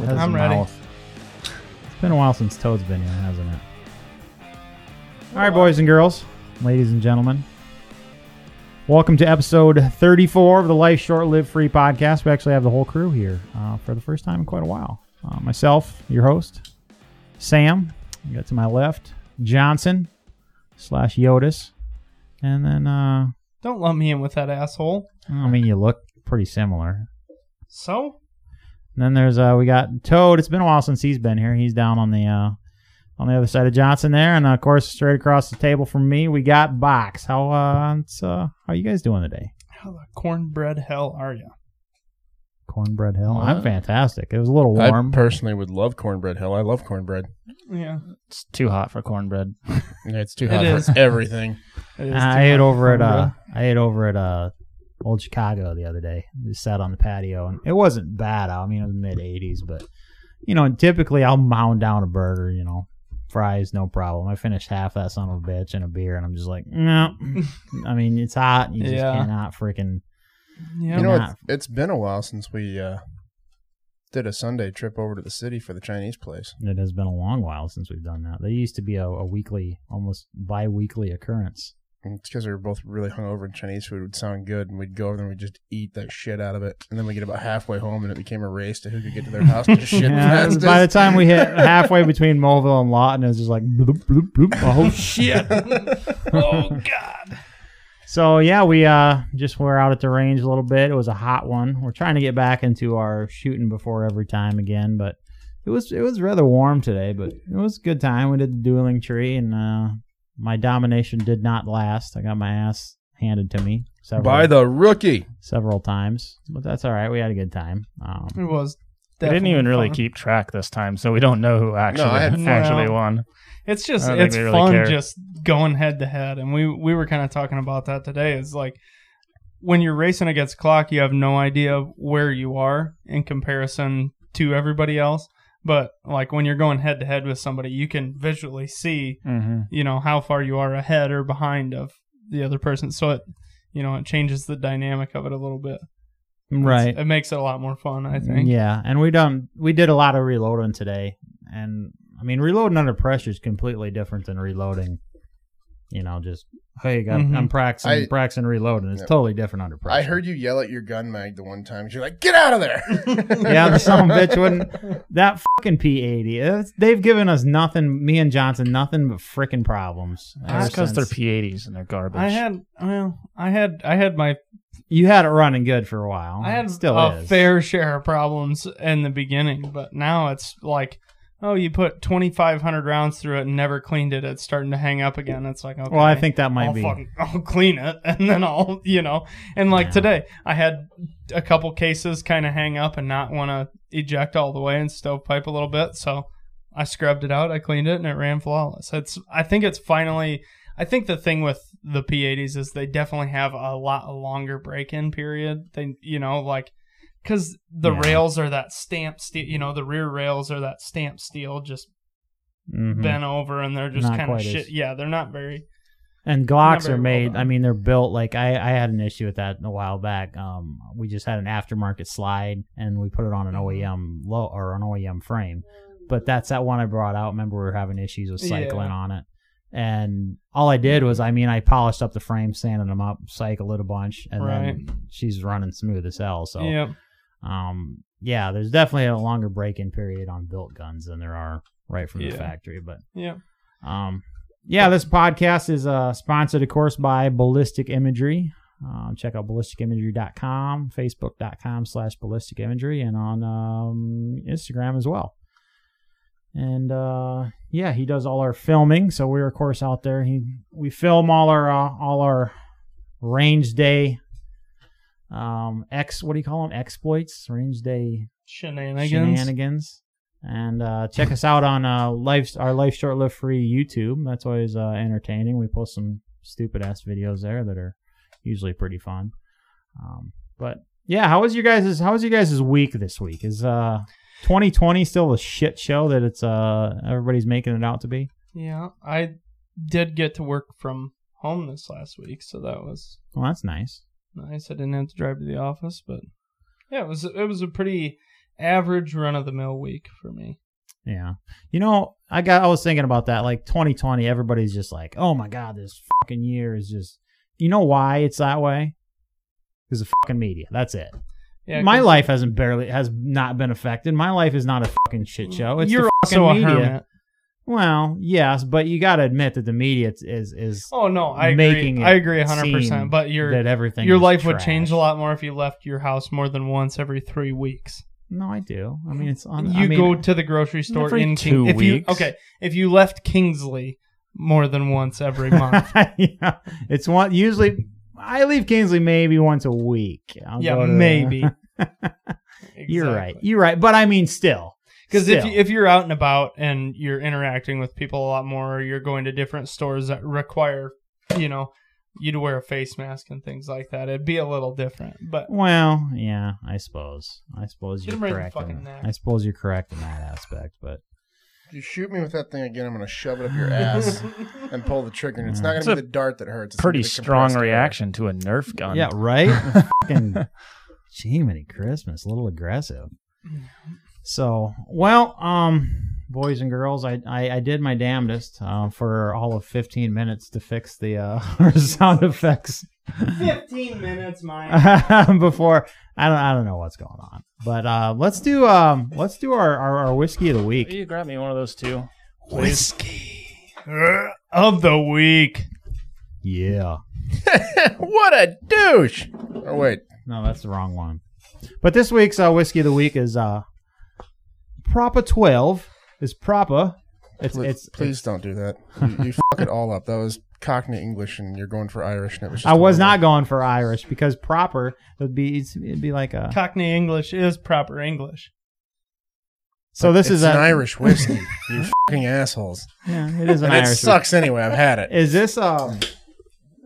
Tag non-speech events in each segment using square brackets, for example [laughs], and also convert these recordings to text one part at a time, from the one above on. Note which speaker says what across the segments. Speaker 1: with his
Speaker 2: I'm ready.
Speaker 1: mouth. It's been a while since Toad's been here, hasn't it? All right, boys and girls, ladies and gentlemen. Welcome to episode 34 of the Life Short Live Free podcast. We actually have the whole crew here uh, for the first time in quite a while. Uh, myself, your host, Sam. You got to my left, Johnson slash Yodis. And then, uh,
Speaker 2: Don't lump me in with that asshole.
Speaker 1: I mean, you look pretty similar.
Speaker 2: So
Speaker 1: And then there's uh we got Toad. It's been a while since he's been here. He's down on the uh on the other side of Johnson there, and uh, of course straight across the table from me we got Box. How uh, it's, uh how you guys doing today?
Speaker 2: how the cornbread hell are you?
Speaker 1: Cornbread Hill.
Speaker 3: Uh,
Speaker 1: I'm fantastic. It was a little
Speaker 3: I
Speaker 1: warm.
Speaker 3: personally would love cornbread. Hell, I love cornbread.
Speaker 2: Yeah,
Speaker 4: It's too hot for cornbread.
Speaker 3: Yeah, It's too
Speaker 2: It
Speaker 3: hot
Speaker 2: is.
Speaker 1: [laughs]
Speaker 3: for everything.
Speaker 2: it is
Speaker 1: I
Speaker 2: too
Speaker 1: ate
Speaker 2: much
Speaker 1: over at uh
Speaker 2: cornbread.
Speaker 1: I ate over at uh old Chicago the other day. Just sat on the patio and it wasn't bad. I mean it was mid eighties, but you know, and typically I'll mound down a burger, you know. Fries, no problem. I finished half that son of a bitch and a beer, and I'm just like,
Speaker 2: [laughs]
Speaker 1: no. I mean, it's hot. You just
Speaker 2: Yeah.
Speaker 1: cannot freaking.
Speaker 2: Yeah. [laughs]
Speaker 4: [laughs]
Speaker 3: You know,
Speaker 1: Nah.
Speaker 3: it's, it's been a while since we uh, did a Sunday trip over to the city for the Chinese place.
Speaker 1: It has been a long while since we've done that. They used to be a, a weekly, almost bi weekly occurrence.
Speaker 3: And It's because we were both really hungover, and Chinese food would sound good, and we'd go over there and we'd just eat that shit out of it. And then we get about halfway home, and it became a race to who could get to
Speaker 1: [laughs]
Speaker 3: their house to shit
Speaker 1: Yeah,
Speaker 3: fastest. [laughs]
Speaker 1: by the time we hit halfway between Mulville and Lawton, it was just like, bloop, bloop, bloop. Oh,
Speaker 2: [laughs]
Speaker 1: shit.
Speaker 2: oh God.
Speaker 1: So yeah, we uh just were out at the range a little bit. It was a hot one. We're trying to get back into our shooting before every time again, but it was it was rather warm today, but it was a good time. We did the dueling tree and uh my domination did not last. I got my ass handed to me several
Speaker 3: By the rookie.
Speaker 1: several times. But that's all right. We had a good time. Um
Speaker 2: It was.
Speaker 4: They didn't even really
Speaker 2: fun.
Speaker 4: keep track this time, so we don't know who actually
Speaker 3: I had-
Speaker 4: actually
Speaker 2: No.
Speaker 4: won.
Speaker 2: It's just
Speaker 4: I don't think
Speaker 2: it's
Speaker 4: they really
Speaker 2: fun
Speaker 4: care.
Speaker 2: just going head to head, and we we were kind of talking about that today. Is like when you're racing against clock, you have no idea where you are in comparison to everybody else. But like when you're going head to head with somebody, you can visually see
Speaker 4: Mm-hmm.
Speaker 2: you know how far you are ahead or behind of the other person. So it you know it changes the dynamic of it a little bit.
Speaker 1: Right.
Speaker 2: It makes it a lot more fun, I think.
Speaker 1: Yeah, and we done we did a lot of reloading today, and I mean reloading under pressure is completely different than reloading. You know, just hey, I'm,
Speaker 2: Mhm.
Speaker 1: I'm practicing,
Speaker 3: Mm-hmm. I-
Speaker 1: practicing reloading. It's
Speaker 3: Yep.
Speaker 1: totally different under pressure.
Speaker 3: I heard you yell at your gun mag the one time. You're like, get out of there.
Speaker 1: [laughs] yeah, the son of a bitch wouldn't. That fucking P80. it's- They've given us nothing. Me and Johnson, nothing but freaking problems.
Speaker 4: That's
Speaker 1: ever
Speaker 4: because they're
Speaker 1: since-
Speaker 4: P80s and they're garbage.
Speaker 2: I had well, I had I had my
Speaker 1: you had it running good for a while.
Speaker 2: I had
Speaker 1: It still
Speaker 2: a
Speaker 1: is.
Speaker 2: fair share of problems in the beginning, but now it's like, oh, you put 2,500 rounds through it and never cleaned it. It's starting to hang up again. It's like, okay.
Speaker 1: Well, I think that might
Speaker 2: I'll
Speaker 1: be.
Speaker 2: fucking [laughs] I'll clean it and then I'll you know and like
Speaker 1: Yeah.
Speaker 2: today I had a couple cases kind of hang up and not want to eject all the way and stovepipe a little bit so I scrubbed it out I cleaned it and it ran flawless it's I think it's finally I think the thing with the P80s is they definitely have a lot longer break in period they you know like because the
Speaker 1: Yeah.
Speaker 2: rails are that stamped steel you know the rear rails are that stamped steel just
Speaker 1: Mhm.
Speaker 2: bent over and they're just
Speaker 1: Not
Speaker 2: kind of
Speaker 1: quite as-
Speaker 2: shit yeah they're not very
Speaker 1: And Glocks
Speaker 2: Not
Speaker 1: are
Speaker 2: very well
Speaker 1: made.
Speaker 2: done.
Speaker 1: I mean, they're built like I, I had an issue with that a while back. Um, we just had an aftermarket slide and we put it on an
Speaker 2: Mm-hmm.
Speaker 1: OEM low or an OEM frame, but that's that one I brought out. Remember, we were having issues with cycling
Speaker 2: Yeah.
Speaker 1: on it, and all I did was, I mean, I polished up the frame, sanded them up, cycled it a bunch, and then she's running smooth as hell. So,
Speaker 2: yep
Speaker 1: um, yeah, there's definitely a longer break-in period on built guns than there are right from the
Speaker 2: Yeah.
Speaker 1: factory, but.
Speaker 2: yep
Speaker 1: Um, yeah, this podcast is uh, sponsored, of course, by Ballistic Imagery. Um, check out ballisticimagery.com, facebook.com slash ballistic imagery, and on um, Instagram as well. And uh, yeah, he does all our filming. So we're of course out there. He we film all our uh, all our range day um, ex what do you call them exploits range day
Speaker 2: shenanigans.
Speaker 1: shenanigans. And uh, check us out on uh, life our life short live free YouTube. That's always uh, entertaining. We post some stupid ass videos there that are usually pretty fun. Um, but yeah, how was your guys' how was your guys' week this week? Is uh 2020 still a shit show that it's uh everybody's making it out to be?
Speaker 2: Yeah, I did get to work from home this last week, so that was
Speaker 1: Well, that's nice.
Speaker 2: nice. I didn't have to drive to the office, but yeah, it was it was a pretty average run of the mill week for me.
Speaker 1: Yeah. You know, I got I was thinking about that. Like 2020, everybody's just like, oh my god, this fucking year is just. You know why it's that way? Because of fucking media. That's it.
Speaker 2: Yeah,
Speaker 1: my
Speaker 2: 'cause
Speaker 1: life hasn't barely has not been affected. My life is not a fucking shit show. It's
Speaker 2: Mm, you're
Speaker 1: the fucking
Speaker 2: also a
Speaker 1: media.
Speaker 2: hermit.
Speaker 1: Well, yes, but you got to admit that the media is is, is
Speaker 2: Oh no, I
Speaker 1: Making it
Speaker 2: agree. I agree 100.
Speaker 1: seem
Speaker 2: percent But your
Speaker 1: that everything.
Speaker 2: your
Speaker 1: is
Speaker 2: life would
Speaker 1: trash.
Speaker 2: change a lot more if you left your house more than once every three weeks.
Speaker 1: No, I do. I mean, it's on.
Speaker 2: you
Speaker 1: I mean, [laughs]
Speaker 2: go to the grocery store
Speaker 4: Every
Speaker 2: in King-
Speaker 4: two
Speaker 2: if you
Speaker 4: weeks.
Speaker 2: okay if you left Kingsley more than once every month.
Speaker 1: yeah, it's one. Usually, I leave Kingsley maybe once a week. I'll
Speaker 2: yeah,
Speaker 1: go to-
Speaker 2: [laughs] maybe.
Speaker 1: You're right. You're right. But I mean, still,
Speaker 2: Because if,
Speaker 1: Still.
Speaker 2: you- if you're out and about and you're interacting with people a lot more, or you're going to different stores that require, you know, you to wear a face mask and things like that, it'd be a little different. But
Speaker 1: well, yeah, I suppose. I suppose
Speaker 2: Get
Speaker 1: you're
Speaker 2: him right in the
Speaker 1: correct.
Speaker 2: fucking
Speaker 1: In,
Speaker 2: neck.
Speaker 1: I suppose you're correct in that aspect, but
Speaker 3: If [laughs] you shoot me with that thing again, I'm gonna shove it up your
Speaker 2: [laughs]
Speaker 3: ass and pull the trigger. And it's
Speaker 1: Mm.
Speaker 3: not gonna
Speaker 4: It's
Speaker 3: be
Speaker 4: a
Speaker 3: the dart that hurts. It's gonna
Speaker 4: Pretty
Speaker 3: be the
Speaker 4: strong
Speaker 3: compressed air.
Speaker 4: reaction to a Nerf gun. [laughs]
Speaker 1: yeah, right.
Speaker 2: [laughs]
Speaker 1: Fucking Jiminy Christmas, a little aggressive.
Speaker 2: Mm-hmm.
Speaker 1: So, well, um, boys and girls, I I, I did my damnedest uh, for all of 15 minutes to fix the uh, [laughs] sound effects. [laughs]
Speaker 2: 15 minutes, mine.
Speaker 1: before I don't I don't know what's going on. But uh, let's do um let's do our, our, our whiskey of the
Speaker 4: Will
Speaker 1: week.
Speaker 4: you grab me one of those two?
Speaker 2: Whiskey [laughs] of the week.
Speaker 1: Yeah.
Speaker 3: [laughs] what a douche! Oh wait,
Speaker 1: No, that's the wrong one. But this week's uh, whiskey of the week is uh Propa twelve is Propa. It's
Speaker 3: please,
Speaker 1: it's
Speaker 3: please don't
Speaker 1: [laughs]
Speaker 3: do that. You, you fuck it all up. That was Cockney English, and you're going for Irish, and it was. Just
Speaker 1: I was
Speaker 3: horrible.
Speaker 1: not going for Irish because proper would be it's- it'd be like a
Speaker 2: Cockney English is proper English.
Speaker 1: so this
Speaker 3: It's
Speaker 1: is
Speaker 3: an
Speaker 1: a
Speaker 3: Irish whiskey.
Speaker 1: [laughs]
Speaker 3: you fucking assholes.
Speaker 1: yeah, it is an
Speaker 3: And it
Speaker 1: Irish.
Speaker 3: sucks anyway. I've
Speaker 1: [laughs]
Speaker 3: had it.
Speaker 1: Is this um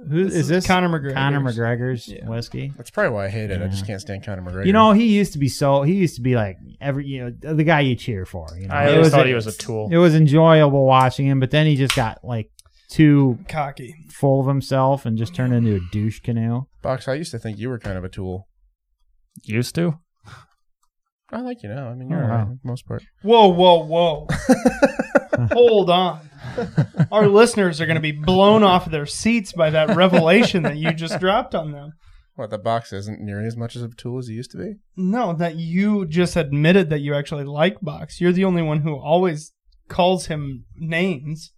Speaker 1: who
Speaker 2: This
Speaker 1: is
Speaker 2: is
Speaker 1: this
Speaker 2: Conor McGregor's.
Speaker 1: Conor McGregor's
Speaker 2: Yeah.
Speaker 1: whiskey?
Speaker 3: That's probably why I hate it. I just can't stand Conor McGregor.
Speaker 1: You know, he used to be so. He used to be like every, you know, the guy you cheer for. You know,
Speaker 4: I
Speaker 1: It
Speaker 4: always
Speaker 1: was-
Speaker 4: thought he was a tool.
Speaker 1: It was enjoyable watching him, but then he just got like too
Speaker 2: Cocky.
Speaker 1: full of himself and just turned into a douche canoe.
Speaker 3: Box. I used to think you were kind of a tool.
Speaker 4: Used to.
Speaker 3: I like you now. I mean, you're
Speaker 1: Oh,
Speaker 3: all right
Speaker 1: wow.
Speaker 3: for the most part.
Speaker 2: Whoa, whoa,
Speaker 1: [laughs]
Speaker 2: whoa. Hold on. Our listeners are going to be blown off their seats by that revelation that you just dropped on them.
Speaker 3: What the box isn't nearly as much as a tool as he used to be.
Speaker 2: No, that you just admitted that you actually like Box. You're the only one who always calls him names.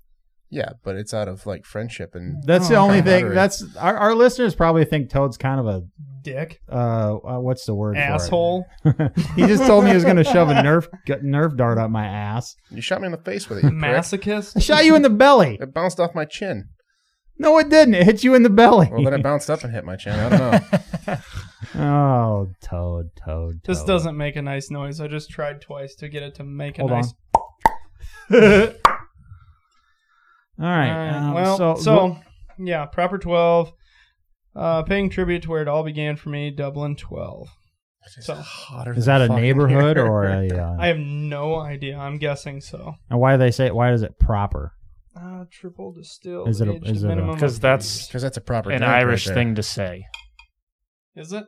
Speaker 3: Yeah, but it's out of like friendship and
Speaker 1: That's the
Speaker 2: Oh,
Speaker 1: only
Speaker 3: okay.
Speaker 1: thing. That's our, our listeners probably think Toad's kind of a
Speaker 2: Dick.
Speaker 1: uh, uh what's the word? for it?
Speaker 2: Asshole.
Speaker 1: he just told me he was
Speaker 2: [laughs]
Speaker 1: going to shove a nerf gu- nerf dart up my ass.
Speaker 3: you shot me in the face with
Speaker 1: [laughs]
Speaker 3: it. you prick.
Speaker 1: I
Speaker 2: Masochist.
Speaker 1: shot you in the belly.
Speaker 3: It bounced off my chin.
Speaker 1: No, it didn't. It hit you in the belly.
Speaker 3: Well, then [laughs] it bounced up and hit my chin. I don't know.
Speaker 1: oh, Toad, Toad.
Speaker 2: This
Speaker 1: Toad.
Speaker 2: doesn't make a nice noise. I just tried twice to get it to make a
Speaker 1: Hold
Speaker 2: nice.
Speaker 1: All right. um,
Speaker 2: well, so,
Speaker 1: so,
Speaker 2: yeah, proper 12. Uh, paying tribute to where it all began for me, Dublin 12.
Speaker 3: [laughs] It's
Speaker 2: So-
Speaker 3: hotter
Speaker 1: Is
Speaker 3: than
Speaker 1: that a
Speaker 3: fucking
Speaker 1: neighborhood
Speaker 3: here.
Speaker 1: or
Speaker 3: [laughs]
Speaker 1: a? Uh,
Speaker 2: I have no idea. I'm guessing so.
Speaker 1: and why do they say? Why does it proper?
Speaker 2: Uh, triple distilled.
Speaker 1: Is it a-
Speaker 2: aged
Speaker 1: is it a-
Speaker 2: minimum of
Speaker 4: Because
Speaker 2: three
Speaker 4: that's
Speaker 3: Because that's a proper
Speaker 4: an
Speaker 3: drink right
Speaker 4: Irish
Speaker 3: there.
Speaker 4: thing to say.
Speaker 2: years. Is it?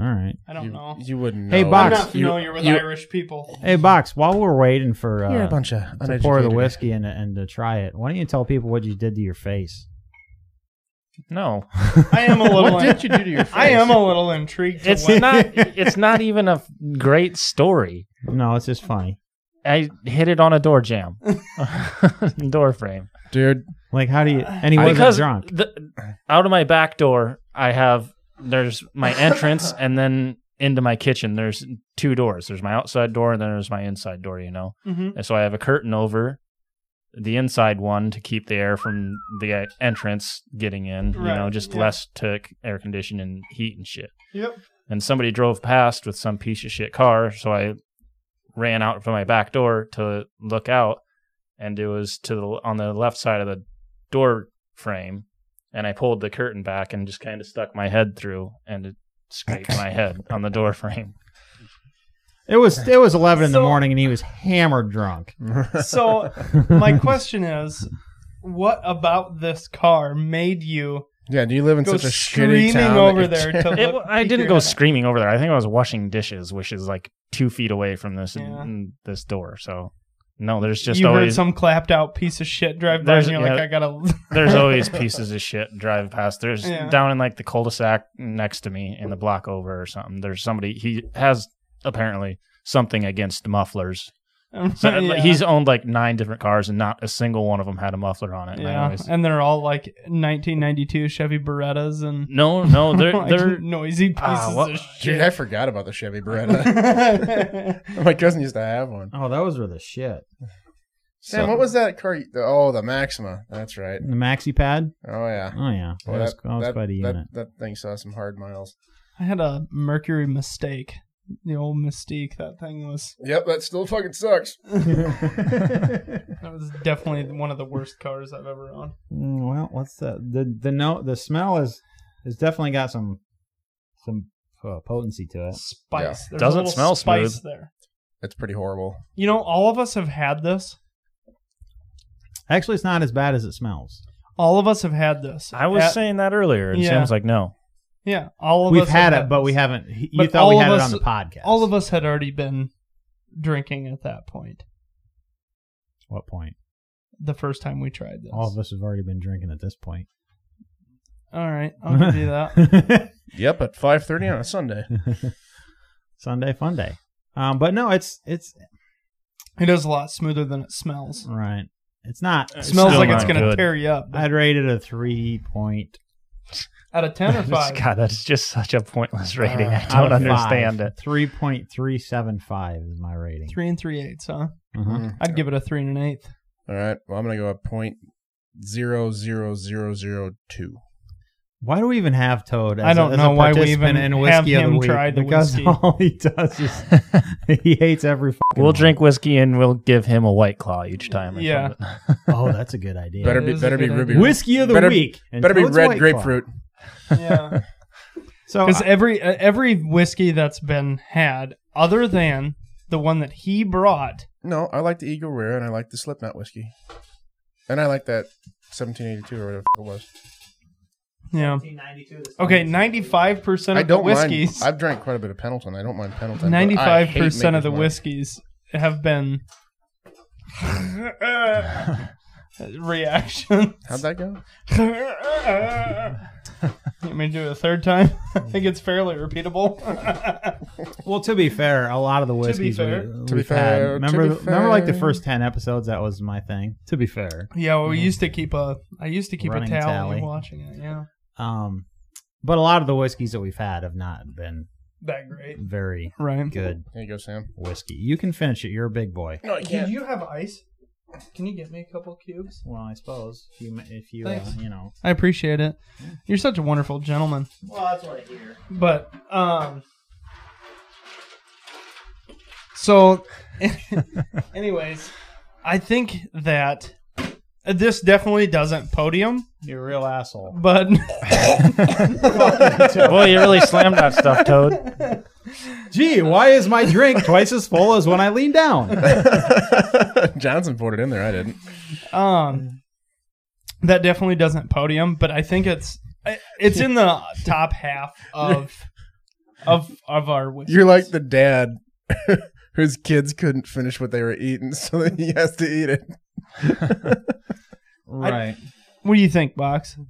Speaker 1: All right.
Speaker 2: I don't
Speaker 3: you,
Speaker 2: know.
Speaker 3: You wouldn't.
Speaker 1: Hey,
Speaker 3: know.
Speaker 2: I'm
Speaker 1: Box,
Speaker 2: not
Speaker 3: You-
Speaker 2: familiar with
Speaker 3: you-
Speaker 2: Irish people.
Speaker 1: Hey, box. While we're waiting for
Speaker 3: You're a
Speaker 1: uh,
Speaker 3: bunch of
Speaker 1: to pour the
Speaker 3: uneducated-
Speaker 1: whiskey and and to try it, why don't you tell people what you did to your face?
Speaker 4: No,
Speaker 2: [laughs] I am a little.
Speaker 3: What did you do to your face?
Speaker 2: I am a little intrigued. to
Speaker 4: it's
Speaker 2: what-
Speaker 4: not. It's not even a great story.
Speaker 1: No, it's just funny.
Speaker 4: I hit it on a door jam, [laughs] door frame.
Speaker 3: dude.
Speaker 1: Like, how do you? And
Speaker 3: Uh,
Speaker 1: he wasn't
Speaker 4: because
Speaker 1: drunk.
Speaker 4: the- out of my back door, I have there's my entrance, and then into my kitchen. There's two doors. There's my outside door, and then there's my inside door. You know,
Speaker 2: Mhm.
Speaker 4: and so I have a curtain over the inside one to keep the air from the uh, entrance getting in. You know,
Speaker 2: Right,
Speaker 4: just
Speaker 2: yeah.
Speaker 4: less to c- air condition and heat and shit.
Speaker 2: Yep.
Speaker 4: and somebody drove past with some piece of shit car. So I ran out from my back door to look out, and it was to the on the left side of the door frame, and I pulled the curtain back and just kind of stuck my head through and it scraped my head on the door frame.
Speaker 1: It was it was eleven in the
Speaker 2: So-
Speaker 1: morning, and he was hammered
Speaker 3: [laughs]
Speaker 1: drunk.
Speaker 2: So my question is, what about this car made you
Speaker 3: Yeah, do you live in
Speaker 2: Go
Speaker 3: such a shitty
Speaker 2: screaming
Speaker 3: town?
Speaker 2: over
Speaker 3: that you
Speaker 2: there to
Speaker 3: can't-
Speaker 4: [laughs] [laughs] It,
Speaker 2: Look,
Speaker 4: I
Speaker 2: peek
Speaker 4: didn't
Speaker 2: your
Speaker 4: go
Speaker 2: head out.
Speaker 4: screaming over there. I think I was washing dishes, which is like two feet away from this
Speaker 2: Yeah.
Speaker 4: this door. So no, there's just
Speaker 2: you heard
Speaker 4: always
Speaker 2: some clapped out piece of shit drive by,
Speaker 4: There's-
Speaker 2: and you're like,
Speaker 4: yeah.
Speaker 2: I [laughs] gotta.
Speaker 4: there's always pieces of shit drive past. There's
Speaker 2: Yeah.
Speaker 4: down in like the cul-de-sac next to me in the block over or something. There's somebody he has apparently something against mufflers. So
Speaker 2: [laughs] Yeah.
Speaker 4: he's owned like nine different cars and not a single one of them had a muffler on it. And I
Speaker 2: Yeah,
Speaker 4: always-
Speaker 2: and they're all like 1992 Chevy Berettas and
Speaker 4: no,
Speaker 2: [laughs]
Speaker 4: no, they're
Speaker 2: like
Speaker 4: they're
Speaker 2: noisy pieces
Speaker 4: Ah, what- [laughs]
Speaker 2: of
Speaker 3: [laughs] Dude, I
Speaker 2: shit.
Speaker 3: forgot about the Chevy Beretta. [laughs] My cousin used to have one.
Speaker 1: Oh, those were the shit.
Speaker 3: Sam,
Speaker 4: So-
Speaker 3: what was that car? you- Oh, the Maxima. That's right.
Speaker 1: The maxi pad.
Speaker 3: Oh yeah.
Speaker 1: Oh yeah,
Speaker 3: Well,
Speaker 1: that was, that was
Speaker 3: that,
Speaker 1: quite a
Speaker 3: that-
Speaker 1: unit.
Speaker 3: that thing saw some hard miles.
Speaker 2: [laughs] I had a Mercury mistake. The old Mystique. That thing was
Speaker 3: Yep, that still fucking sucks. [laughs]
Speaker 2: that was definitely one of the worst cars I've ever owned.
Speaker 1: Mm, well, what's that? The the note, the smell is is definitely got some some uh, potency to it.
Speaker 2: Spice. There's a
Speaker 4: Doesn't
Speaker 2: little
Speaker 4: smell
Speaker 2: spice
Speaker 4: smooth.
Speaker 2: there.
Speaker 3: That's pretty horrible.
Speaker 2: You know, all of us have had this.
Speaker 1: Actually, it's not as bad as it smells.
Speaker 2: All of us have had this.
Speaker 4: I was
Speaker 2: At-
Speaker 4: saying that earlier and
Speaker 2: Yeah.
Speaker 4: Sam's like, no.
Speaker 2: yeah. All of
Speaker 1: We've
Speaker 2: us
Speaker 1: had
Speaker 2: have
Speaker 1: it, but we
Speaker 2: this.
Speaker 1: haven't. You
Speaker 2: But
Speaker 1: thought we
Speaker 2: all of
Speaker 1: had it on
Speaker 2: us-
Speaker 1: the podcast.
Speaker 2: All of us had already been drinking at that point.
Speaker 1: What point?
Speaker 2: The first time we tried this.
Speaker 1: All of us have already been drinking at this point. [laughs]
Speaker 2: All right, I'll give you that.
Speaker 3: Yep, at five thirty on a Sunday.
Speaker 1: Sunday fun day. Um, but no, it's it's
Speaker 2: It is a lot smoother than it smells.
Speaker 1: right. It's not.
Speaker 4: It
Speaker 2: It smells
Speaker 4: still
Speaker 2: like it's
Speaker 4: not
Speaker 2: gonna
Speaker 4: good.
Speaker 2: tear you up. but
Speaker 1: I'd rate it a three
Speaker 2: [laughs]
Speaker 1: point
Speaker 2: Out
Speaker 1: [laughs]
Speaker 2: of ten or five.
Speaker 4: God, that's just such a pointless rating.
Speaker 1: uh,
Speaker 4: I
Speaker 1: out
Speaker 4: don't
Speaker 1: of
Speaker 4: understand
Speaker 1: five.
Speaker 4: it.
Speaker 1: Three point three seven five is my rating.
Speaker 2: Three and three eighths, huh?
Speaker 1: Uh-huh.
Speaker 3: Mm.
Speaker 2: I'd give it a three and an
Speaker 1: [laughs]
Speaker 2: eighth.
Speaker 3: All right. Well, I'm gonna go up point zero zero zero zero two.
Speaker 1: Why do we even have Toad? As
Speaker 2: I don't
Speaker 1: a, as
Speaker 2: know
Speaker 1: a
Speaker 2: why we
Speaker 1: participant
Speaker 2: even
Speaker 1: in
Speaker 2: have
Speaker 1: whiskey of
Speaker 2: him
Speaker 1: the week
Speaker 2: try the
Speaker 1: because
Speaker 2: whiskey.
Speaker 1: all he does is [laughs]
Speaker 2: [laughs]
Speaker 1: he hates every. fucking
Speaker 4: We'll
Speaker 1: one.
Speaker 4: drink whiskey and we'll give him a white claw each time. or
Speaker 2: Yeah.
Speaker 4: something.
Speaker 1: Oh, that's a good idea.
Speaker 3: Better
Speaker 2: That
Speaker 3: be
Speaker 2: is a
Speaker 3: better be
Speaker 2: good idea.
Speaker 3: ruby. red.
Speaker 1: whiskey of the
Speaker 3: Better-
Speaker 1: week. and
Speaker 3: Better be
Speaker 1: Toad's White Claw.
Speaker 3: red grapefruit.
Speaker 2: Yeah,
Speaker 1: So
Speaker 2: because
Speaker 1: I,
Speaker 2: every uh, every whiskey that's been had, other than the one that he brought,
Speaker 3: No, I like the Eagle Rare and I like the Slipknot whiskey, and I like that 1782 or whatever the f- it was.
Speaker 2: yeah. Okay, ninety five percent
Speaker 3: I
Speaker 2: of the
Speaker 3: don't mind.
Speaker 2: whiskeys,
Speaker 3: I've drank quite a bit of Pendleton. I don't mind Pendleton. but I
Speaker 2: ninety
Speaker 3: hate
Speaker 2: five percent of
Speaker 3: Maker's
Speaker 2: the
Speaker 3: Mark.
Speaker 2: whiskeys
Speaker 1: [laughs]
Speaker 2: have been reaction.
Speaker 3: How'd that go?
Speaker 2: Let me do it a third time. [laughs] I think it's fairly repeatable. [laughs]
Speaker 1: well, to be fair, a lot of the whiskeys
Speaker 2: fair.
Speaker 1: we,
Speaker 3: To
Speaker 1: we've
Speaker 3: be
Speaker 1: had.
Speaker 3: fair, to
Speaker 1: Remember,
Speaker 3: be
Speaker 1: the- remember, like the
Speaker 3: fair.
Speaker 1: first ten episodes, that was my thing. To be fair,
Speaker 2: yeah, well, we used to keep a. I used to keep
Speaker 1: Mm. Running
Speaker 2: a tally,
Speaker 1: tally.
Speaker 2: watching it. Yeah,
Speaker 1: um, but a lot of the whiskeys that we've had have not been
Speaker 2: that great.
Speaker 1: very
Speaker 2: Right.
Speaker 1: good
Speaker 3: There you go,
Speaker 2: [laughs]
Speaker 3: Sam. [laughs]
Speaker 2: um, [laughs]
Speaker 3: uh,
Speaker 4: [laughs]
Speaker 3: [laughs]
Speaker 2: um,
Speaker 3: [laughs] [laughs]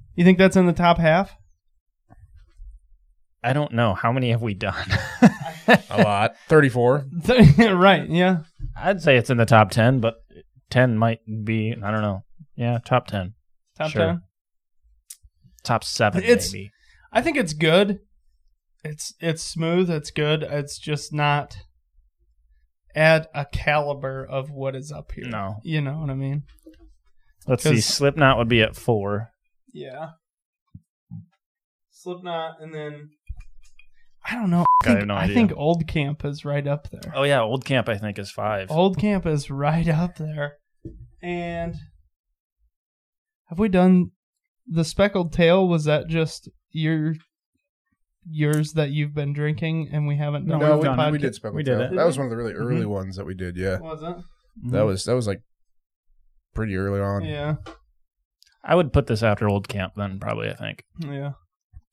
Speaker 2: [laughs] [laughs] Mm-hmm.
Speaker 4: [laughs] Oh, I would put this after old camp then probably. I think
Speaker 2: Yeah.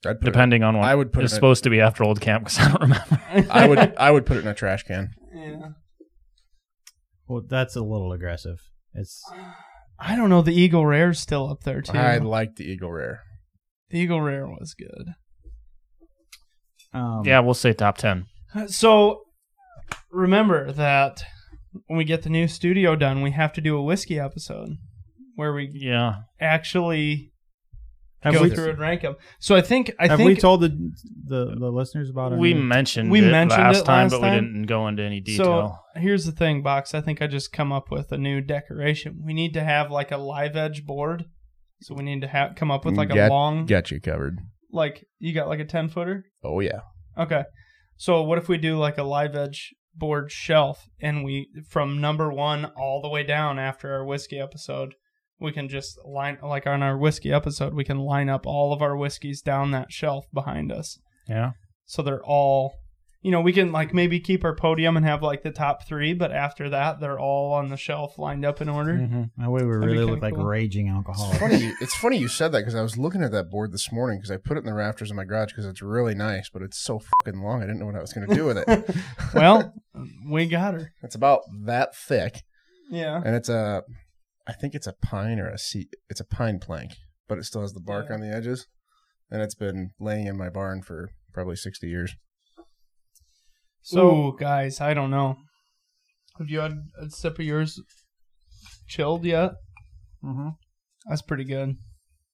Speaker 3: I'd put it,
Speaker 4: depending on what
Speaker 3: I would put
Speaker 4: it's
Speaker 3: it in-
Speaker 4: supposed to be after old camp [laughs] because I don't remember.
Speaker 3: I would I would put it in a trash can.
Speaker 2: Yeah.
Speaker 1: Well, that's a little aggressive. It's
Speaker 2: I don't know. The Eagle Rare's still up there too.
Speaker 3: I like the Eagle Rare.
Speaker 2: the Eagle Rare was good.
Speaker 1: um,
Speaker 3: Um,
Speaker 4: yeah, we'll say top ten.
Speaker 2: So remember that when we get the new studio done, we have to do a whiskey episode where we
Speaker 4: Yeah,
Speaker 2: actually
Speaker 1: Have
Speaker 2: go
Speaker 1: we-
Speaker 2: through and rank them. So I think I
Speaker 1: Have
Speaker 2: think
Speaker 1: we told the, the the listeners about our
Speaker 4: we
Speaker 1: new-
Speaker 4: mentioned
Speaker 2: We
Speaker 4: it
Speaker 2: mentioned
Speaker 4: last
Speaker 2: it
Speaker 4: time,
Speaker 2: last
Speaker 4: but we
Speaker 2: time.
Speaker 4: didn't go into any detail.
Speaker 2: So here's the thing, box. I think I just come up with a new decoration. We need to have like a live edge board. So we need to have come
Speaker 1: Mm,
Speaker 2: up with like a
Speaker 3: Got-
Speaker 2: long
Speaker 3: Got you covered.
Speaker 2: like you got like a ten footer.
Speaker 3: Oh yeah.
Speaker 2: Okay. So what if we do like a live edge board shelf and we from number one all the way down after our whiskey episode, we can just line like on our whiskey episode, we can line up all of our whiskeys down that shelf behind us.
Speaker 4: yeah,
Speaker 2: So they're all you know, we can like maybe keep our podium and have like the top three, but after that they're all on the shelf lined up in order.
Speaker 4: Mm-hmm.
Speaker 1: That way we
Speaker 2: be
Speaker 1: really
Speaker 2: kinda
Speaker 1: look like
Speaker 2: cool.
Speaker 1: raging
Speaker 3: It's
Speaker 1: alcoholics.
Speaker 3: funny. You, it's funny you said that because I was looking at that board this morning because I put it in the rafters in my garage because it's really nice, but it's so fucking long. I didn't know what I was going to do with it.
Speaker 2: [laughs] well, we got her.
Speaker 3: it's about that thick,
Speaker 2: Yeah.
Speaker 3: and it's a, I think it's a pine or a sea. It's a pine plank, but it still has the bark
Speaker 2: Yeah.
Speaker 3: on the edges, and it's been laying in my barn for probably sixty years.
Speaker 2: So guys, I don't know. Have you had a sip of yours chilled yet?
Speaker 3: Mm-hmm.
Speaker 1: Mhm.
Speaker 2: That's pretty good.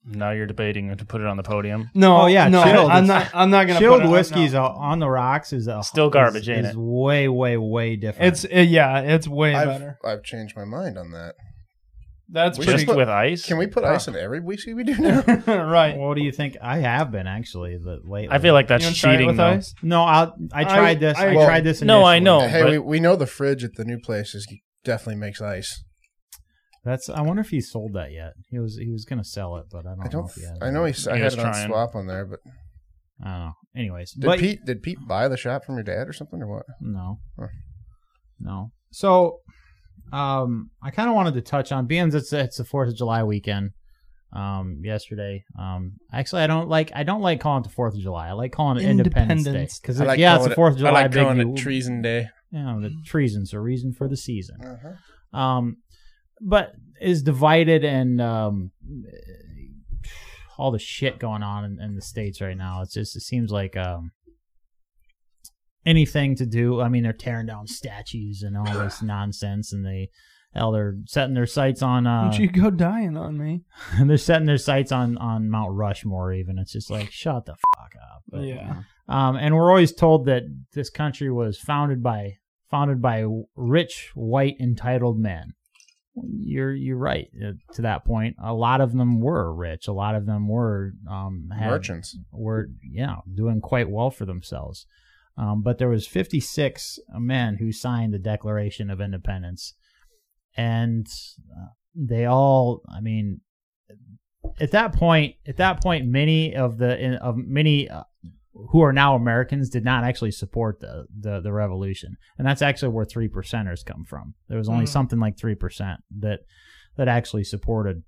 Speaker 4: Now you're debating to put it on the podium.
Speaker 2: No,
Speaker 1: Oh, yeah,
Speaker 2: no,
Speaker 1: chilled
Speaker 2: I'm
Speaker 1: is-
Speaker 2: not. I'm not gonna put
Speaker 1: Chilled
Speaker 2: it-
Speaker 1: whiskeys
Speaker 2: no.
Speaker 1: on, uh, on the rocks is a,
Speaker 4: Still garbage,
Speaker 1: is,
Speaker 4: ain't
Speaker 1: is
Speaker 4: it?
Speaker 1: way, way, way different.
Speaker 2: It's uh, yeah, it's way
Speaker 3: I've,
Speaker 2: better.
Speaker 3: I've changed my mind on that.
Speaker 2: That's
Speaker 3: We
Speaker 2: pretty
Speaker 4: Just
Speaker 3: put-
Speaker 2: good.
Speaker 4: with ice.
Speaker 3: Can we put
Speaker 4: Huh.
Speaker 3: ice in every whiskey we
Speaker 1: [laughs]
Speaker 3: do now?
Speaker 2: [laughs] right.
Speaker 1: what do you think? I have been actually the lately.
Speaker 4: I feel like that's
Speaker 2: You wanna try it
Speaker 4: cheating
Speaker 2: with
Speaker 4: though.
Speaker 2: ice?
Speaker 1: no. I I
Speaker 2: I-
Speaker 1: tried this. I,
Speaker 2: I-
Speaker 1: tried this.
Speaker 4: No, I
Speaker 1: initially.
Speaker 4: know.
Speaker 3: hey,
Speaker 4: but-
Speaker 3: we, we know the fridge at the new place is definitely makes ice.
Speaker 1: That's. I wonder if he sold that yet. He was he was gonna sell it, but I don't.
Speaker 3: I
Speaker 1: know
Speaker 3: don't.
Speaker 1: if Oh, he has
Speaker 3: I know
Speaker 1: it.
Speaker 3: he. s- I
Speaker 4: He
Speaker 3: had
Speaker 4: was
Speaker 3: it on
Speaker 4: trying.
Speaker 3: swap on there, but
Speaker 1: I don't know. Anyways,
Speaker 3: Did
Speaker 1: but
Speaker 3: Pete did Pete buy the shop from your dad or something or what?
Speaker 1: No.
Speaker 3: Huh.
Speaker 1: No. So um I kind of wanted to touch on being it's it's the 4th of July weekend um yesterday. Um actually I don't like I don't like calling it the 4th of July. I like calling it Independence,
Speaker 2: Independence.
Speaker 1: Day cuz
Speaker 3: I like
Speaker 1: yeah, it's
Speaker 3: calling
Speaker 1: the 4th of July
Speaker 3: I like
Speaker 1: big
Speaker 3: calling
Speaker 1: new-
Speaker 3: it Treason Day.
Speaker 1: Yeah, the treason's a reason for the season
Speaker 3: Uh-huh.
Speaker 1: um, but is divided and um, all the shit going on in, in the states right now. It's just it seems like um, anything to do. I mean, they're tearing down statues and all
Speaker 2: [sighs]
Speaker 1: this nonsense, and they hell they're setting their sights on. Uh,
Speaker 2: Don't you go dying on me?
Speaker 1: [laughs] they're setting their sights on on Mount Rushmore. Even it's just like shut the fuck up. But,
Speaker 2: Yeah.
Speaker 1: um, and we're always told that this country was founded by founded by rich white entitled men. You're you're right uh, to that point. A lot of them were rich. A lot of them were um, had,
Speaker 3: Merchants.
Speaker 1: were yeah doing quite well for themselves. Um, but there was 56 men who signed the Declaration of Independence, and uh, they all, I mean, at that point, at that point, many of the in, of many uh, who are now Americans did not actually support the the, the revolution, and that's actually where three percenters come from. There was only
Speaker 2: Mhm.
Speaker 1: something like three percent that that actually supported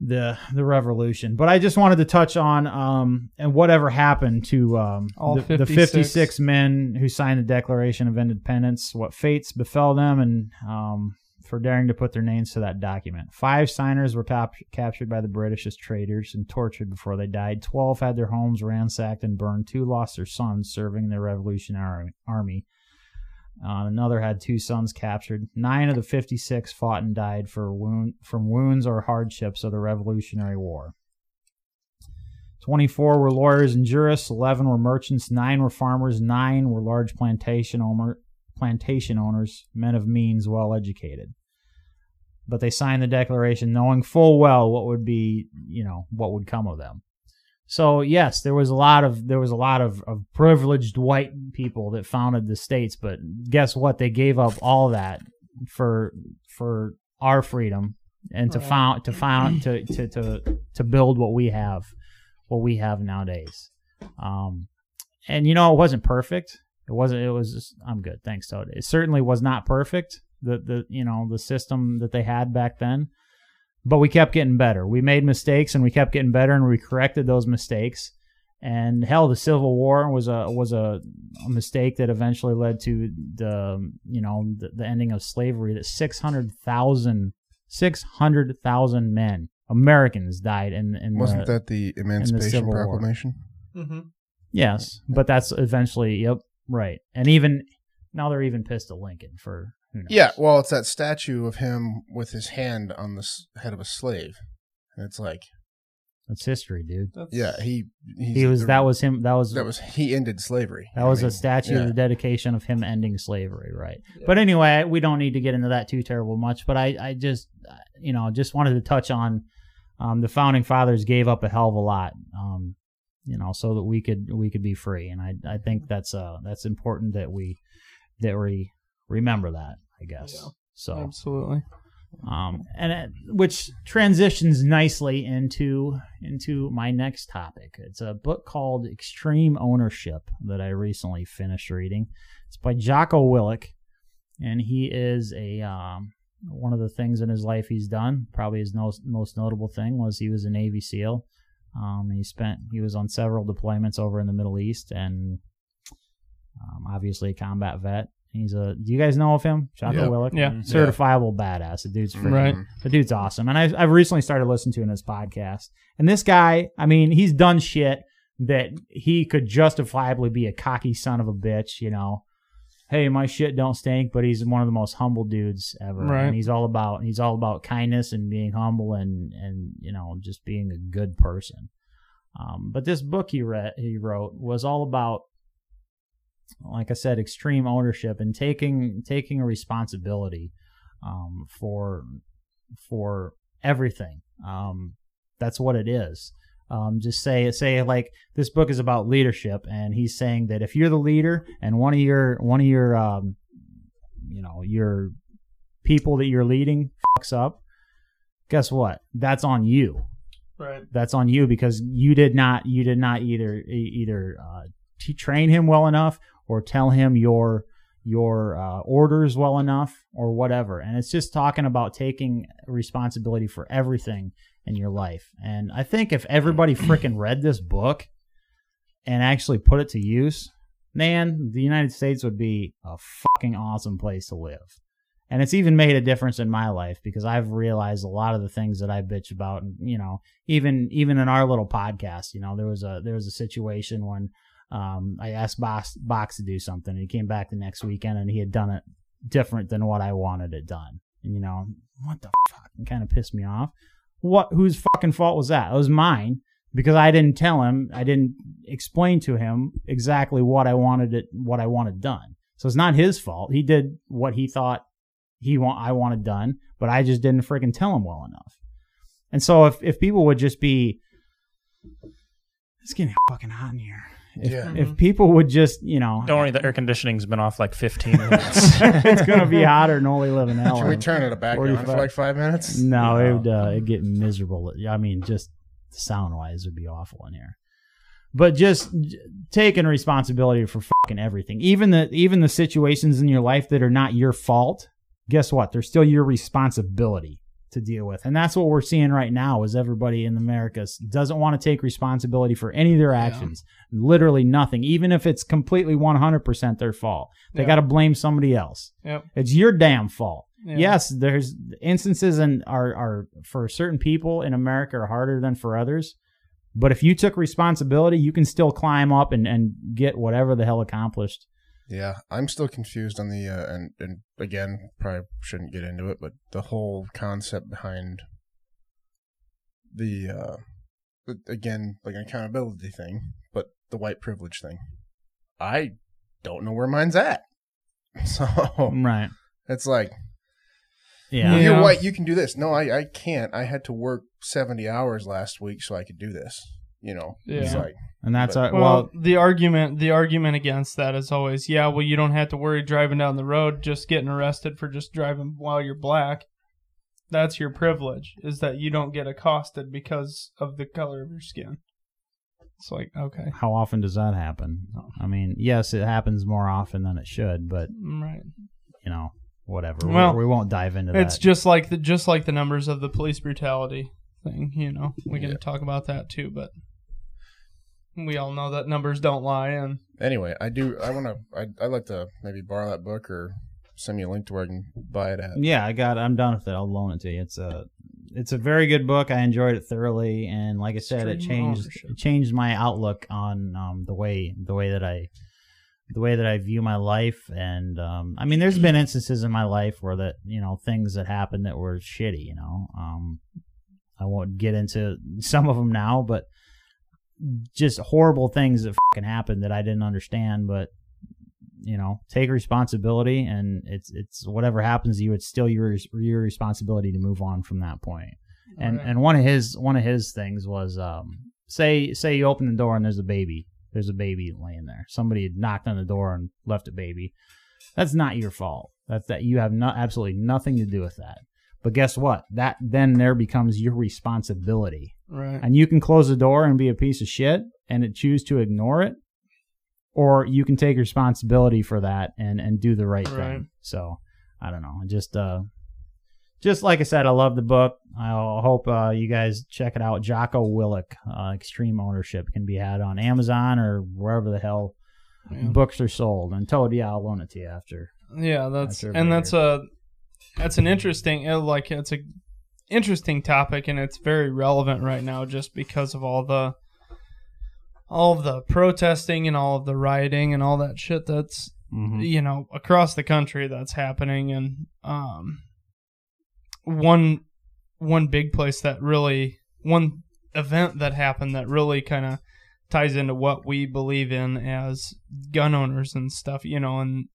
Speaker 1: the the revolution. But I just wanted to touch on um and whatever happened to um
Speaker 2: All
Speaker 1: the, the
Speaker 2: 56.
Speaker 1: 56 men who signed the Declaration of Independence, what fates befell them and um for daring to put their names to that document. Five signers were top- captured by the British as traitors and tortured before they died. Twelve had their homes ransacked and burned. Two lost their sons serving the Revolutionary Army. Uh, another had two sons captured. Nine of the 56 fought and died for wound, from wounds or hardships of the Revolutionary War. 24 were lawyers and jurists, 11 were merchants, 9 were farmers, 9 were large plantation, owner, plantation owners, men of means, well educated. But they signed the declaration knowing full well what would be, you know, what would come of them. So yes, there was a lot of there was a lot of, of privileged white people that founded the states, but guess what? They gave up all that for for our freedom and to
Speaker 2: Right.
Speaker 1: found to found to, to to to build what we have, what we have nowadays. Um, and you know it wasn't perfect. It wasn't. It was. Just, I'm good. Thanks, Todd. It certainly was not perfect. The the you know the system that they had back then but we kept getting better. We made mistakes and we kept getting better and we corrected those mistakes. And hell, the Civil War was a was a, a mistake that eventually led to the you know the, the ending of slavery. That 600,000 600,000 men Americans died in in
Speaker 3: Wasn't
Speaker 1: the,
Speaker 3: that the Emancipation
Speaker 1: Civil War.
Speaker 3: Proclamation?
Speaker 1: uh,
Speaker 2: Mm-hmm.
Speaker 1: yes, but that's eventually yep right. And even now they're even pissed at Lincoln for who knows.
Speaker 3: Yeah, well, it's that statue of him with his hand on the s- head of a slave, and it's like,
Speaker 1: that's history, dude.
Speaker 3: yeah, he he's
Speaker 1: He was
Speaker 3: the-
Speaker 1: that was him that was
Speaker 3: that was he ended slavery.
Speaker 1: That
Speaker 3: I
Speaker 1: was
Speaker 3: mean,
Speaker 1: a statue
Speaker 3: yeah.
Speaker 1: of the dedication of him ending slavery, right?
Speaker 2: Yeah.
Speaker 1: But anyway, we don't need to get into that too terrible much. But I, I just, uh, you know, just wanted to touch on um, the founding fathers gave up a hell of a lot, um, you know, so that we could we could be free, and I I think that's uh that's important that we that we remember that, I guess.
Speaker 2: Yeah.
Speaker 1: So
Speaker 2: Absolutely.
Speaker 1: um, and it, which transitions nicely into into my next topic. It's a book called Extreme Ownership that I recently finished reading. It's by Jocko Willick, and he is a um, one of the things in his life he's done. Probably his most, most notable thing was he was a Navy SEAL. Um, he spent he was on several deployments over in the Middle East, and um, obviously a combat vet. He's a. Do you guys know of him, Jocko
Speaker 3: Yeah.
Speaker 1: Willick?
Speaker 2: Yeah.
Speaker 1: certifiable badass. The dude's freaking,
Speaker 2: Right.
Speaker 1: the dude's awesome. And I, I've recently started listening to his podcast. And this guy, I mean, he's done shit that he could justifiably be a cocky son of a bitch. You know, hey, my shit don't stink, but he's one of the most humble dudes ever.
Speaker 2: Right.
Speaker 1: And he's all about he's all about kindness and being humble and and you know just being a good person. Um, but this book he read he wrote was all about like I said, extreme ownership and taking taking a responsibility um, for for everything. Um, that's what it is. Um, just say say like this book is about leadership, and he's saying that if you're the leader and one of your one of your um, you know your people that you're leading fucks up, guess what? That's on you
Speaker 2: Right.
Speaker 1: that's on you because you did not you did not either e- either uh, t- train him well enough or tell him your your uh, orders well enough or whatever and it's just talking about taking responsibility for everything in your life and i think if everybody freaking read this book and actually put it to use man the united states would be a fucking awesome place to live and it's even made a difference in my life because i've realized a lot of the things that i bitch about and you know even even in our little podcast, you know, there was a there was a situation when um, I asked Box Box to do something, and he came back the next weekend, and he had done it different than what I wanted it done. And you know, what the fuck, it kind of pissed me off. What whose fucking fault was that? It was mine because I didn't tell him, I didn't explain to him exactly what I wanted it, what I wanted done. So it's not his fault. He did what he thought he want I wanted done, but I just didn't freaking tell him well enough. And so if, if people would just be, it's getting fucking hot in here. If,
Speaker 3: Yeah.
Speaker 1: if people would just, you know,
Speaker 4: Don't worry, the air conditioning's been off like [laughs] 15 minutes.
Speaker 1: it's gonna be hotter than only living hell.
Speaker 3: [laughs] Should we turn it back on
Speaker 1: 45.
Speaker 3: for like five minutes?
Speaker 1: No, it would uh, it'd get miserable. I mean, just sound wise, would be awful in here. But just j- taking responsibility for fucking everything, even the even the situations in your life that are not your fault. Guess what? They're still your responsibility to deal with, and that's what we're seeing right now. Is everybody in America s- doesn't want to take responsibility for any of their actions? Literally nothing, even if it's completely one hundred percent their fault. They
Speaker 2: Yeah.
Speaker 1: got to blame somebody else.
Speaker 2: Yep.
Speaker 1: It's your damn fault
Speaker 2: Yeah.
Speaker 1: yes, there's instances and are are for certain people in America are harder than for others. But if you took responsibility, you can still climb up and, and get whatever the hell accomplished.
Speaker 3: Yeah, I'm still confused on the uh, and and again, probably shouldn't get into it, but the whole concept behind the uh but again, like accountability thing, but the white privilege thing. I don't know where mine's at. [laughs] So
Speaker 1: Right.
Speaker 3: it's like
Speaker 1: Yeah.
Speaker 2: Yeah.
Speaker 3: you're white, you can do this. No, I I can't. I had to work 70 hours last week so I could do this. You know, it's
Speaker 2: Yeah.
Speaker 3: like
Speaker 1: And that's our,
Speaker 2: Well,
Speaker 1: well,
Speaker 2: the argument the argument against that is always, yeah, well, you don't have to worry driving down the road, just getting arrested for just driving while you're black. That's your privilege, is that you don't get accosted because of the color of your skin. It's like okay,
Speaker 1: how often does that happen? I mean, yes, it happens more often than it should, but
Speaker 2: right?
Speaker 1: you know, whatever.
Speaker 2: Well,
Speaker 1: we, we won't dive into that.
Speaker 2: It's just like the just like the numbers of the police brutality thing. You know, we can
Speaker 3: Yeah.
Speaker 2: talk about that too, but we all know that numbers don't lie. And
Speaker 3: Anyway, I do. I want to. I, I'd like to maybe borrow that book or send me a link to where I can buy it at.
Speaker 1: yeah, I got. I'm done with it. I'll loan it to you. It's a, it's a very good book. I enjoyed it thoroughly, and like I said, it
Speaker 2: Extreme
Speaker 1: changed
Speaker 2: ownership.
Speaker 1: it changed my outlook on um, the way the way that I the way that I view my life. And um, I mean, there's been instances in my life where that you know things that happened that were shitty. You know, um, I won't get into some of them now, but just horrible things that fucking happened that I didn't understand. But you know, take responsibility, and it's it's whatever happens to you, it's still your your responsibility to move on from that point and
Speaker 2: Alright.
Speaker 1: and one of his one of his things was um say say you open the door and there's a baby there's a baby laying there somebody had knocked on the door and left a baby that's not your fault that's that you have not absolutely nothing to do with that but guess what that then there becomes your responsibility
Speaker 2: right,
Speaker 1: and you can close the door and be a piece of shit and it choose to ignore it or you can take responsibility for that and and do the right,
Speaker 2: Right.
Speaker 1: thing so i don't know just uh just like i said i love the book i hope uh, you guys check it out jocko willick uh, extreme ownership can be had on amazon or wherever the hell
Speaker 2: yeah.
Speaker 1: books are sold and told yeah i'll loan it to you after
Speaker 2: Yeah, that's
Speaker 1: That's
Speaker 2: and that's a that's an interesting uh, like it's a interesting topic and it's very relevant right now just because of all the all of the protesting and all of the rioting and all that shit that's
Speaker 4: Mm-hmm.
Speaker 2: you know across the country that's happening and um one one big place that really one event that happened that really kind of ties into what we believe in as gun owners and stuff you know and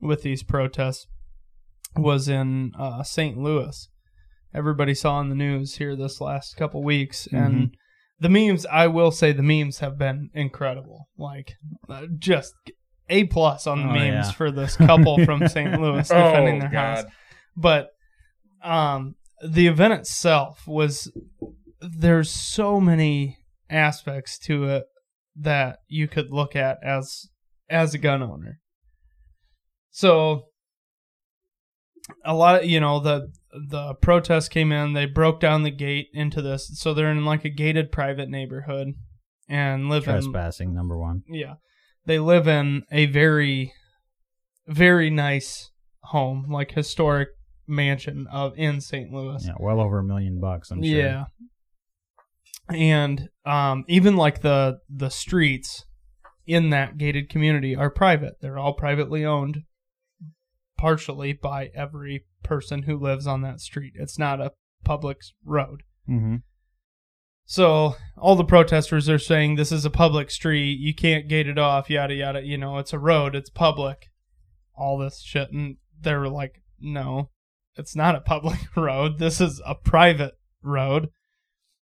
Speaker 2: with these protests was in uh, St. Louis. Everybody saw in the news here this last couple weeks, and the memes. I will say the memes have been incredible. Like, uh, just a plus on the
Speaker 1: Oh,
Speaker 2: memes
Speaker 1: yeah. Oh,
Speaker 2: for this
Speaker 1: [laughs]
Speaker 2: couple from St. Louis defending their house.
Speaker 3: God.
Speaker 2: But um, the event itself was there's so many aspects to it that you could look at as as a gun owner. So a lot of, you know the the protests came in, they broke down the gate into this. So they're in like a gated private neighborhood and live in
Speaker 1: trespassing number one
Speaker 2: yeah. They live in a very very nice home, like historic mansion of in St. Louis.
Speaker 1: yeah well over a million bucks i'm sure
Speaker 2: Yeah. And um, even like the the streets in that gated community are private. They're all privately owned, partially by every person who lives on that street. It's not a public road.
Speaker 1: mm-hmm.
Speaker 2: So all the protesters are saying this is a public street. You can't gate it off. Yada yada. You know, it's a road. It's public. All this shit, and they were like, no, it's not a public [laughs] road. This is a private road.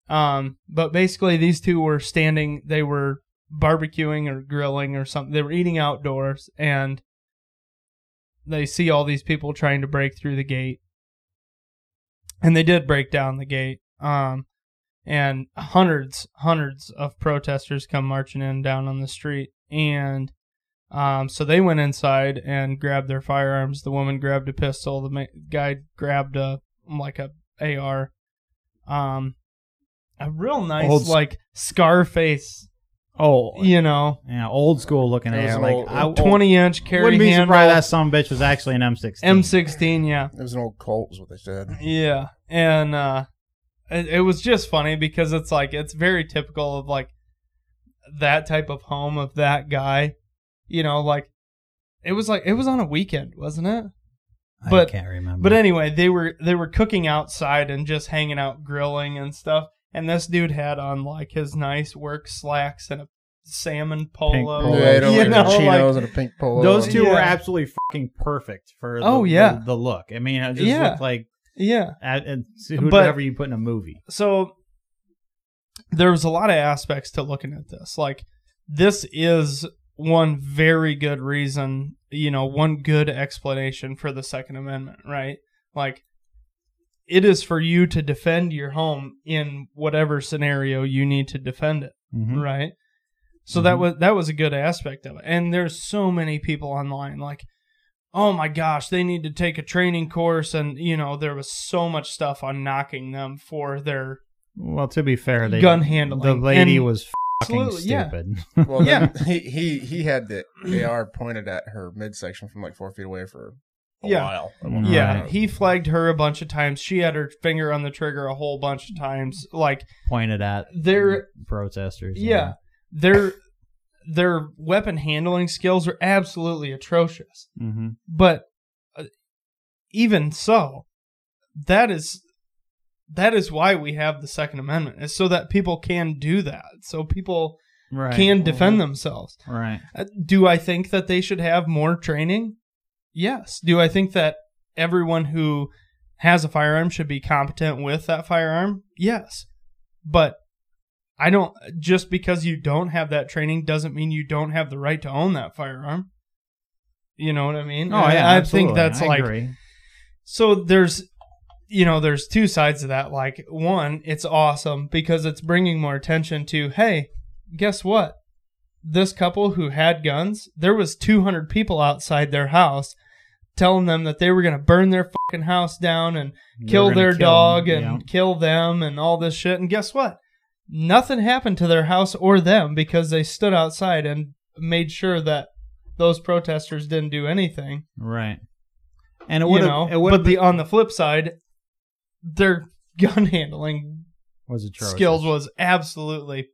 Speaker 2: Um, but basically, these two were standing. They were barbecuing or grilling or something. They were eating outdoors, and they see all these people trying to break through the gate. And they did break down the gate. Um, and hundreds, hundreds of protesters come marching in down on the street. And um, so they went inside and grabbed their firearms. The woman grabbed a pistol. The ma- guy grabbed a like a AR. Um, a real nice
Speaker 1: Old s-
Speaker 2: like Scarface,
Speaker 1: oh yeah.
Speaker 2: you know,
Speaker 1: old school looking
Speaker 3: It was
Speaker 1: at
Speaker 3: an
Speaker 1: like
Speaker 3: old-
Speaker 1: I,
Speaker 2: twenty inch carry
Speaker 1: wouldn't be surprised that
Speaker 2: handle,
Speaker 1: some bitch was actually an m16
Speaker 2: M sixteen, yeah,
Speaker 3: It was an old cult, is what they said.
Speaker 2: yeah, and uh, it, it was just funny because it's like it's very typical of like that type of home of that guy, you know, like it was like it was on a weekend, wasn't it? but-
Speaker 1: I can't remember.
Speaker 2: But anyway, they were they were cooking outside and just hanging out grilling and stuff. And this dude had on like his nice work slacks and a salmon polo.
Speaker 1: polo.
Speaker 3: Yeah, they don't
Speaker 2: Oh, you
Speaker 3: wear
Speaker 2: know, like-
Speaker 3: chinos and a pink polo.
Speaker 1: those two
Speaker 2: Yeah.
Speaker 1: were absolutely fucking perfect for the,
Speaker 2: Oh, yeah.
Speaker 1: the, the look. I mean, it just
Speaker 2: Yeah.
Speaker 1: looked like
Speaker 2: yeah.
Speaker 1: at, at,
Speaker 2: But-
Speaker 1: whoever you put in a movie.
Speaker 2: so there was a lot of aspects to looking at this. Like this is one very good reason, you know, one good explanation for the Second Amendment, right? Like it is for you to defend your home in whatever scenario you need to defend it
Speaker 1: Mm-hmm.
Speaker 2: right? So that
Speaker 1: Mhm.
Speaker 2: was that was a good aspect of it. And there's so many people online like, oh my gosh, they need to take a training course. And, you know, there was so much stuff on knocking them for their
Speaker 1: Well, to be fair, they
Speaker 2: gun handling.
Speaker 1: the lady
Speaker 2: And-
Speaker 1: was fucking
Speaker 2: Absolutely, yeah.
Speaker 1: stupid. [laughs]
Speaker 3: Well, yeah. [laughs] He, he he had the AR pointed at her midsection from like four feet away for a
Speaker 2: Yeah.
Speaker 3: while.
Speaker 2: Yeah,
Speaker 1: Right.
Speaker 2: he flagged her a bunch of times. She had her finger on the trigger a whole bunch of times. Like
Speaker 1: Pointed at
Speaker 2: They're-
Speaker 1: protesters.
Speaker 2: yeah, their their weapon handling skills are absolutely atrocious.
Speaker 4: Mm-hmm.
Speaker 2: But uh, even so, that is that is why we have the Second Amendment is so that people can do that, so people
Speaker 1: right.
Speaker 2: can defend themselves.
Speaker 1: right.
Speaker 2: Uh, Do I think that they should have more training? Yes. Do I think that everyone who has a firearm should be competent with that firearm? Yes. But I don't, just because you don't have that training doesn't mean you don't have the right to own that firearm. You know what I mean?
Speaker 1: Oh
Speaker 2: I-
Speaker 1: yeah,
Speaker 2: I
Speaker 1: absolutely.
Speaker 2: think that's
Speaker 1: I
Speaker 2: like,
Speaker 1: agree.
Speaker 2: so there's, you know, there's two sides of that. Like, one, it's awesome because it's bringing more attention to, hey, guess what? This couple who had guns, there was 200 people outside their house telling them that they were going to burn their fucking house down and
Speaker 1: They're
Speaker 2: kill
Speaker 1: gonna
Speaker 2: their
Speaker 1: kill
Speaker 2: dog
Speaker 1: them,
Speaker 2: and kill them and all this shit. And guess what? Nothing happened to their house or them because they stood outside and made sure that those protesters didn't do anything
Speaker 1: yeah. right. And it
Speaker 2: you
Speaker 1: would
Speaker 2: know.
Speaker 1: have. It would
Speaker 2: But
Speaker 1: have.
Speaker 2: the on the flip side, their [laughs] gun handling
Speaker 1: Was atrocious.
Speaker 2: skills was absolutely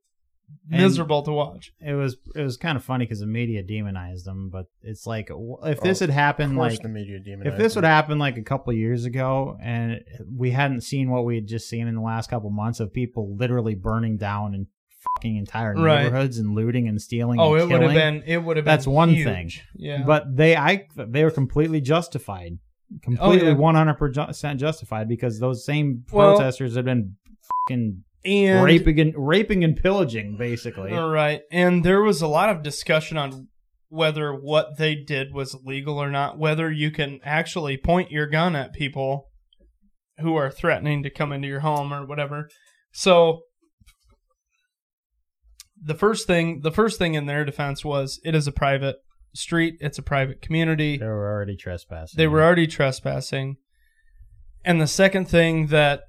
Speaker 1: And-
Speaker 2: miserable to watch.
Speaker 1: It was. It was kind of funny because the media demonized them, but it's like w- if this
Speaker 3: Oh,
Speaker 1: had happened
Speaker 3: Of course,
Speaker 1: like
Speaker 3: the media demonized.
Speaker 1: if this
Speaker 3: him.
Speaker 1: would happen like a couple years ago and we hadn't seen what we had just seen in the last couple months of people literally burning down and fucking entire
Speaker 2: Right.
Speaker 1: neighborhoods and looting and stealing
Speaker 2: Oh,
Speaker 1: and
Speaker 2: it would have
Speaker 1: killing.
Speaker 2: been it would have
Speaker 1: That's
Speaker 2: been
Speaker 1: one
Speaker 2: huge.
Speaker 1: thing.
Speaker 2: Yeah. Oh,
Speaker 1: but they i they were completely justified completely
Speaker 2: yeah.
Speaker 1: 100% justified because those same
Speaker 2: Well-
Speaker 1: protesters had been fucking
Speaker 2: and
Speaker 1: raping and raping and pillaging basically
Speaker 2: all right. And there was a lot of discussion on whether what they did was legal or not, whether you can actually point your gun at people who are threatening to come into your home or whatever. So the first thing the first thing in their defense was it is a private street, it's a private community.
Speaker 1: they were already trespassing
Speaker 2: They were already trespassing. And the second thing that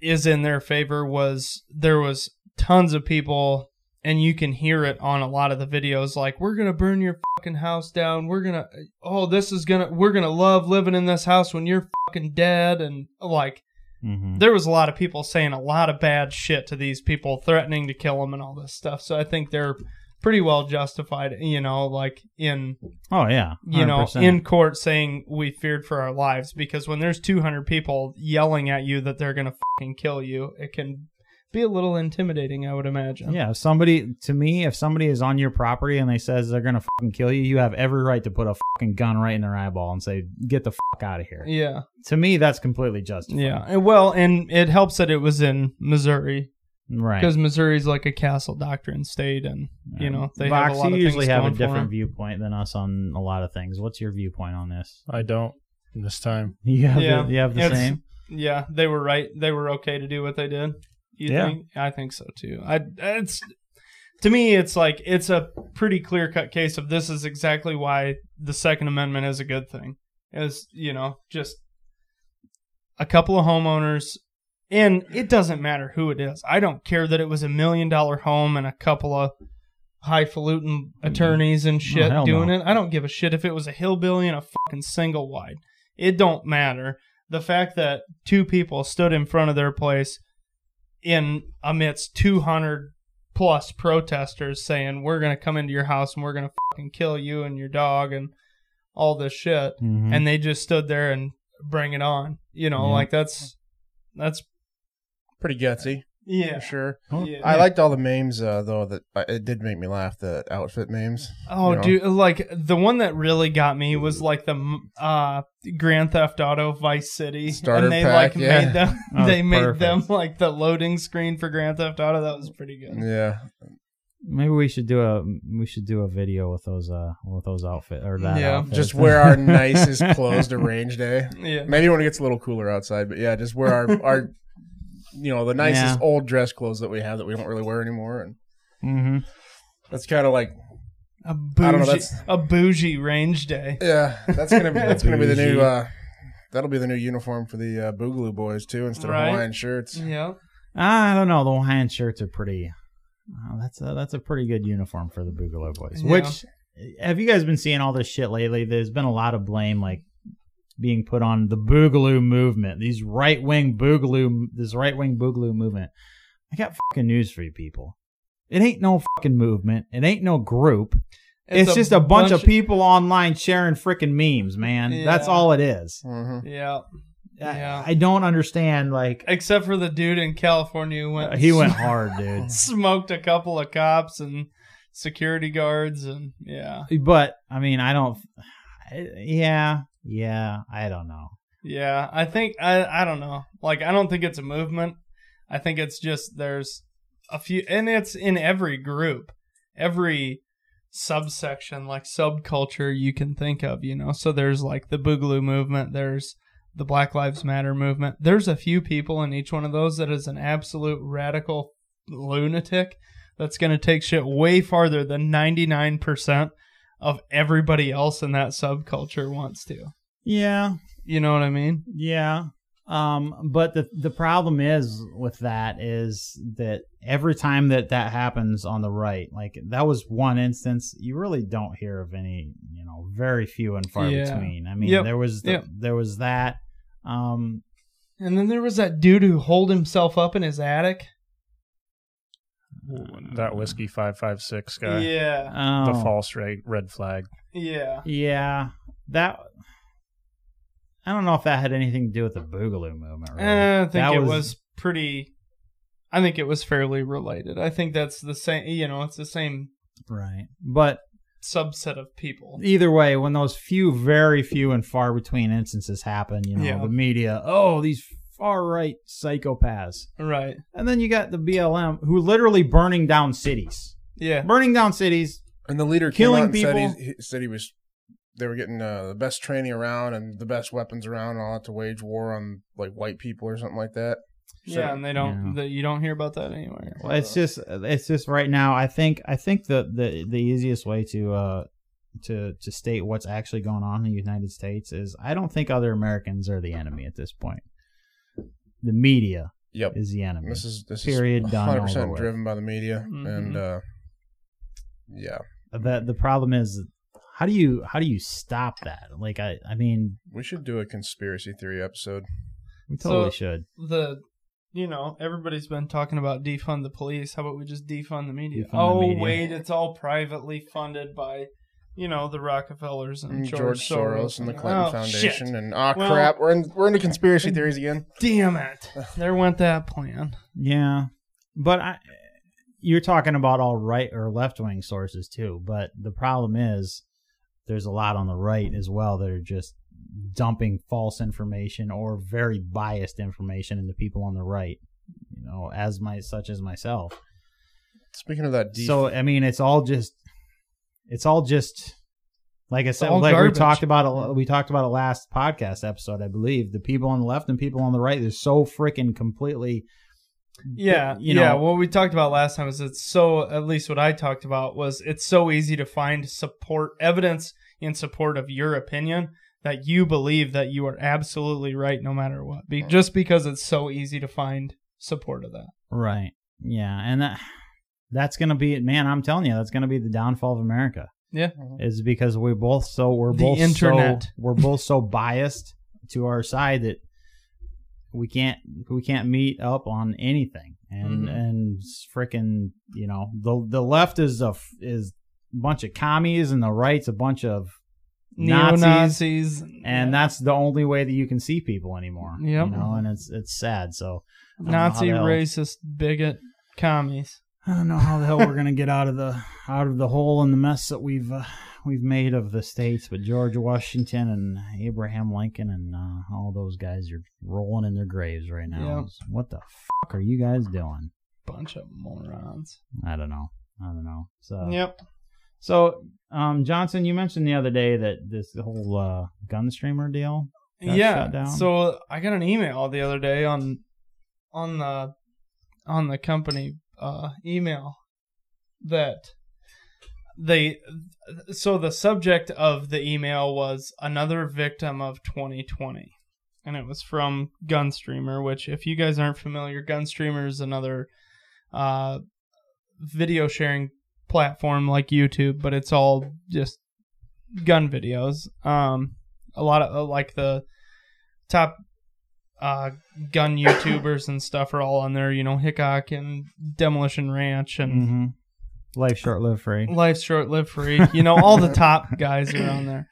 Speaker 2: is in their favor was there was tons of people and you can hear it on a lot of the videos like we're going to burn your fucking house down. We're going to oh this is going to we're going to love living in this house when you're fucking dead and like
Speaker 1: Mhm.
Speaker 2: there was a lot of people saying a lot of bad shit to these people threatening to kill them and all this stuff. So I think they're pretty well justified, you know, like in
Speaker 1: oh yeah
Speaker 2: you know,
Speaker 1: 100%.
Speaker 2: in court saying we feared for our lives because when there's 200 people yelling at you that they're going to fucking kill you, it can be a little intimidating, I would imagine.
Speaker 1: Yeah, if somebody to me, if somebody is on your property and they says they're gonna fucking kill you, you have every right to put a fucking gun right in their eyeball and say, "Get the fuck out of here."
Speaker 2: Yeah.
Speaker 1: To me, that's completely justified.
Speaker 2: Yeah. And Well, and it helps that it was in Missouri
Speaker 1: right.
Speaker 2: because Missouri's like a castle doctrine state and, you know, they
Speaker 1: Vox,
Speaker 2: have a lot
Speaker 1: you
Speaker 2: of
Speaker 1: usually
Speaker 2: things
Speaker 1: have a
Speaker 2: going for
Speaker 1: different
Speaker 2: 'em.
Speaker 1: viewpoint than us on a lot of things. What's your viewpoint on this? [laughs]
Speaker 4: I don't this time.
Speaker 1: You have
Speaker 2: Yeah.
Speaker 1: the, you have the
Speaker 2: It's-
Speaker 1: same.
Speaker 2: Yeah, they were right. They were okay to do what they did. You
Speaker 4: Yeah.
Speaker 2: think? I think so too. I it's to me it's like it's a pretty clear cut case of this is exactly why the second amendment is a good thing. Is, you know, just a couple of homeowners and it doesn't matter who it is. I don't care that it was a million dollar home and a couple of highfalutin attorneys and shit
Speaker 1: Mm-hmm. Oh, hell
Speaker 2: doing
Speaker 1: no.
Speaker 2: it. I don't give a shit if it was a hillbilly and a fucking single wide. It don't matter. The fact that two people stood in front of their place in amidst 200 plus protesters saying we're going to come into your house and we're going to fucking kill you and your dog and all this shit
Speaker 1: Mhm.
Speaker 2: and they just stood there and bring it on. You know,
Speaker 1: Yeah.
Speaker 2: like that's that's
Speaker 3: pretty gutsy for
Speaker 2: yeah.
Speaker 3: sure.
Speaker 2: yeah.
Speaker 3: I liked all the memes uh, though. That uh, it did make me laugh. The outfit memes.
Speaker 2: Oh,
Speaker 3: you know?
Speaker 2: dude! Like the one that really got me was
Speaker 1: Mm-hmm.
Speaker 2: like the mm, uh, Grand Theft Auto Vice City,
Speaker 3: Starter
Speaker 2: and they
Speaker 3: pack,
Speaker 2: like
Speaker 3: yeah.
Speaker 2: made them.
Speaker 1: [laughs] That was
Speaker 2: they made
Speaker 1: perfect.
Speaker 2: them like the loading screen for Grand Theft Auto. That was pretty good.
Speaker 3: Yeah,
Speaker 1: Maybe we should do a we should do a video with those uh with those outfit or that.
Speaker 2: Yeah.
Speaker 1: outfit.
Speaker 3: just
Speaker 1: [laughs]
Speaker 2: [laughs]
Speaker 3: wear our nicest clothes to range day.
Speaker 2: Yeah,
Speaker 3: Maybe when it gets a little cooler outside, but yeah, just
Speaker 1: [laughs]
Speaker 3: wear our our you know the nicest
Speaker 1: Yeah.
Speaker 3: old dress clothes that we have that we don't really wear anymore, and
Speaker 1: Mm-hmm.
Speaker 3: that's kind of like
Speaker 2: A
Speaker 3: I don't know,
Speaker 2: bougie,
Speaker 3: that's-
Speaker 2: a bougie range day.
Speaker 3: Yeah, that's gonna be that's gonna be the new.
Speaker 4: Bougie.
Speaker 3: Uh, that'll be the new uniform for the uh, Boogaloo boys too, instead
Speaker 2: Right.
Speaker 3: of Hawaiian shirts.
Speaker 2: Yeah.
Speaker 1: I don't know. The Hawaiian shirts are pretty. Uh, that's a, that's a pretty good uniform for the Boogaloo Boys.
Speaker 2: Yeah.
Speaker 1: Which have you guys been seeing all this shit lately? There's been a lot of blame like being put on the Boogaloo movement. These right wing Boogaloo, this right wing Boogaloo movement. I got fucking news for you people. It ain't no fucking movement. It ain't no group. It's, just a bunch, of people online sharing freaking memes, man. That's
Speaker 2: Yeah.
Speaker 1: all it is.
Speaker 3: hmm
Speaker 2: Yeah.
Speaker 1: I-
Speaker 2: Yeah.
Speaker 1: I, don't understand. Like
Speaker 2: Except for the dude in California who went.
Speaker 1: Uh, he [laughs] went hard, dude.
Speaker 2: [laughs] smoked a couple of cops and security guards and yeah
Speaker 1: but I mean, I don't. I- Yeah, yeah, I don't know.
Speaker 2: yeah i think i i don't know like i don't think it's a movement i think it's just there's a few and it's in every group every subsection like subculture you can think of you know so there's like the boogaloo movement there's the black lives matter movement there's a few people in each one of those that is an absolute radical lunatic that's going to take shit way farther than 99% of everybody else in that subculture wants to
Speaker 1: Yeah,
Speaker 2: you know what i mean
Speaker 1: yeah. Um, but the the problem is with that is that every time that that happens on the right, like that was one instance, you really don't hear of any, you know, very few and far
Speaker 2: Yeah.
Speaker 1: between. I mean,
Speaker 2: Yep,
Speaker 1: there was the,
Speaker 2: yep.
Speaker 1: there was that. Um,
Speaker 2: and then there was that dude who holed himself up in his attic
Speaker 4: That whiskey five five six guy.
Speaker 2: yeah
Speaker 1: oh,
Speaker 4: The false red red flag.
Speaker 2: yeah
Speaker 1: Yeah, that. I don't know if that had anything to do with the Boogaloo movement. Really.
Speaker 2: Eh, I think
Speaker 1: That
Speaker 2: it was, pretty. I think it was fairly related. I think that's the same. You know, it's the same
Speaker 1: right, but
Speaker 2: subset of people.
Speaker 1: either way, when those few, very few and far between instances happen, you know,
Speaker 2: Yeah.
Speaker 1: the media, oh, these far right psychopaths.
Speaker 2: Right.
Speaker 1: And then you got the BLM who literally burning down cities.
Speaker 2: Yeah.
Speaker 1: Burning down cities.
Speaker 3: And the leader
Speaker 1: Killing
Speaker 3: came out and said,
Speaker 1: people.
Speaker 3: he's, he said he was they were getting uh, the best training around and the best weapons around and all that to wage war on like white people or something like that. So-
Speaker 2: yeah, and they don't. The, you don't hear about that anywhere.
Speaker 1: Well, it's just it's just right now I think I think the the, the easiest way to uh to, to state what's actually going on in the United States is I don't think other Americans are the enemy at this point. The media
Speaker 3: Yep.
Speaker 1: is the enemy.
Speaker 3: This is this
Speaker 1: Period,
Speaker 3: is
Speaker 1: done,
Speaker 3: hundred
Speaker 1: over Mm-hmm.
Speaker 3: percent
Speaker 1: with.
Speaker 3: driven by the media
Speaker 2: Mhm.
Speaker 3: and uh, yeah,
Speaker 1: the the problem is how do you how do you stop that? Like I I mean
Speaker 3: we should do a conspiracy theory episode.
Speaker 1: we totally
Speaker 2: So-
Speaker 1: should
Speaker 2: The, you know, everybody's been talking about defund the police. How about we just defund the media?
Speaker 1: Defund the
Speaker 2: oh
Speaker 1: media.
Speaker 2: wait, it's all privately funded by, you know, the Rockefellers and
Speaker 3: And
Speaker 2: George,
Speaker 3: Mm, George Soros and the Clinton
Speaker 2: oh,
Speaker 3: Foundation
Speaker 2: Shit.
Speaker 3: and oh
Speaker 2: Well-
Speaker 3: crap, we're in we're into conspiracy theories again.
Speaker 2: Damn it! There went that plan.
Speaker 1: yeah but I you're talking about all right or left wing sources too but the problem is there's a lot on the right as well that are just dumping false information or very biased information into people on the right you know as my such as myself
Speaker 3: Speaking of that, def-
Speaker 1: so I mean, it's all just, it's all just, like I said,
Speaker 2: all
Speaker 1: like
Speaker 2: garbage.
Speaker 1: we talked about, it, we talked about it last podcast episode, I believe. The people on the left and people on the right, they're so freaking completely,
Speaker 2: Yeah,
Speaker 1: you
Speaker 2: yeah.
Speaker 1: know-
Speaker 2: What we talked about last time is it's so. At least what I talked about was it's so easy to find support evidence in support of your opinion that you believe that you are absolutely right no matter what. Be, just because it's so easy to find support of that.
Speaker 1: right? Yeah, and that, that's gonna be it, man. I'm telling you, that's gonna be the downfall of America.
Speaker 2: Yeah.
Speaker 1: is because we both so we're
Speaker 2: The
Speaker 1: both
Speaker 2: internet.
Speaker 1: so, [laughs] we're both so biased to our side that we can't we can't meet up on anything and
Speaker 2: Mhm.
Speaker 1: and freaking you know the the left is a f- is a bunch of commies and the right's a bunch of
Speaker 2: Neo
Speaker 1: Nazis,
Speaker 2: Nazis
Speaker 1: and that's the only way that you can see people anymore
Speaker 2: Yep.
Speaker 1: you know and it's it's sad so I don't know how
Speaker 2: Nazi
Speaker 1: the hell-
Speaker 2: racist bigot commies.
Speaker 1: I don't know how the hell we're gonna get out of the out of the hole and the mess that we've uh, we've made of the states, but George Washington and Abraham Lincoln and uh, all those guys are rolling in their graves right now.
Speaker 2: Yeah.
Speaker 1: It's, What the fuck are you guys doing?
Speaker 2: Bunch of morons.
Speaker 1: I don't know. I don't know. So
Speaker 2: yep.
Speaker 1: so um, Johnson, you mentioned the other day that this whole uh, gun streamer deal. got shut
Speaker 2: yeah
Speaker 1: down?
Speaker 2: so i got an email the other day on on the on the company uh email that they so the subject of the email was another victim of 2020 and it was from gunstreamer which if you guys aren't familiar gunstreamer is another uh, video sharing platform like youtube but it's all just gun videos um, a lot of like the top uh, [coughs] gun youtubers and stuff are all on there you know hickok and demolition ranch and
Speaker 1: Mm-hmm. Life short, live free.
Speaker 2: Life short, live free. You know, all the [laughs] top guys are on there.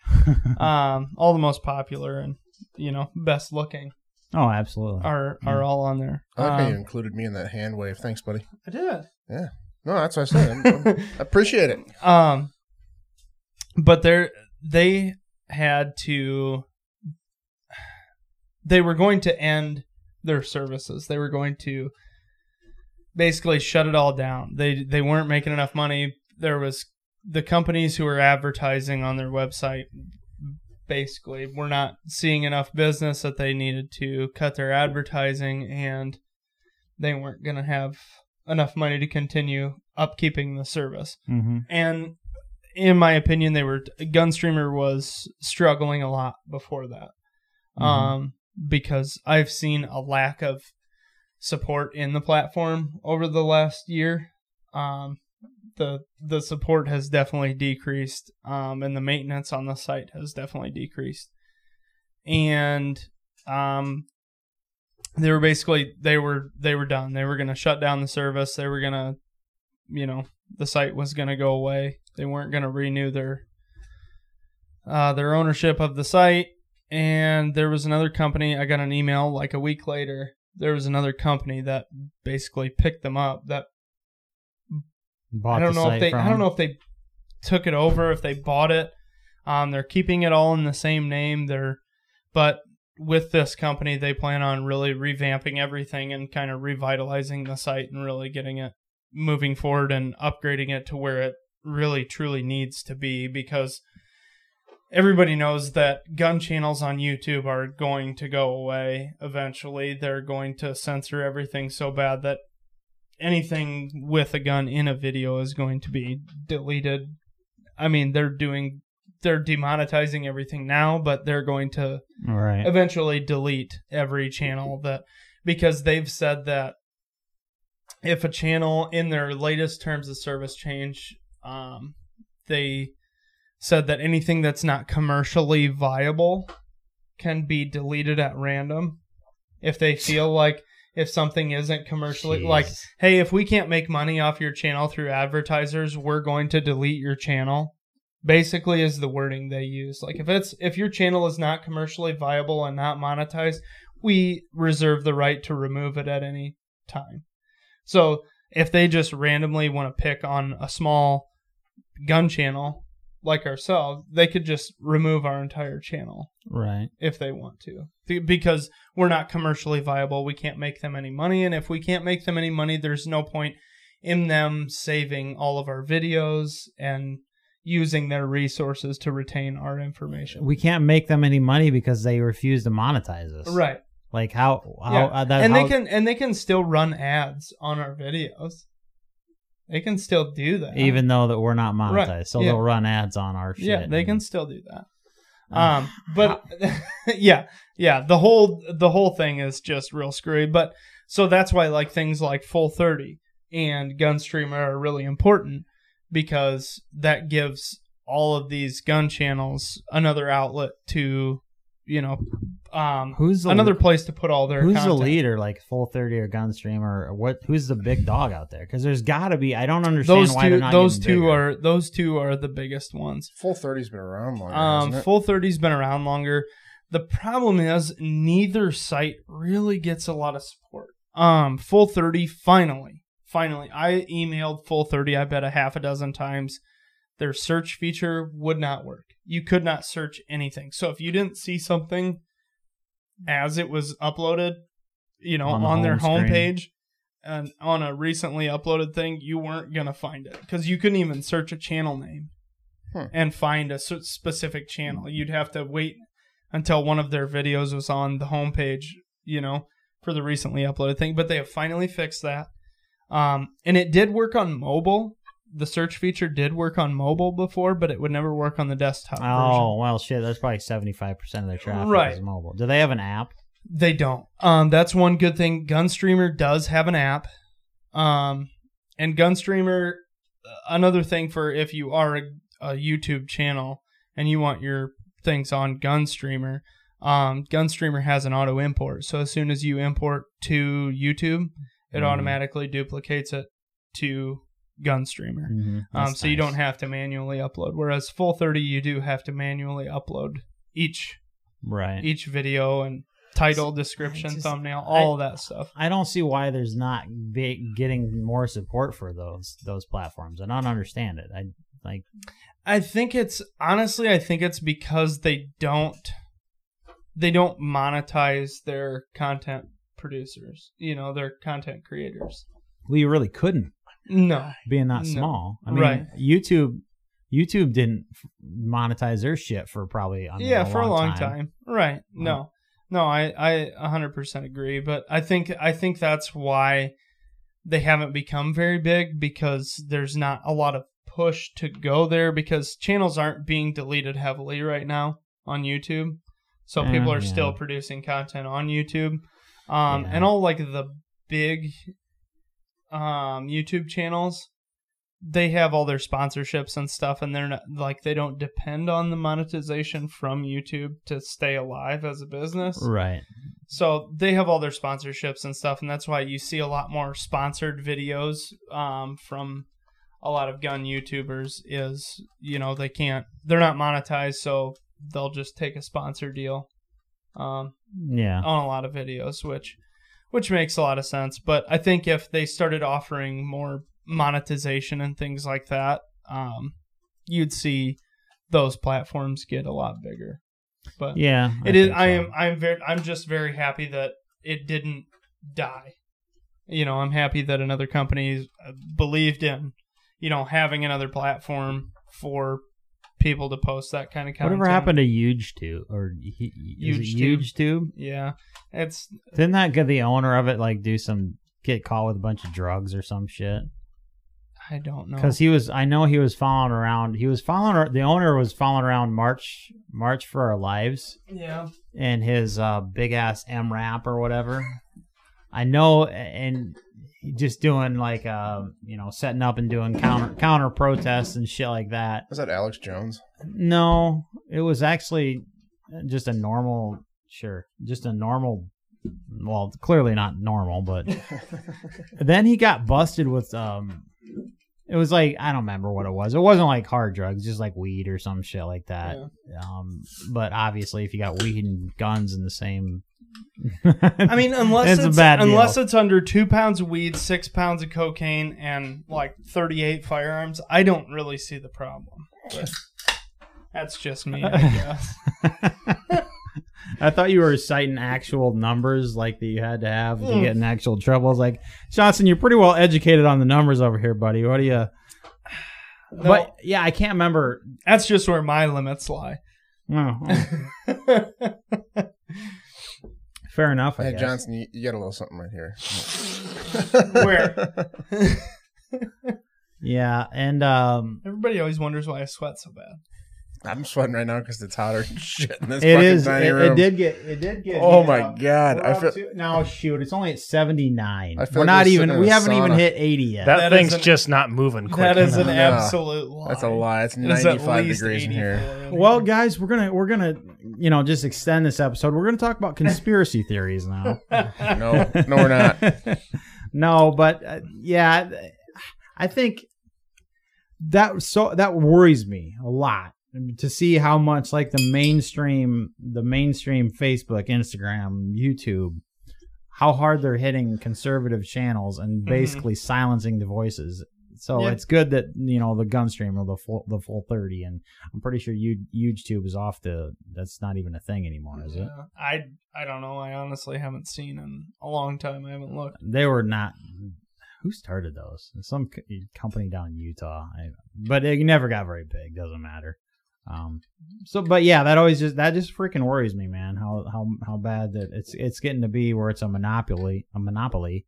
Speaker 2: Um, all the most popular and you know best looking
Speaker 1: oh, absolutely.
Speaker 2: are are all on there.
Speaker 3: I like how you
Speaker 2: Um,
Speaker 3: included me in that hand wave. Thanks, buddy.
Speaker 2: I did.
Speaker 3: No, that's what I said.
Speaker 2: [laughs]
Speaker 3: I'm- I'm- I appreciate it.
Speaker 2: Um, but they they had to. They were going to end their services. They were going to basically shut it all down. They they weren't making enough money. There was the companies who were advertising on their website basically were not seeing enough business that they needed to cut their advertising and they weren't going to have enough money to continue upkeeping the service
Speaker 1: Mm-hmm.
Speaker 2: and in my opinion, they were Gunstreamer was struggling a lot before that,
Speaker 1: Mm-hmm.
Speaker 2: um, because I've seen a lack of support in the platform over the last year. Um, the the support has definitely decreased, um, and the maintenance on the site has definitely decreased, and um, they were basically they were they were done. They were going to shut down the service. They were going to, you know, the site was going to go away. They weren't going to renew their uh, their ownership of the site. And there was another company. I got an email like a week later. There was another company that basically picked them up. That
Speaker 1: Bought
Speaker 2: I don't
Speaker 1: the
Speaker 2: know
Speaker 1: site
Speaker 2: if they
Speaker 1: from
Speaker 2: I don't know if they took it over if they bought it. Um, they're keeping it all in the same name. They're but with this company, they plan on really revamping everything and kind of revitalizing the site and really getting it moving forward and upgrading it to where it really truly needs to be because everybody knows that gun channels on YouTube are going to go away eventually. They're going to censor everything so bad that anything with a gun in a video is going to be deleted. I mean, they're doing they're demonetizing everything now, but they're going to
Speaker 1: All right.
Speaker 2: eventually delete every channel that because they've said that if a channel in their latest terms of service change um, they said that anything that's not commercially viable can be deleted at random if they feel like if something isn't commercially like
Speaker 1: Jeez.
Speaker 2: hey if we can't make money off your channel through advertisers we're going to delete your channel basically is the wording they use like if it's if your channel is not commercially viable and not monetized we reserve the right to remove it at any time so if they just randomly want to pick on a small gun channel like ourselves they could just remove our entire channel
Speaker 1: right.
Speaker 2: if they want to Th- because we're not commercially viable we can't make them any money and if we can't make them any money there's no point in them saving all of our videos and using their resources to retain our information
Speaker 1: We can't make them any money because they refuse to monetize us.
Speaker 2: right
Speaker 1: Like how? How?
Speaker 2: Yeah.
Speaker 1: Uh, that,
Speaker 2: and
Speaker 1: how,
Speaker 2: they can and they can still run ads on our videos they can still do that
Speaker 1: even though that we're not monetized,
Speaker 2: Right,
Speaker 1: so
Speaker 2: yeah.
Speaker 1: they'll run ads on our shit.
Speaker 2: yeah they
Speaker 1: and-
Speaker 2: can still do that
Speaker 1: Uh,
Speaker 2: um but [laughs] yeah yeah the whole the whole thing is just real screwy but so that's why like things like full 30 and gunstreamer are really important because that gives all of these gun channels another outlet to you know um
Speaker 1: who's the,
Speaker 2: another place to put all their
Speaker 1: Who's
Speaker 2: content.
Speaker 1: the leader? Like full thirty or Gunstream or what? Who's the big dog out there? Because there's got to be. I don't understand
Speaker 2: those
Speaker 1: why they're
Speaker 2: two
Speaker 1: not.
Speaker 2: those
Speaker 1: getting
Speaker 2: two
Speaker 1: bigger.
Speaker 2: are those two are the biggest ones
Speaker 3: Full 30's been around long.
Speaker 2: Um, Full 30's been around longer. The problem is neither site really gets a lot of support. Um, Full 30 finally, finally, I emailed Full 30. I bet a half a dozen times. Their search feature would not work. You could not search anything. So if you didn't see something as it was uploaded, you know,
Speaker 1: On
Speaker 2: on,
Speaker 1: the
Speaker 2: their
Speaker 1: home screen.
Speaker 2: homepage and on a recently uploaded thing, you weren't gonna find it because you couldn't even search a channel name
Speaker 3: Hmm.
Speaker 2: and find a cer- specific channel. You'd have to wait until one of their videos was on the homepage, you know, for the recently uploaded thing. But they have finally fixed that, um, and it did work on mobile, the search feature did work on mobile before, but it would never work on the desktop
Speaker 1: Oh well, shit. That's probably seventy five percent of their traffic
Speaker 2: Right.
Speaker 1: is mobile. Do they have an app?
Speaker 2: version. They don't. Um, that's one good thing. Gunstreamer does have an app. Um, and Gunstreamer, uh, another thing for if you are a, a YouTube channel and you want your things on Gunstreamer, um, Gunstreamer has an auto import. So as soon as you import to YouTube, it
Speaker 1: Mm.
Speaker 2: automatically duplicates it to Gunstreamer. Um, so you don't have to manually upload. Whereas Full 30, you do have to manually upload each
Speaker 1: right.
Speaker 2: each video and title, description,
Speaker 1: just-
Speaker 2: thumbnail, all that stuff.
Speaker 1: I don't see why there's not big getting more support for those those platforms. I don't understand it. I like
Speaker 2: I think it's honestly, I think it's because they don't they don't monetize their content producers. You know, their content creators.
Speaker 1: well, you really couldn't
Speaker 2: No,
Speaker 1: being that
Speaker 2: No.
Speaker 1: small. I mean,
Speaker 2: Right.
Speaker 1: YouTube YouTube didn't f- monetize their shit for probably I mean,
Speaker 2: yeah, for a long time. Uh-huh. Right.
Speaker 1: Wow.
Speaker 2: No. No, I I 100% agree, but I think I think that's why they haven't become very big because there's not a lot of push to go there because channels aren't being deleted heavily right now on YouTube. So people
Speaker 1: Yeah,
Speaker 2: are still
Speaker 1: yeah.
Speaker 2: producing content on YouTube. Um
Speaker 1: Yeah.
Speaker 2: and all like the big um YouTube channels they have all their sponsorships and stuff and they're not like they don't depend on the monetization from YouTube to stay alive as a business.
Speaker 1: Right.
Speaker 2: So they have all their sponsorships and stuff and that's why you see a lot more sponsored videos um from a lot of gun YouTubers is, you know, they can't they're not monetized so they'll just take a sponsor deal. Um
Speaker 1: Yeah.
Speaker 2: on a lot of videos, which which makes a lot of sense. But I think if they started offering more monetization and things like that, um, you'd see those platforms get a lot bigger. But
Speaker 1: yeah.
Speaker 2: Uh, it is.
Speaker 1: think
Speaker 2: I
Speaker 1: so.
Speaker 2: am. I'm very. I'm just very happy that it didn't die. You know, I'm happy that another company uh, believed in, you know, having another platform for people to post that kind of content.
Speaker 1: Whatever happened to Huge Tube or Huge
Speaker 2: Huge Tube.
Speaker 1: Huge Tube?
Speaker 2: Yeah, it's
Speaker 1: Didn't that get the owner of it like do some get caught with a bunch of drugs or some shit?
Speaker 2: I don't know.
Speaker 1: Because he was, I know he was following around. He was following ar- the owner was following around March March for Our Lives
Speaker 2: yeah.
Speaker 1: and his uh, big ass M rap or whatever. I know, and he just doing like uh, you know setting up and doing counter counter protests and shit like that.
Speaker 3: Was that Alex Jones?
Speaker 1: No, it was actually just a normal, sure, just a normal. Well, clearly not normal,
Speaker 2: [laughs]
Speaker 1: but then he got busted with um. It was like I don't remember what it was. It wasn't like hard drugs, just like weed or some shit like that.
Speaker 2: Yeah.
Speaker 1: Um, but obviously, if you got weed and guns in the same,
Speaker 2: I mean, unless
Speaker 1: It's a
Speaker 2: it's,
Speaker 1: bad deal.
Speaker 2: unless it's under two pounds of weed, six pounds of cocaine, and like thirty-eight firearms, I don't really see the problem. But that's just
Speaker 1: [laughs]
Speaker 2: me, I guess.
Speaker 1: I thought you were citing actual numbers like that you had to have to
Speaker 2: Mm.
Speaker 1: get in actual trouble. I was like, Johnson, you're pretty well educated on the numbers over here, buddy. What do
Speaker 3: [sighs]
Speaker 1: you?
Speaker 2: No,
Speaker 1: But yeah, I can't remember.
Speaker 2: that's just where my limits lie.
Speaker 1: Oh, oh,
Speaker 3: [laughs]
Speaker 1: fair enough.
Speaker 2: Oh,
Speaker 1: I
Speaker 3: Hey,
Speaker 1: guess.
Speaker 3: Johnson, you, you got a little something right here.
Speaker 2: Where
Speaker 1: Yeah, and um,
Speaker 2: everybody always wonders why I sweat so bad.
Speaker 3: I'm sweating right now because it's hotter than [laughs] shit in this
Speaker 1: it
Speaker 3: fucking
Speaker 1: is. It,
Speaker 3: tiny
Speaker 1: it
Speaker 3: room.
Speaker 1: did get. It did get.
Speaker 3: oh
Speaker 1: heated
Speaker 3: my
Speaker 1: up.
Speaker 3: god!
Speaker 1: We're
Speaker 3: I
Speaker 1: up
Speaker 3: feel
Speaker 1: to- no shoot. It's only at seventy nine.
Speaker 3: I
Speaker 1: We're
Speaker 3: feel like
Speaker 1: not
Speaker 3: we're sitting
Speaker 1: even.
Speaker 3: in
Speaker 1: We
Speaker 3: a
Speaker 1: haven't even
Speaker 3: sauna.
Speaker 1: hit eighty yet.
Speaker 4: That,
Speaker 2: That
Speaker 4: thing's
Speaker 2: is an-
Speaker 4: just not moving quick.
Speaker 2: that is an
Speaker 4: enough.
Speaker 3: No.
Speaker 2: absolute lie.
Speaker 3: that's a lie. It's
Speaker 2: It is at
Speaker 3: 95
Speaker 2: least
Speaker 3: degrees in here.
Speaker 2: 84 in
Speaker 1: well,
Speaker 2: here. [laughs]
Speaker 1: guys, we're gonna we're gonna you know just extend this episode. We're gonna talk about conspiracy theories now.
Speaker 3: [laughs] No, no, we're
Speaker 2: [laughs]
Speaker 3: not.
Speaker 1: [laughs] no, but uh, yeah, th- I think that so that worries me a lot to see how much like the mainstream, the mainstream Facebook, Instagram, YouTube, how hard they're hitting conservative channels and
Speaker 3: Mm-hmm.
Speaker 2: Mhm.
Speaker 1: basically silencing the voices. So
Speaker 2: Yeah.
Speaker 1: it's good that you know the Gunstream or the full the full thirty, and I'm pretty sure you YouTube is off the. That's not even a thing anymore, is it?
Speaker 2: Yeah. I I don't know. I honestly haven't seen in a long time. I haven't looked.
Speaker 1: they were not who started those some co- company down in utah I, but it never got very big doesn't matter um so but yeah that always just that just freaking worries me man how how how bad that it's it's getting to be where it's a monopoly a monopoly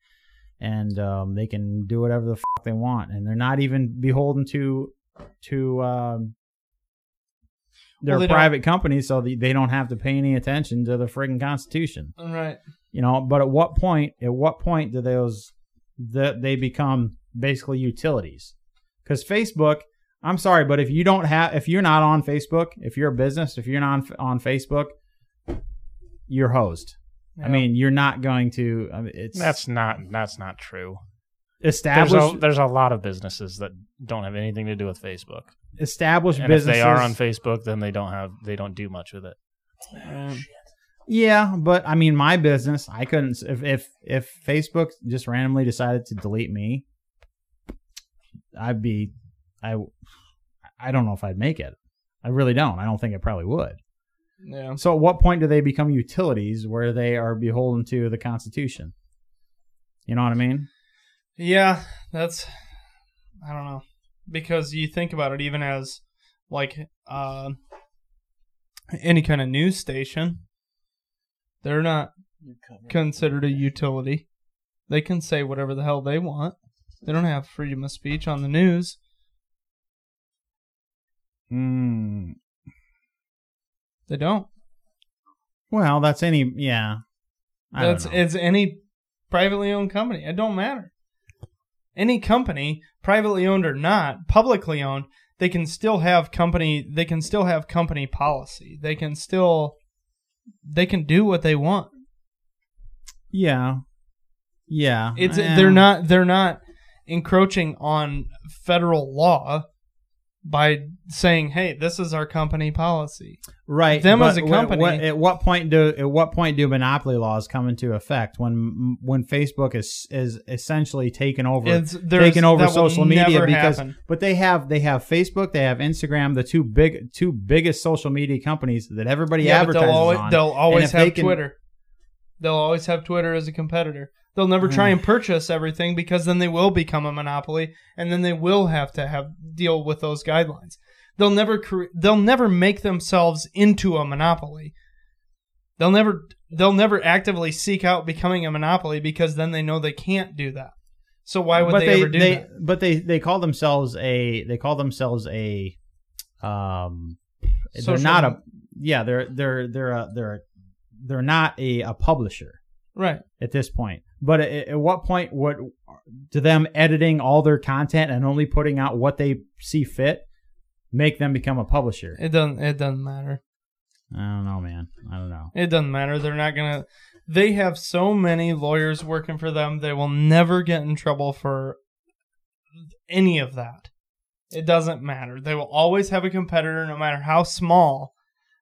Speaker 1: and um, they can do whatever the fuck they want, and they're not even beholden to to um, their
Speaker 2: Well, they don't-
Speaker 1: private company, so they, they don't have to pay any attention to the friggin' Constitution
Speaker 2: All right.
Speaker 1: you know but at what point at what point do those that they become basically utilities because facebook i'm sorry but if you don't have if you're not on facebook if you're a business if you're not on, on facebook you're hosed i
Speaker 2: Yeah.
Speaker 1: mean you're not going to I mean, it's
Speaker 4: That's not that's not true. There's
Speaker 1: established
Speaker 4: a, there's a lot of businesses that don't have anything to do with Facebook.
Speaker 1: established
Speaker 4: And if
Speaker 1: businesses
Speaker 4: they are on Facebook, then they don't have they don't do much with it.
Speaker 2: Um,
Speaker 1: yeah but i mean my business i couldn't if if if facebook just randomly decided to delete me I'd be, I, I don't know if I'd make it. I really don't. I don't think I probably would.
Speaker 2: yeah.
Speaker 1: So, at what point do they become utilities where they are beholden to the Constitution? You know what I mean?
Speaker 2: Yeah, that's I don't know because you think about it even as like uh, any kind of news station, they're not considered a utility. They can say whatever the hell they want. They don't have freedom of speech on the news. Hmm.
Speaker 1: Mm.
Speaker 2: They don't.
Speaker 1: Well, that's any, yeah. I don't
Speaker 2: That's
Speaker 1: know.
Speaker 2: it's any privately owned company. It don't matter. Any company, privately owned or not, publicly owned, they can still have company. They can still have company policy. They can still, they can do what they want.
Speaker 1: Yeah. Yeah.
Speaker 2: It's
Speaker 1: Eh.
Speaker 2: they're not they're not encroaching on federal law by saying, "Hey, this is our company policy."
Speaker 1: right
Speaker 2: them
Speaker 1: but
Speaker 2: as a
Speaker 1: what-
Speaker 2: company-
Speaker 1: what- at what point do at what point do monopoly laws come into effect when when facebook is is essentially taken over
Speaker 2: It's there's-
Speaker 1: taking over
Speaker 2: that will
Speaker 1: social media
Speaker 2: never
Speaker 1: because
Speaker 2: happen.
Speaker 1: but they have they have Facebook, they have Instagram, the two big two biggest social media companies that everybody
Speaker 2: Yeah, but
Speaker 1: advertises
Speaker 2: they'll always,
Speaker 1: on.
Speaker 2: They'll always
Speaker 1: if they
Speaker 2: have
Speaker 1: can-
Speaker 2: Twitter. They'll always have Twitter as a competitor. They'll never
Speaker 1: Mm.
Speaker 2: try and purchase everything because then they will become a monopoly, and then they will have to have deal with those guidelines. They'll never cre- they'll never make themselves into a monopoly. They'll never they'll never actively seek out becoming a monopoly because then they know they can't do that. So why would
Speaker 1: but
Speaker 2: they,
Speaker 1: they,
Speaker 2: ever do
Speaker 1: they-
Speaker 2: that?
Speaker 1: but they they call themselves a they call themselves a um they're
Speaker 2: Social-
Speaker 1: not a yeah they're they're they're a, they're they're not a, a publisher
Speaker 2: Right.
Speaker 1: at this point. But at, at what point would to them editing all their content and only putting out what they see fit make them become a publisher?
Speaker 2: It doesn't it doesn't matter.
Speaker 1: I don't know, man. I don't know.
Speaker 2: It doesn't matter. They're not gonna. They have so many lawyers working for them. They will never get in trouble for any of that. It doesn't matter. They will always have a competitor, no matter how small.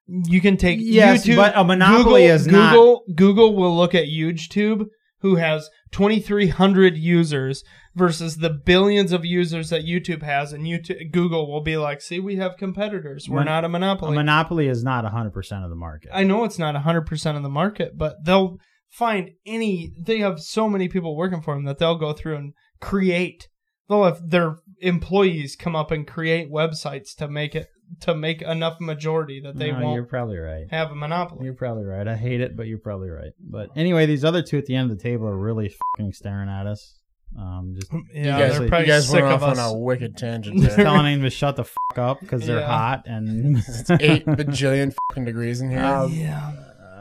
Speaker 2: You can take
Speaker 1: Yes,
Speaker 2: YouTube,
Speaker 1: but a monopoly
Speaker 2: Google,
Speaker 1: is not-
Speaker 2: Google. Google will look at YouTube, who has twenty three hundred users, versus the billions of users that YouTube has, and YouTube, Google will be like, "See, we have competitors. We're
Speaker 1: Mon-
Speaker 2: not a monopoly."
Speaker 1: A monopoly is not 100% of the market.
Speaker 2: I know it's not 100% of the market, but they'll find any they have so many people working for them that they'll go through and create they'll have their employees come up and create websites to make it to make enough majority that they
Speaker 1: No, You're
Speaker 2: won't
Speaker 1: probably right.
Speaker 2: have a monopoly.
Speaker 1: You're probably right. I hate it, but you're probably right. But anyway, these other two at the end of the table are really fucking staring at us. Um,
Speaker 2: [laughs]
Speaker 1: just
Speaker 2: Yeah,
Speaker 1: guys-
Speaker 2: they're
Speaker 1: you
Speaker 2: probably
Speaker 3: you guys
Speaker 2: sick
Speaker 3: went off
Speaker 2: of us.
Speaker 3: on a
Speaker 2: [laughs]
Speaker 3: wicked tangent.
Speaker 1: just
Speaker 3: There.
Speaker 1: telling them to shut the fuck up because they're
Speaker 2: Yeah.
Speaker 1: hot
Speaker 2: [laughs]
Speaker 1: and
Speaker 3: Eight bajillion fucking degrees in here.
Speaker 2: yeah.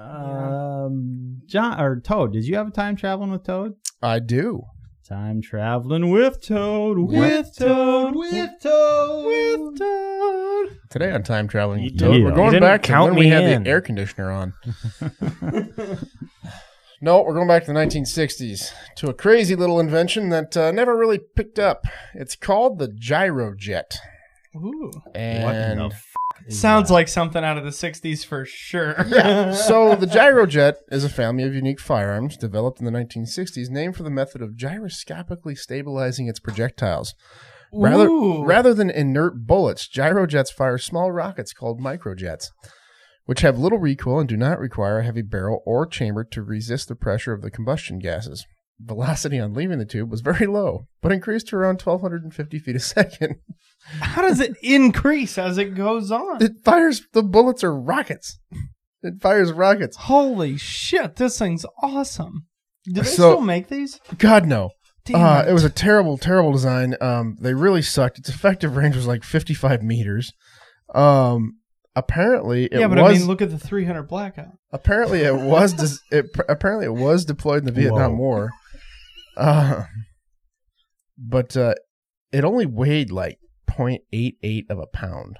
Speaker 1: [laughs] um, John or Toad, did you have a time traveling with Toad?
Speaker 3: I do.
Speaker 1: Time traveling with Toad, with, Toad, with Toad, with Toad.
Speaker 3: Today on time traveling,
Speaker 4: You
Speaker 3: with Toad,
Speaker 1: didn't-
Speaker 3: we're
Speaker 1: you
Speaker 3: going
Speaker 4: didn't
Speaker 3: back to
Speaker 4: count
Speaker 3: when we
Speaker 4: me
Speaker 3: had
Speaker 4: in.
Speaker 3: the air conditioner on. [laughs] no, we're going back to the 1960s to a crazy little invention that uh, never really picked up. It's called the gyrojet,
Speaker 2: Ooh.
Speaker 3: and
Speaker 4: [laughs]
Speaker 1: what the f-
Speaker 3: uh,
Speaker 1: is
Speaker 2: Sounds
Speaker 1: that?
Speaker 2: like something out of the 60s for sure. [laughs]
Speaker 3: Yeah. [laughs] So the gyrojet is a family of unique firearms developed in the 1960s, named for the method of gyroscopically stabilizing its projectiles. Rather,
Speaker 2: Ooh.
Speaker 3: rather than inert bullets, gyrojets fire small rockets called microjets, which have little recoil and do not require a heavy barrel or chamber to resist the pressure of the combustion gases. Velocity on leaving the tube was very low, but increased to around 1,250 feet a second.
Speaker 2: how does it increase as it goes on?
Speaker 3: It fires, the bullets are rockets. It fires rockets.
Speaker 2: Holy shit, this thing's awesome. Do they
Speaker 3: So-
Speaker 2: still make these?
Speaker 3: God, no.
Speaker 2: Damn
Speaker 3: Uh, it
Speaker 2: it.
Speaker 3: was a terrible, terrible design. Um, they really sucked. Its effective range was like 55 meters. Um, apparently, it
Speaker 2: yeah, but
Speaker 3: was
Speaker 2: I mean, look at the 300 blackout.
Speaker 3: apparently it was des- it pr- apparently it was deployed in the Vietnam
Speaker 1: Whoa.
Speaker 3: War. Uh, but uh, it only weighed like 0.88 of a pound.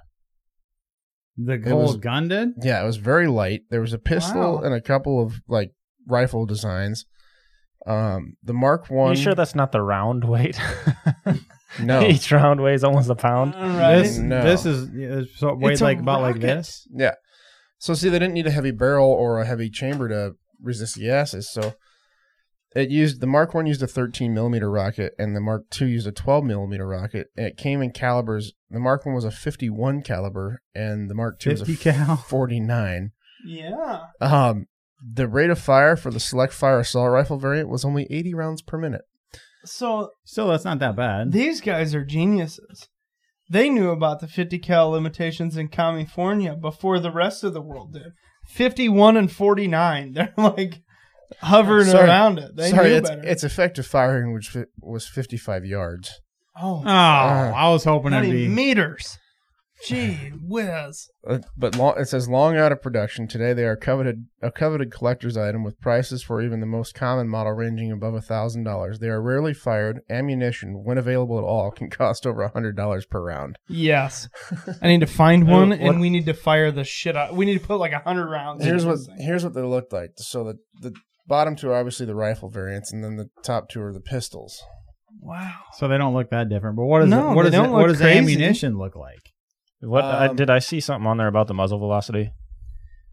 Speaker 5: The
Speaker 3: It
Speaker 5: whole
Speaker 3: was-
Speaker 5: gun did?
Speaker 3: Yeah, it was very light. There was a pistol
Speaker 2: Wow.
Speaker 3: and a couple of like rifle designs. Um, the Mark One.
Speaker 4: you sure that's not the round weight? [laughs]
Speaker 3: No.
Speaker 4: Each round weighs almost a pound.
Speaker 2: All right.
Speaker 5: This,
Speaker 3: No.
Speaker 5: this is yeah, so weighed
Speaker 2: It's a
Speaker 5: like about like
Speaker 2: rocket.
Speaker 5: this.
Speaker 3: Yeah. So see, they didn't need a heavy barrel or a heavy chamber to resist the gases. So it used the Mark One used a 13 millimeter rocket, and the Mark Two used a 12 millimeter rocket. And it came in calibers. The Mark One was a 51 caliber, and the Mark Two was a
Speaker 5: 50
Speaker 3: [laughs]
Speaker 5: cal.
Speaker 3: 49.
Speaker 2: yeah.
Speaker 3: Um, the rate of fire for the select fire assault rifle variant was only 80 rounds per minute.
Speaker 2: So
Speaker 5: Still, that's not that bad.
Speaker 2: These guys are geniuses. They knew about the 50 cal limitations in California before the rest of the world did. 51 and 49. [laughs] They're like hovering
Speaker 3: Sorry.
Speaker 2: around it. They
Speaker 3: Sorry,
Speaker 2: knew
Speaker 3: it's,
Speaker 2: better.
Speaker 3: it's effective firing, which fi- was 55 yards.
Speaker 2: oh,
Speaker 1: Oh, I was hoping it'd
Speaker 2: 90
Speaker 1: be.
Speaker 2: meters. Gee whiz.
Speaker 3: Uh, but long, it says long out of production today. They are coveted a coveted collector's item with prices for even the most common model ranging above a thousand dollars. They are rarely fired. Ammunition, when available at all, [laughs] can cost over a hundred dollars per round.
Speaker 2: Yes. I need to find one,
Speaker 3: what-
Speaker 2: and we need to fire the shit out. We need to put like 100 rounds
Speaker 3: Here's
Speaker 2: in
Speaker 3: what
Speaker 2: this thing.
Speaker 3: here's what they looked like. So the the bottom two are obviously the rifle variants, and then the top two are the pistols.
Speaker 2: Wow.
Speaker 5: So they don't look that different. But what is
Speaker 2: No,
Speaker 5: it, what
Speaker 2: they
Speaker 5: is it,
Speaker 2: don't
Speaker 5: what
Speaker 2: look
Speaker 5: does the
Speaker 2: crazy.
Speaker 5: ammunition look like?
Speaker 4: What I,
Speaker 3: Um,
Speaker 4: did I see something on there about the muzzle velocity?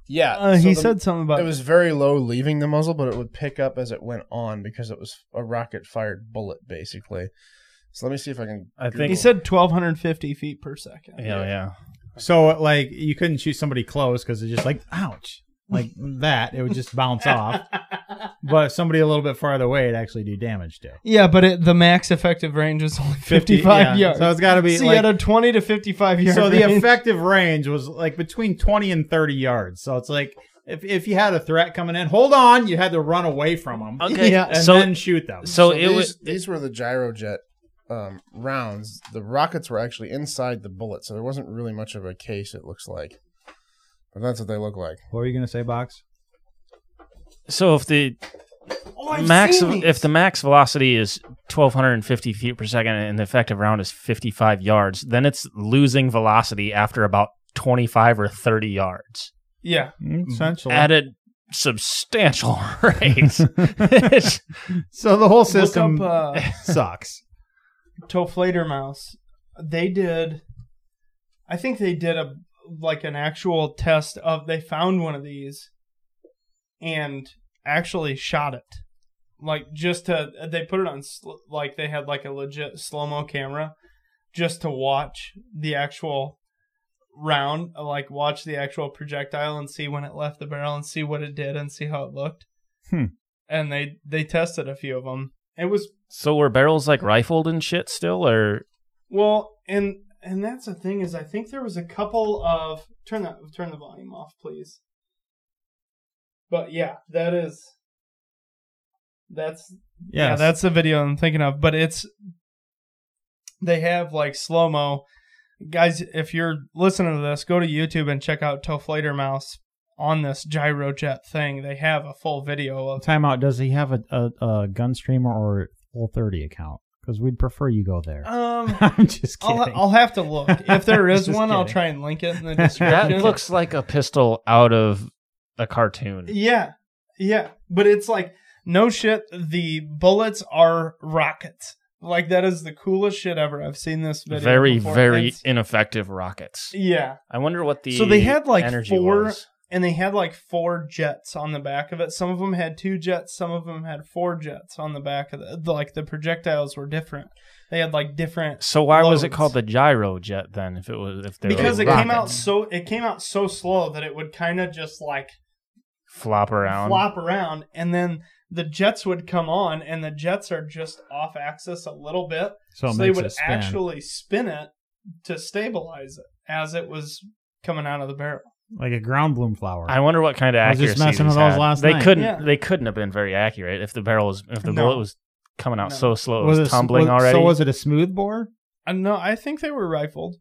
Speaker 3: Yeah,
Speaker 2: Uh,
Speaker 3: so
Speaker 2: he
Speaker 3: the-
Speaker 2: said something about
Speaker 3: it was very low leaving the muzzle, but it would pick up as it went on because it was a rocket fired bullet basically. So let me see if I can.
Speaker 4: I
Speaker 3: Google.
Speaker 4: think-
Speaker 2: He said 1,250 feet per second.
Speaker 4: Yeah, Oh, yeah.
Speaker 5: So like you couldn't shoot somebody close because it's just like ouch, like that. It would just bounce off. But somebody a little bit farther away, it'd actually do damage to.
Speaker 2: Yeah, but it, the max effective range is only
Speaker 5: 50,
Speaker 2: 55
Speaker 5: yeah.
Speaker 2: yards.
Speaker 5: So it's got to be
Speaker 2: See,
Speaker 5: like,
Speaker 2: at a 20 to 55
Speaker 1: [laughs]
Speaker 2: yard
Speaker 5: so the
Speaker 2: range.
Speaker 5: effective range was like between 20 and 30 yards so it's like if, if you had a threat coming in hold on you had to run away from them
Speaker 2: Okay, Yeah.
Speaker 5: and
Speaker 4: so
Speaker 5: then shoot them
Speaker 4: so, it
Speaker 3: these,
Speaker 4: was
Speaker 3: these were the gyrojet um, rounds. The rockets were actually inside the bullet, so there wasn't really much of a case. It looks like, but that's what they look like.
Speaker 5: what were you gonna say box
Speaker 4: so if the
Speaker 2: Oh, I've
Speaker 4: max
Speaker 2: seen these.
Speaker 4: if the max velocity is 1250 feet per second and the effective round is 55 yards, then it's losing velocity after about 25 or 30 yards
Speaker 2: yeah,
Speaker 1: Mm-hmm.
Speaker 5: essentially
Speaker 4: at a substantial [laughs] rate. It's-
Speaker 5: so the whole
Speaker 2: look
Speaker 5: system
Speaker 2: up uh,
Speaker 5: [laughs] sucks
Speaker 2: Toflatermouse. They did, I think they did a like an actual test of they found one of these, and actually shot it, like just to they put it on sl- like they had like a legit slow mo camera, just to watch the actual round, like watch the actual projectile and see when it left the barrel and see what it did and see how it looked.
Speaker 1: Hmm.
Speaker 2: And they they tested a few of them. It was
Speaker 4: so were barrels like rifled and shit still, or
Speaker 2: well, and and that's the thing is I think there was a couple of turn that turn the volume off, please. But yeah, that is that's yeah,
Speaker 1: Yes.
Speaker 2: that's the video I'm thinking of. But it's they have like slow mo. Guys, if you're listening to this, go to YouTube and check out Toflater Mouse on this gyrojet thing. They have a full video of
Speaker 1: Timeout. Does he have a, a, a gun streamer or full thirty account? Because we'd prefer you go there.
Speaker 2: um
Speaker 1: [laughs] [laughs] I'm just kidding.
Speaker 2: I'll, I'll have to look.
Speaker 1: [laughs]
Speaker 2: If there is
Speaker 1: Just
Speaker 2: one, I'll
Speaker 1: kidding.
Speaker 2: try and link
Speaker 1: [laughs]
Speaker 2: it in the
Speaker 1: That
Speaker 2: [laughs] description.
Speaker 4: that looks like a pistol out of a cartoon.
Speaker 2: Yeah, yeah, but it's like no shit. The bullets are rockets. Like that is the coolest shit ever. I've seen this video.
Speaker 4: Very,
Speaker 2: before.
Speaker 4: very
Speaker 2: It's-
Speaker 4: ineffective rockets.
Speaker 2: yeah,
Speaker 4: I wonder what the
Speaker 2: So they had, like,
Speaker 4: energy
Speaker 2: four-
Speaker 4: was.
Speaker 2: and they had like four jets on the back of it. Some of them had two jets. Some of them had four jets on the back of it. Like the projectiles were different. They had like different
Speaker 4: So why was it
Speaker 2: loads.
Speaker 4: called the gyro jet then? If it was, if they
Speaker 2: because
Speaker 4: were
Speaker 2: it came out
Speaker 4: rockets?
Speaker 2: so it came out so slow that it would kind of just like
Speaker 4: flop around.
Speaker 2: flop around, and then the jets would come on, and the jets are just off axis a little bit,
Speaker 1: so it
Speaker 2: so they
Speaker 1: makes
Speaker 2: would
Speaker 1: it spin.
Speaker 2: actually spin it to stabilize it as it was coming out of the barrel.
Speaker 1: like a ground bloom flower.
Speaker 4: I wonder what kind coming out
Speaker 2: No.
Speaker 4: so slow. It
Speaker 1: Was
Speaker 4: was,
Speaker 1: it-
Speaker 4: tumbling
Speaker 1: was-
Speaker 4: already.
Speaker 1: So was it a smooth bore?
Speaker 2: Uh, no, I think they were rifled.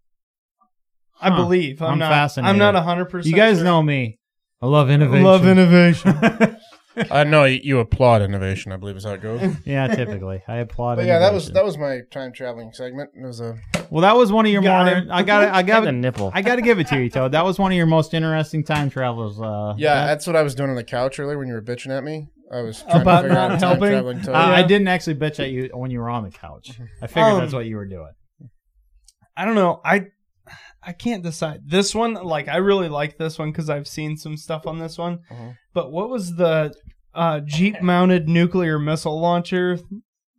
Speaker 2: I
Speaker 1: Huh.
Speaker 2: believe. I'm,
Speaker 1: I'm
Speaker 2: not.
Speaker 1: fascinated.
Speaker 2: I'm not 100. percent
Speaker 1: You guys know me. I love innovation.
Speaker 2: Love innovation.
Speaker 3: [laughs] I know you- you applaud innovation. I believe is how it goes.
Speaker 1: [laughs] yeah, typically I applaud.
Speaker 3: But yeah, that was
Speaker 1: innovation.
Speaker 3: that was my time traveling segment. It was a
Speaker 1: Well, that was one of your
Speaker 2: Got
Speaker 1: more.
Speaker 2: him.
Speaker 1: I got.
Speaker 2: [laughs]
Speaker 1: I
Speaker 4: Got
Speaker 1: got.
Speaker 4: the nipple.
Speaker 1: I got to give it to you, Toad. That was one of your most interesting time travelers. Uh,
Speaker 3: yeah. That's what I was doing on the couch earlier when you were bitching at me. I was trying
Speaker 2: About
Speaker 3: to figure
Speaker 2: not
Speaker 3: out a time
Speaker 2: helping?
Speaker 3: traveling.
Speaker 1: Uh,
Speaker 3: Toy.
Speaker 1: I
Speaker 2: Yeah.
Speaker 1: didn't actually bitch at you when you were on the couch. I figured
Speaker 2: Um,
Speaker 1: that's what you were doing.
Speaker 2: [laughs] I don't know. I I can't decide. This one, like, I really like this one because I've seen some stuff on this one.
Speaker 3: Mhm.
Speaker 2: But what was the uh, Jeep-mounted nuclear missile launcher?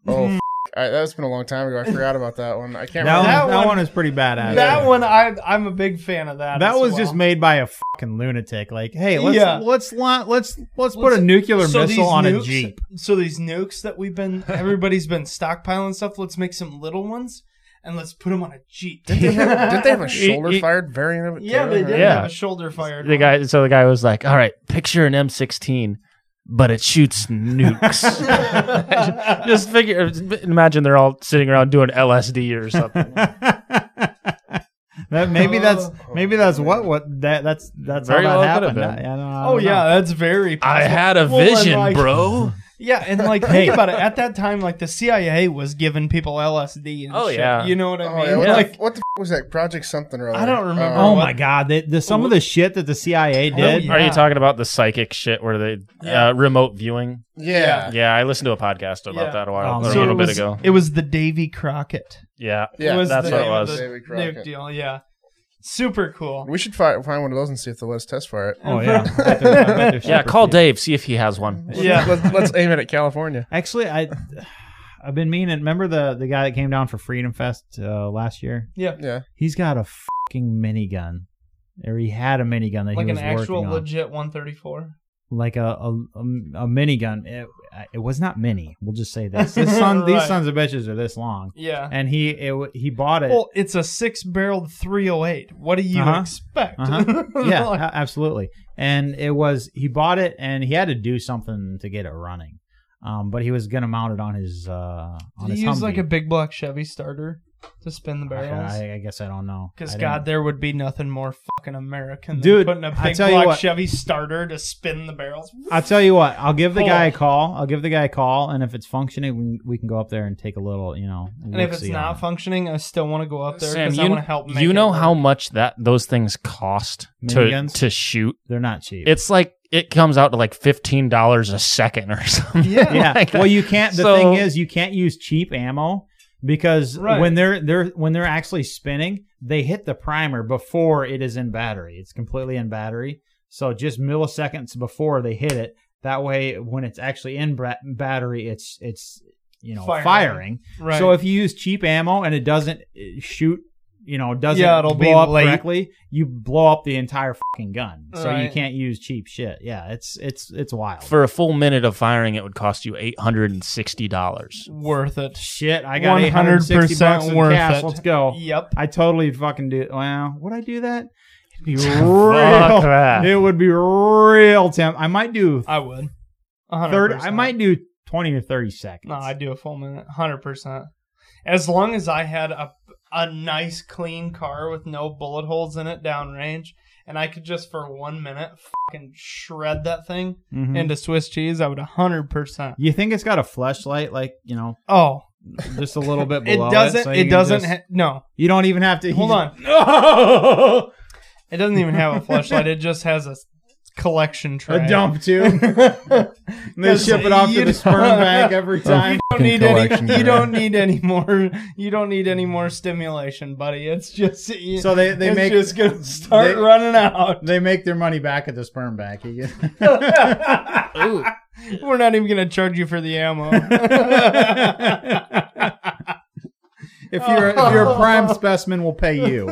Speaker 3: oh,
Speaker 2: Mm.
Speaker 3: f- I, that's been a long time ago. I forgot about that one. I
Speaker 1: That,
Speaker 3: can't
Speaker 1: one,
Speaker 3: remember.
Speaker 2: that
Speaker 1: that
Speaker 2: one-
Speaker 1: one, is pretty badass.
Speaker 2: That one, I I'm a big fan of that.
Speaker 1: That
Speaker 2: as
Speaker 1: was
Speaker 2: well.
Speaker 1: just made by a fucking lunatic. Like, hey, let's
Speaker 2: Yeah.
Speaker 1: let's la- let's let's put
Speaker 2: Let's-
Speaker 1: a nuclear
Speaker 2: so these
Speaker 1: missile on a
Speaker 2: nukes-
Speaker 1: jeep.
Speaker 2: So these nukes that we've been, [laughs] everybody's been stockpiling stuff. Let's make some little ones and let's put them on a Jeep.
Speaker 3: Did they have, [laughs] did
Speaker 2: [laughs]
Speaker 3: they have a
Speaker 4: He- he-
Speaker 3: shoulder fired variant of it?
Speaker 2: Yeah,
Speaker 3: too?
Speaker 2: they did
Speaker 4: Yeah.
Speaker 2: have a shoulder fired.
Speaker 4: the guy. So the guy was like, "All right, picture an M16, but it shoots nukes."
Speaker 2: [laughs]
Speaker 4: Just figure. Imagine they're all sitting around doing LSD
Speaker 1: [laughs]
Speaker 4: or something.
Speaker 1: that maybe
Speaker 2: Oh,
Speaker 1: that's maybe that's what what that that's that's
Speaker 4: Very
Speaker 1: how
Speaker 4: well
Speaker 1: that
Speaker 4: could have
Speaker 1: happened.
Speaker 4: been.
Speaker 1: I- I don't- I
Speaker 2: Oh
Speaker 1: don't know.
Speaker 2: yeah, that's very.
Speaker 4: I
Speaker 2: possible.
Speaker 4: had a
Speaker 2: Well, and,
Speaker 4: vision,
Speaker 2: like-
Speaker 4: bro.
Speaker 2: Yeah, and like think about it. At that time, like the CIA was giving people LSD and
Speaker 4: Oh,
Speaker 2: shit.
Speaker 4: yeah.
Speaker 2: you know what
Speaker 3: Oh,
Speaker 2: I
Speaker 3: yeah,
Speaker 2: mean?
Speaker 3: what, the
Speaker 2: Like
Speaker 3: f- what the f- was that project something or
Speaker 2: I
Speaker 3: other?
Speaker 2: don't remember.
Speaker 1: Oh
Speaker 2: What- Oh,
Speaker 1: my god, the, the, some of the shit that the CIA did.
Speaker 2: yeah.
Speaker 4: Are you talking about the psychic shit where they
Speaker 2: Yeah.
Speaker 4: uh, remote viewing?
Speaker 3: yeah,
Speaker 4: Yeah, I listened to a podcast about
Speaker 2: Yeah.
Speaker 4: that a while
Speaker 1: Oh,
Speaker 4: or a
Speaker 1: so
Speaker 4: little
Speaker 2: it was,
Speaker 4: bit ago.
Speaker 2: It was the Davy Crockett.
Speaker 4: Yeah,
Speaker 3: yeah.
Speaker 2: was
Speaker 4: that's
Speaker 2: the
Speaker 4: what it
Speaker 2: name of
Speaker 4: was.
Speaker 2: the
Speaker 3: Davy
Speaker 2: nuke
Speaker 3: Crockett.
Speaker 2: deal, yeah. Super cool.
Speaker 3: We should fi- find one of those and see if they'll let us test fire it.
Speaker 1: Oh
Speaker 2: [laughs]
Speaker 1: yeah, I bet they're- I bet they're
Speaker 4: yeah.
Speaker 1: super
Speaker 4: Call
Speaker 1: cute.
Speaker 4: Dave, see if he has one.
Speaker 2: Yeah.
Speaker 3: let's, let's aim it at California.
Speaker 1: [laughs] Actually, I I've been meaning. Remember the the guy that came down for Freedom Fest uh, last year?
Speaker 2: Yeah,
Speaker 3: Yeah,
Speaker 1: He's got a fucking minigun, or he had a minigun that
Speaker 2: like
Speaker 1: he
Speaker 2: an
Speaker 1: was
Speaker 2: actual
Speaker 1: working on.
Speaker 2: legit 134.
Speaker 1: like a a, a, a minigun. It, it was not mini. We'll just say
Speaker 2: [laughs]
Speaker 1: this. This son, These
Speaker 2: Right.
Speaker 1: sons of bitches are this long,
Speaker 2: Yeah.
Speaker 1: and he it, w- he bought it.
Speaker 2: Well, it's a six-barreled 308. What do you
Speaker 1: Uh-huh.
Speaker 2: expect? [laughs]
Speaker 1: Uh-huh. yeah,
Speaker 2: Like,
Speaker 1: a- absolutely. And it was he bought it, and he had to do something to get it running. Um, but he was gonna mount it on his uh on
Speaker 2: Did
Speaker 1: his
Speaker 2: he use like
Speaker 1: Humvee.
Speaker 2: a big block Chevy starter to spin the barrels?
Speaker 1: I, I guess I don't know. I
Speaker 2: Because
Speaker 1: didn't-
Speaker 2: God, there would be nothing more fucking American than
Speaker 1: Dude,
Speaker 2: putting a
Speaker 1: I
Speaker 2: big
Speaker 1: tell you
Speaker 2: block
Speaker 1: what.
Speaker 2: Chevy starter to spin the barrels.
Speaker 1: I'll tell you what. I'll give the
Speaker 2: Cool.
Speaker 1: guy a call. I'll give the guy a call, and if it's functioning, we can, we can go up there and take a little, you know.
Speaker 2: And if it's not
Speaker 1: uh-huh.
Speaker 2: functioning, I still want to go up there
Speaker 4: Sam,
Speaker 2: because I
Speaker 4: you,
Speaker 2: want to help. Make
Speaker 4: you
Speaker 2: it
Speaker 4: know
Speaker 2: work.
Speaker 4: how much that those things cost to,
Speaker 1: Miniguns?
Speaker 4: to shoot.
Speaker 1: they're not cheap.
Speaker 4: It's like it comes out to like fifteen dollars a second or [laughs] something.
Speaker 2: [laughs] [laughs] Yeah.
Speaker 1: yeah.
Speaker 4: like that.
Speaker 1: well, you can't. The
Speaker 4: So-
Speaker 1: thing is, you can't use cheap ammo because
Speaker 2: Right.
Speaker 1: when they're they're when they're actually spinning, they hit the primer before it is in battery. It's completely in battery, so just milliseconds before they hit it. That way, when it's actually in bra- battery, it's it's you know
Speaker 2: Firing.
Speaker 1: firing.
Speaker 2: Right.
Speaker 1: So if you use cheap ammo and it doesn't uh, shoot, you know, doesn't
Speaker 2: Yeah, it'll
Speaker 1: blow
Speaker 2: be
Speaker 1: up
Speaker 2: late.
Speaker 1: correctly, you blow up the entire fucking gun. So you
Speaker 2: Right.
Speaker 1: can't use cheap shit. Yeah, it's it's it's wild.
Speaker 4: For a full minute of firing, it would cost you eight hundred and sixty dollars.
Speaker 2: worth it.
Speaker 1: Shit, I got 160
Speaker 2: 100%
Speaker 1: bucks in
Speaker 2: worth
Speaker 1: cash.
Speaker 2: it.
Speaker 1: Let's go.
Speaker 2: Yep.
Speaker 1: I totally fucking do. Well, would I do that? It'd
Speaker 2: [laughs]
Speaker 1: be
Speaker 4: Fuck
Speaker 1: real.
Speaker 4: that.
Speaker 1: It would be real, Tim. I might do
Speaker 2: I would. 100%.
Speaker 1: thirty. I might do twenty or thirty seconds.
Speaker 2: No, I'd do a full minute. Hundred percent. As long as I had a a nice clean car with no bullet holes in it downrange, and I could just for one minute fucking shred that thing
Speaker 1: Mhm.
Speaker 2: into Swiss cheese, I would hundred percent.
Speaker 1: you think it's got a flashlight, like you know,
Speaker 2: Oh,
Speaker 1: just a little bit below
Speaker 2: [laughs] it doesn't.
Speaker 1: so you
Speaker 2: it
Speaker 1: can
Speaker 2: doesn't.
Speaker 1: just-
Speaker 2: ha- no,
Speaker 1: you don't even have to.
Speaker 2: hold on.
Speaker 1: [laughs] No, [laughs]
Speaker 2: It doesn't even have a flashlight. It just has a s- collection tray.
Speaker 1: a
Speaker 2: [laughs]
Speaker 1: dump tube. and they
Speaker 2: Because
Speaker 1: ship it off
Speaker 2: you
Speaker 1: to the
Speaker 2: don't-
Speaker 1: sperm bank every
Speaker 2: You [laughs]
Speaker 1: time.
Speaker 2: don't
Speaker 3: Fucking
Speaker 2: need any.
Speaker 3: collection
Speaker 2: You
Speaker 3: tray.
Speaker 2: don't need any more. You don't need any more stimulation, buddy. It's just. You,
Speaker 1: so they they
Speaker 2: it's
Speaker 1: make
Speaker 2: just gonna start
Speaker 1: they-
Speaker 2: running out.
Speaker 1: they make their money back at the sperm bank. You get-
Speaker 2: We're not even gonna charge you for the
Speaker 4: [laughs]
Speaker 2: ammo.
Speaker 1: If you're if you're a prime specimen, we'll pay you.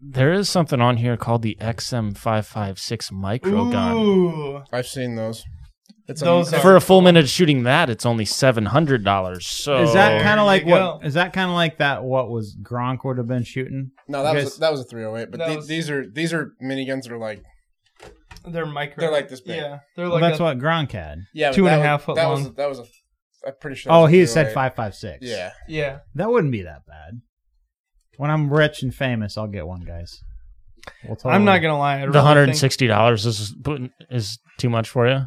Speaker 4: There is something on here called the XM556 micro gun.
Speaker 2: Ooh,
Speaker 3: I've seen those. It's
Speaker 2: Those are-
Speaker 4: For a full minute of shooting that, it's only seven hundred dollars. So
Speaker 1: Is
Speaker 2: There
Speaker 1: that kind
Speaker 2: you
Speaker 1: of like
Speaker 2: go.
Speaker 1: what? Is that kind of like that? What was Gronk would have been shooting?
Speaker 3: no, that
Speaker 1: you
Speaker 3: was
Speaker 1: guys-
Speaker 3: a, that was a 308. But
Speaker 2: That
Speaker 3: the-
Speaker 2: was-
Speaker 3: these are these are miniguns that are like
Speaker 2: they're micro.
Speaker 3: They're like this big.
Speaker 2: Yeah, they're
Speaker 1: Well,
Speaker 2: like
Speaker 1: that's
Speaker 2: a-
Speaker 1: what Gronk had.
Speaker 3: yeah, but
Speaker 2: Two and
Speaker 3: that
Speaker 2: a
Speaker 3: was-
Speaker 2: half foot
Speaker 3: that
Speaker 2: long.
Speaker 3: Was, that was a I'm pretty sure.
Speaker 1: Oh,
Speaker 3: that's
Speaker 1: he
Speaker 3: what
Speaker 1: said
Speaker 3: they were.
Speaker 1: five five six. [laughs]
Speaker 3: Yeah.
Speaker 2: Yeah.
Speaker 1: that wouldn't be that bad. When I'm rich and famous, I'll get one, guys. We'll tell
Speaker 2: I'm not gonna lie. I
Speaker 4: Oh. the hundred
Speaker 2: really
Speaker 4: and
Speaker 2: think
Speaker 4: sixty dollars is putting is too much for you,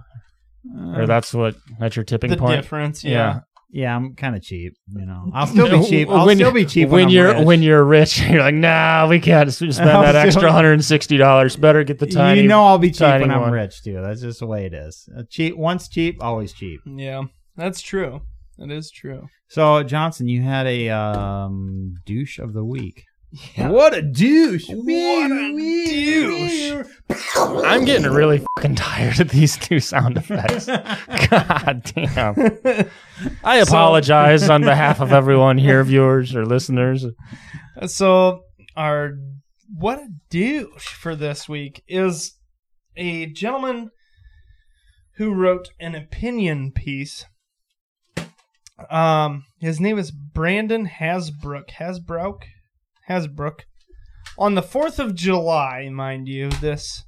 Speaker 1: gonna.
Speaker 4: or that's what that's your tipping
Speaker 2: the
Speaker 4: point.
Speaker 2: difference.
Speaker 4: Yeah.
Speaker 2: yeah.
Speaker 1: Uh, yeah, I'm kind of cheap. You know, I'll still be cheap. I'll
Speaker 4: When-
Speaker 1: still be cheap when,
Speaker 4: when
Speaker 1: I'm
Speaker 4: you're
Speaker 1: rich.
Speaker 4: when you're rich. [laughs] You're like, nah, we can't s- spend
Speaker 1: I'll
Speaker 4: that extra
Speaker 1: still-
Speaker 4: hundred and sixty dollars. Better get the tiny.
Speaker 1: you know I'll be cheap
Speaker 4: tiny
Speaker 1: when I'm
Speaker 4: one.
Speaker 1: rich too. That's just the way it is. Uh, cheap once cheap, always cheap.
Speaker 2: Yeah, that's true. That is true.
Speaker 1: So Johnson, you had a um, douche of the week.
Speaker 2: Yeah.
Speaker 1: What a douche!
Speaker 2: What a douche.
Speaker 4: [laughs] I'm getting really fucking tired of these two
Speaker 1: [laughs]
Speaker 4: sound effects. God damn!
Speaker 2: [laughs]
Speaker 4: I
Speaker 1: [laughs]
Speaker 4: apologize on behalf of everyone here, viewers or listeners.
Speaker 2: so our what a douche for this week is a gentleman who wrote an opinion piece. Um, his name is Brandon Hasbrook. Hasbrook, Hasbrook. On the fourth of July, mind you, this.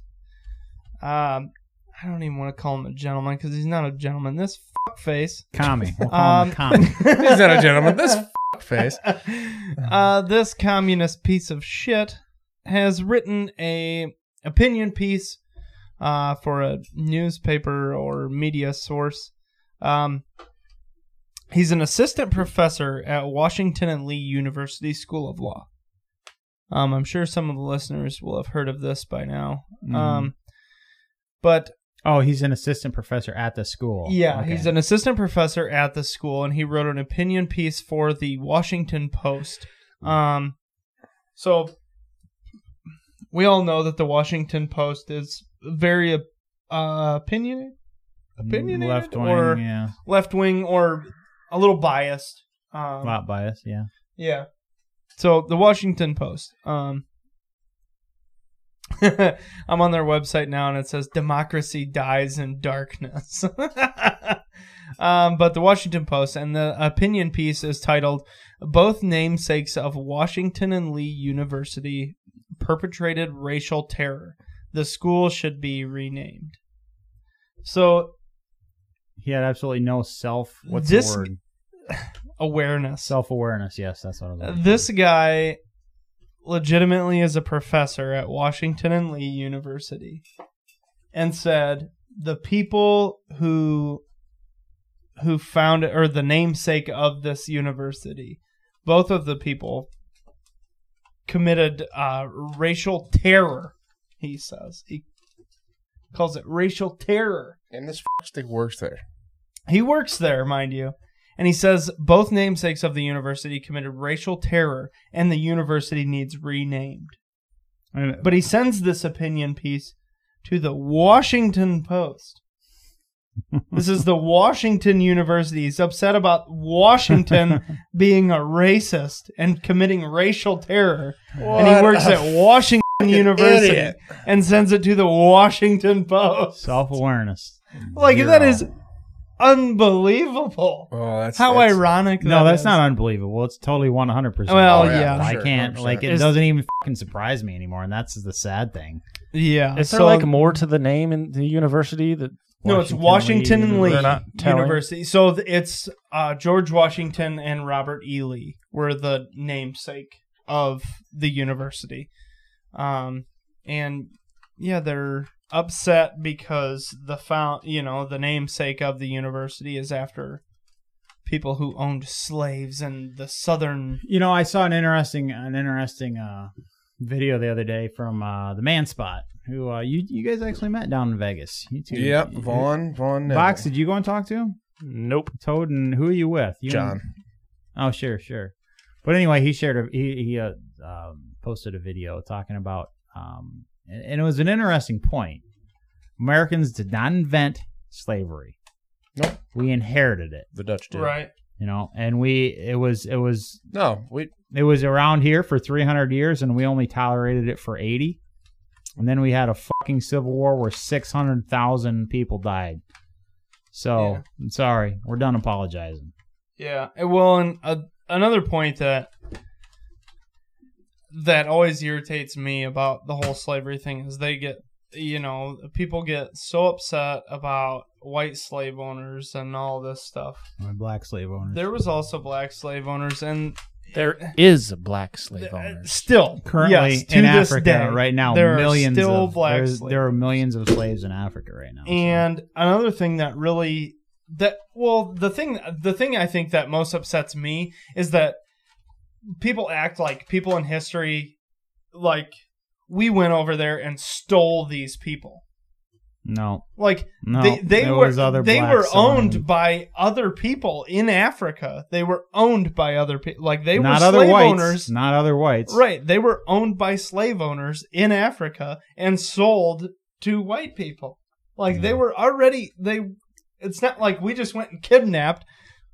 Speaker 2: Um, I don't even want to call him a gentleman because he's not a gentleman. This fuck face.
Speaker 1: Commie. We'll call him
Speaker 2: Um,
Speaker 1: a
Speaker 2: [laughs]
Speaker 1: commie.
Speaker 3: He's not a gentleman. [laughs] This f- face.
Speaker 2: uh, this communist piece of shit has written a opinion piece uh, for a newspaper or media source. Um, he's an assistant professor at Washington and Lee University School of Law. Um, I'm sure some of the listeners will have heard of this by now. Um, but
Speaker 1: Oh, he's an assistant professor at the school.
Speaker 2: yeah,
Speaker 1: Okay.
Speaker 2: he's an assistant professor at the school, and he wrote an opinion piece for the Washington Post. Um, so we all know that the Washington Post is very uh, opinion, opinionated,
Speaker 1: left wing.
Speaker 2: or
Speaker 1: yeah,
Speaker 2: left wing, or a little biased. Um,
Speaker 1: lot bias. Yeah.
Speaker 2: yeah. So the Washington Post. Um, [laughs] I'm on their website now, and it says democracy dies in darkness. [laughs] um, but the Washington Post and the opinion piece is titled "Both Namesakes of Washington and Lee University Perpetrated Racial Terror. The school should be renamed." So
Speaker 1: He had absolutely no self. What's
Speaker 2: This-
Speaker 1: the word?
Speaker 2: awareness.
Speaker 1: Self awareness. Yes, that's what I was. looking
Speaker 2: Uh, this guy legitimately is a professor at Washington and Lee University and said the people who who found or the namesake of this university both of the people committed uh, racial terror he says he calls it racial terror
Speaker 3: And this f- stick works there.
Speaker 2: he works there, mind you. And he says both namesakes of the university committed racial terror and the university needs renamed.
Speaker 1: for. And-
Speaker 2: But he sends this opinion piece to the Washington Post. this is the Washington University. He's upset about Washington being a racist and committing racial terror. and he works
Speaker 3: [laughs]
Speaker 2: at Washington University
Speaker 3: idiot.
Speaker 2: and sends it to the Washington Post.
Speaker 1: self awareness.
Speaker 2: Like,
Speaker 1: Zero.
Speaker 2: that is unbelievable.
Speaker 3: Oh, that's
Speaker 2: How
Speaker 3: that's-
Speaker 2: ironic!
Speaker 1: No,
Speaker 2: that
Speaker 1: that's
Speaker 2: is.
Speaker 1: not unbelievable. It's totally one hundred percent.
Speaker 2: Well,
Speaker 3: Oh, yeah.
Speaker 2: yeah,
Speaker 1: I
Speaker 3: Sure,
Speaker 1: can't
Speaker 3: 100%.
Speaker 1: like it.
Speaker 4: Is-
Speaker 1: doesn't even fucking surprise me anymore, and that's the sad thing.
Speaker 2: yeah.
Speaker 4: Is there
Speaker 2: so-
Speaker 4: like more to the name in the university that
Speaker 2: no? It's Washington and Lee
Speaker 4: They're not telling?
Speaker 2: University. So th- it's uh, George Washington and Robert E. Lee were the namesake of the university, um, and yeah, they're upset because the found you know the namesake of the university is after people who owned slaves in the southern.
Speaker 1: You know, I saw an interesting an interesting uh, video the other day from uh, the Man Spot, who uh, you you guys actually met down in Vegas. You two.
Speaker 3: Yep, Vaughn. Vaughn. Neville.
Speaker 1: Box, did you go and talk to him?
Speaker 4: Nope.
Speaker 1: Toad and who are you with? You and-
Speaker 3: John.
Speaker 1: Oh, sure, sure. But anyway, he shared a he he uh, um, posted a video talking about um, and, and it was an interesting point. Americans did not invent slavery.
Speaker 3: Nope.
Speaker 1: We inherited it,
Speaker 3: The Dutch
Speaker 1: you know, and we it was it was
Speaker 3: No, we
Speaker 1: it was around here for 300 years and we only tolerated it for 80. And then we had a fucking civil war where 600,000 people died. So,
Speaker 2: Yeah.
Speaker 1: I'm sorry. We're done apologizing.
Speaker 2: Yeah. and Well, and uh, another point that that always irritates me about the whole slavery thing is they get you know, people get so upset about white slave owners and all this stuff.
Speaker 1: My black slave owners.
Speaker 2: There was also black slave owners, and
Speaker 4: There is a black slave owner.
Speaker 2: still
Speaker 1: Currently
Speaker 2: yes, to
Speaker 1: in
Speaker 2: this
Speaker 1: Africa
Speaker 2: day,
Speaker 1: right now,
Speaker 2: there are
Speaker 1: millions
Speaker 2: still
Speaker 1: of
Speaker 2: black
Speaker 1: there's-
Speaker 2: slaves.
Speaker 1: there are millions of slaves in Africa right now. so-
Speaker 2: And another thing that really that well, the thing the thing I think that most upsets me is that people act like people in history like we went over there and stole these people.
Speaker 1: no,
Speaker 2: Like
Speaker 1: no,
Speaker 2: they they
Speaker 1: there
Speaker 2: were
Speaker 1: was other
Speaker 2: they
Speaker 1: blacks
Speaker 2: were
Speaker 1: on-
Speaker 2: owned by other people in Africa. They were owned by other people. Like they
Speaker 1: not
Speaker 2: were
Speaker 1: other
Speaker 2: slave
Speaker 1: whites,
Speaker 2: owners.
Speaker 1: not other whites.
Speaker 2: Right, they were owned by slave owners in Africa and sold to white people. Like they were already they it's not like we just went and kidnapped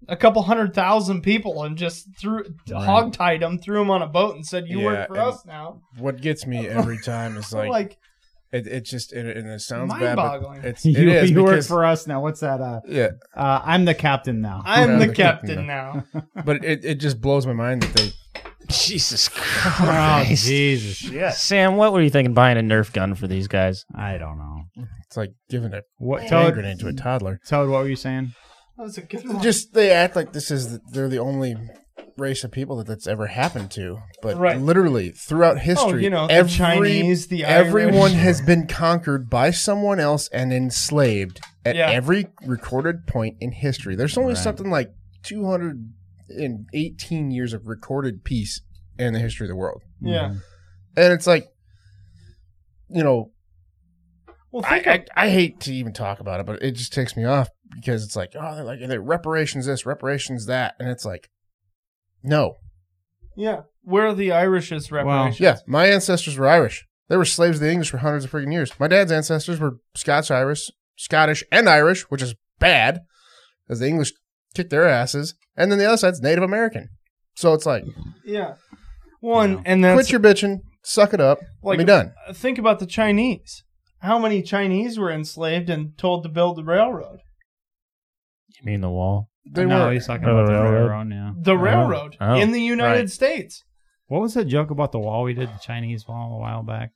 Speaker 2: a couple hundred thousand people and just threw hogtied them, threw them on a boat and said you
Speaker 3: Yeah,
Speaker 2: work for
Speaker 3: and-
Speaker 2: us now.
Speaker 3: What gets me every time is like,
Speaker 2: Like
Speaker 3: it, it just it, and it sounds bad, but
Speaker 2: mind-boggling.
Speaker 1: [laughs]
Speaker 3: it's it
Speaker 1: [laughs] You,
Speaker 3: is
Speaker 1: you work
Speaker 3: because
Speaker 1: for us now. What's that? Uh,
Speaker 3: yeah,
Speaker 1: uh, I'm the captain now.
Speaker 2: I'm
Speaker 3: Yeah,
Speaker 2: the
Speaker 3: they're
Speaker 2: captain
Speaker 3: [laughs] kicking
Speaker 2: now.
Speaker 3: but it, it just blows my mind that they
Speaker 4: Jesus
Speaker 1: oh
Speaker 4: Christ.
Speaker 1: Jesus!
Speaker 4: yeah. Sam, what were you thinking buying a Nerf gun for these guys?
Speaker 1: I don't know.
Speaker 3: it's like giving a
Speaker 1: What
Speaker 3: hand
Speaker 1: Toad?
Speaker 3: grenade to a toddler.
Speaker 1: Toad, what were you saying?
Speaker 2: That was a good one.
Speaker 3: Just they act like this is the, they're the only race of people that that's ever happened to, but
Speaker 2: Right. Oh,
Speaker 3: literally throughout history,
Speaker 2: you know, the
Speaker 3: every-
Speaker 2: Chinese, the
Speaker 3: everyone
Speaker 2: Irish.
Speaker 3: has been conquered by someone else and enslaved at
Speaker 2: Yeah.
Speaker 3: every recorded point in history. There's only
Speaker 1: Right.
Speaker 3: something like 218 years of recorded peace in the history of the world,
Speaker 2: yeah.
Speaker 1: Mm.
Speaker 3: and it's like, you know,
Speaker 2: Well,
Speaker 3: I,
Speaker 2: think
Speaker 3: I, I hate to even talk about it, but it just takes me off because it's like, oh, they're like they're reparations this, reparations that, and it's like, no,
Speaker 2: yeah. Where are the Irish's reparations?
Speaker 3: yeah, my ancestors were Irish. They were slaves to the English for hundreds of freaking years. My dad's ancestors were Scots Irish, Scottish and Irish, which is bad because the English kicked their asses, and then the other side's Native American. So it's like,
Speaker 2: Yeah. One and then
Speaker 3: quit your bitching, suck it up,
Speaker 2: Like- uh,
Speaker 3: let me done.
Speaker 2: think about the Chinese. How many Chinese were enslaved and told to build the railroad?
Speaker 4: You mean the wall?
Speaker 3: They
Speaker 1: no,
Speaker 3: were
Speaker 1: he's talking
Speaker 4: Oh,
Speaker 1: about the
Speaker 4: railroad.
Speaker 1: railroad. Yeah.
Speaker 2: The railroad
Speaker 4: oh,
Speaker 2: in the United
Speaker 4: right.
Speaker 2: States.
Speaker 1: What was that joke about the wall we did the Chinese wall a while back?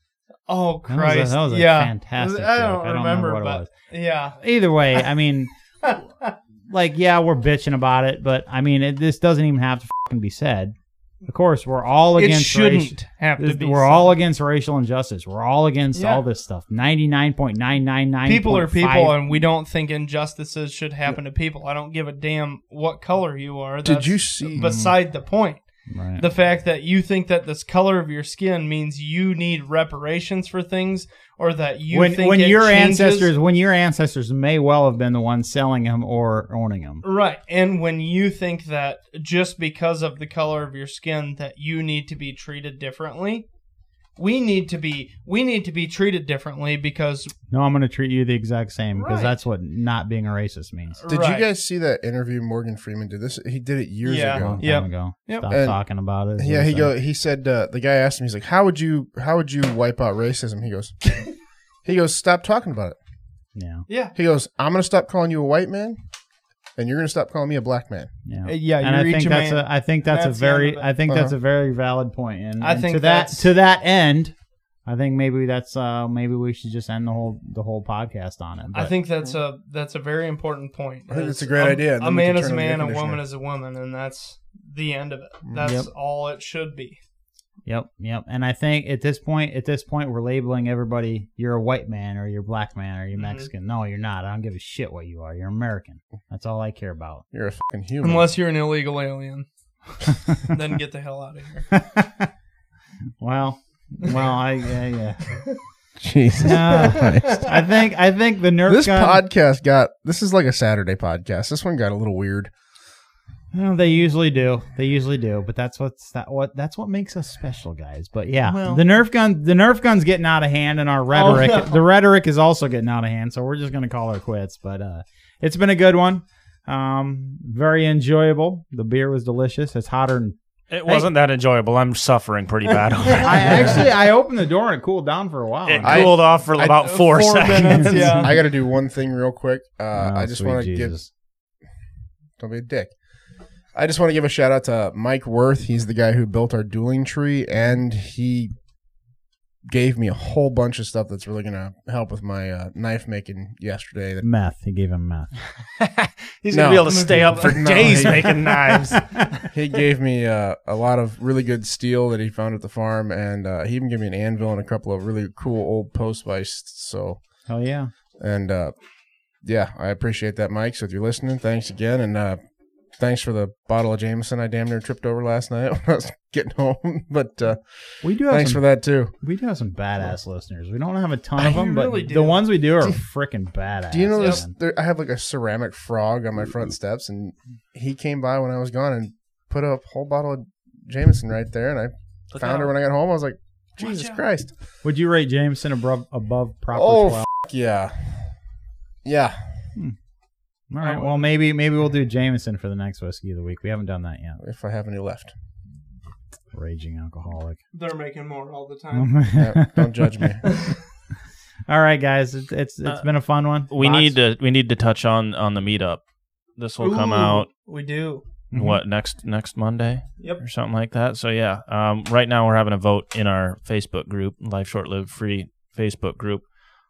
Speaker 1: That
Speaker 2: Oh
Speaker 1: was a-
Speaker 2: Christ!
Speaker 1: that was a
Speaker 2: yeah,
Speaker 1: fantastic
Speaker 2: I don't
Speaker 1: joke. I don't
Speaker 2: remember,
Speaker 1: remember what it
Speaker 2: but
Speaker 1: was.
Speaker 2: yeah,
Speaker 1: Either way,
Speaker 2: [laughs]
Speaker 1: I mean, like, yeah, we're bitching about it, but I mean, it, this doesn't even have to fucking be said. Of course, we're all
Speaker 2: it
Speaker 1: against
Speaker 2: shouldn't
Speaker 1: racial.
Speaker 2: have to
Speaker 1: this-
Speaker 2: be.
Speaker 1: we're
Speaker 2: said.
Speaker 1: all against racial injustice. We're all against
Speaker 2: Yeah.
Speaker 1: all this stuff. Ninety nine point nine nine nine.
Speaker 2: people are people, and we don't think injustices should happen to people. I don't give a damn what color you are.
Speaker 3: Did
Speaker 2: That's
Speaker 3: you see-
Speaker 2: Beside the point,
Speaker 1: Right.
Speaker 2: the fact that you think that this color of your skin means you need reparations for things, or that you
Speaker 1: when
Speaker 2: think
Speaker 1: when
Speaker 2: it
Speaker 1: your
Speaker 2: changes-
Speaker 1: ancestors when your ancestors may well have been the ones selling them or owning them.
Speaker 2: Right. And when you think that just because of the color of your skin that you need to be treated differently, we need to be we need to be treated differently because
Speaker 1: No, I'm going to treat you the exact same because
Speaker 2: Right.
Speaker 1: that's what not being a racist means.
Speaker 3: Did
Speaker 2: Right.
Speaker 3: you guys see that interview Morgan Freeman did? This he did it years
Speaker 2: Yeah.
Speaker 3: ago.
Speaker 1: Long time
Speaker 2: Yep.
Speaker 1: ago.
Speaker 2: Yep.
Speaker 1: Stop
Speaker 3: And-
Speaker 1: talking about it. is
Speaker 3: Yeah,
Speaker 1: what
Speaker 3: he
Speaker 1: said.
Speaker 3: go. He said uh, the guy asked him. He's like, "How would you? How would you wipe out racism?" He goes, "He goes, stop talking about it."
Speaker 1: Yeah,
Speaker 2: yeah.
Speaker 3: He goes, "I'm gonna stop calling you a white man, and you're gonna stop calling me a black man."
Speaker 1: yeah.
Speaker 2: Uh, Yeah,
Speaker 1: and I
Speaker 2: you're
Speaker 1: think
Speaker 2: each a
Speaker 1: that's
Speaker 2: man.
Speaker 1: a, I think that's,
Speaker 2: That's
Speaker 1: a
Speaker 2: the end
Speaker 1: very
Speaker 2: of it.
Speaker 1: I think that's
Speaker 3: Uh-huh.
Speaker 1: a very valid point. And,
Speaker 2: I
Speaker 1: and
Speaker 2: think
Speaker 1: to that
Speaker 2: that's-
Speaker 1: to that end, I think maybe that's uh maybe we should just end the whole the whole podcast on it.
Speaker 2: I
Speaker 1: but-
Speaker 2: think that's a that's a very important point.
Speaker 3: I think
Speaker 2: is
Speaker 3: that's a great idea, and
Speaker 2: A
Speaker 3: then we
Speaker 2: man
Speaker 3: can
Speaker 2: is a
Speaker 3: turn it into
Speaker 2: man, a
Speaker 3: air conditioner. Mm.
Speaker 2: woman is a woman, and that's the end of it. That's
Speaker 1: Yep.
Speaker 2: all it should be.
Speaker 1: Yep, yep. And I think at this point, at this point, we're labeling everybody. You're a white man, or you're a black man, or you're
Speaker 2: Mhm.
Speaker 1: Mexican. No, you're not. I don't give a shit what you are. You're American. That's all I care about.
Speaker 3: You're a fucking human.
Speaker 2: Unless you're an illegal
Speaker 3: [laughs]
Speaker 2: alien. then get the hell out of here.
Speaker 1: Well, well, I yeah, yeah.
Speaker 3: Jesus.
Speaker 1: No, I think I think the Nerf
Speaker 3: This
Speaker 1: gun.
Speaker 3: podcast got this is like a Saturday podcast. This one got a little weird.
Speaker 1: Well, they usually do. They usually do. But that's what's that what that's what makes us special, guys. But yeah,
Speaker 2: Well-
Speaker 1: the Nerf gun, the Nerf gun's getting out of hand, and our rhetoric,
Speaker 2: no.
Speaker 1: the rhetoric is also getting out of hand. So we're just gonna call her quits. But uh, it's been a good one. Um, very enjoyable. The beer was delicious. It's hotter. Than,
Speaker 4: It wasn't that enjoyable. I'm suffering pretty bad over
Speaker 1: [laughs]
Speaker 4: it.
Speaker 1: I actually I opened the door and it cooled down for a while.
Speaker 4: [laughs] It
Speaker 1: And I-
Speaker 4: cooled off for about four, seconds.
Speaker 2: minutes, yeah.
Speaker 3: I
Speaker 1: [laughs]
Speaker 3: got to do one thing real quick. Uh,
Speaker 1: Oh,
Speaker 3: I just
Speaker 1: sweet
Speaker 3: want to give
Speaker 1: Jesus.
Speaker 3: don't be a dick. I just want to give a shout out to Mike Worth. He's the guy who built our dueling tree, and he gave me a whole bunch of stuff that's really going to help with my uh, knife making yesterday.
Speaker 1: [laughs]
Speaker 3: That
Speaker 1: Meth. He gave him meth.
Speaker 4: [laughs] He's
Speaker 3: No.
Speaker 4: gonna be able to stay up for
Speaker 3: No,
Speaker 4: days
Speaker 1: [laughs]
Speaker 3: he-
Speaker 4: making knives.
Speaker 3: he gave me uh, a lot of really good steel that he found at the farm, and uh, he even gave me an anvil and a couple of really cool old post vice. So
Speaker 1: Hell Oh, yeah.
Speaker 3: and uh, yeah, I appreciate that, Mike. So if you're listening, thanks again, and uh, thanks for the bottle of Jameson I damn near tripped over last night [laughs] when I was getting home. [laughs] But uh,
Speaker 1: We do have
Speaker 3: thanks
Speaker 1: some
Speaker 3: for that too.
Speaker 1: We do have some badass listeners. We don't have a ton of
Speaker 2: You
Speaker 1: them, but
Speaker 2: really do.
Speaker 1: the ones we do are freaking badass.
Speaker 3: Do you know this?
Speaker 1: man.
Speaker 3: There, I have like a ceramic frog on my front steps, and he came by when I was gone and put a whole bottle of Jameson right there, and I
Speaker 4: Look
Speaker 3: found her
Speaker 4: out.
Speaker 3: when I got home. I was like, Jesus
Speaker 2: out.
Speaker 3: Christ!
Speaker 1: Would you rate Jameson above above proper
Speaker 3: Oh,
Speaker 1: 12?
Speaker 3: f- yeah, yeah.
Speaker 1: All right. Well, maybe maybe we'll do Jameson for the next whiskey of the week. We haven't done that yet.
Speaker 3: If I have any left,
Speaker 1: Raging
Speaker 2: [laughs]
Speaker 1: alcoholic.
Speaker 2: They're making more all the
Speaker 3: Mm-hmm.
Speaker 2: time.
Speaker 3: Yeah,
Speaker 1: All
Speaker 3: don't
Speaker 1: [laughs]
Speaker 3: judge me.
Speaker 1: right, guys. It's it's, it's
Speaker 4: Uh,
Speaker 1: been a fun one.
Speaker 4: [laughs] We
Speaker 1: Box?
Speaker 4: need to we need to touch on on the meetup. This will come
Speaker 2: Ooh,
Speaker 4: out
Speaker 2: We do.
Speaker 1: Mhm.
Speaker 4: what next next Monday
Speaker 2: Yep.
Speaker 4: or something like that. So yeah, um, right now we're having a vote in our Facebook group, Life Short Live Free Facebook group,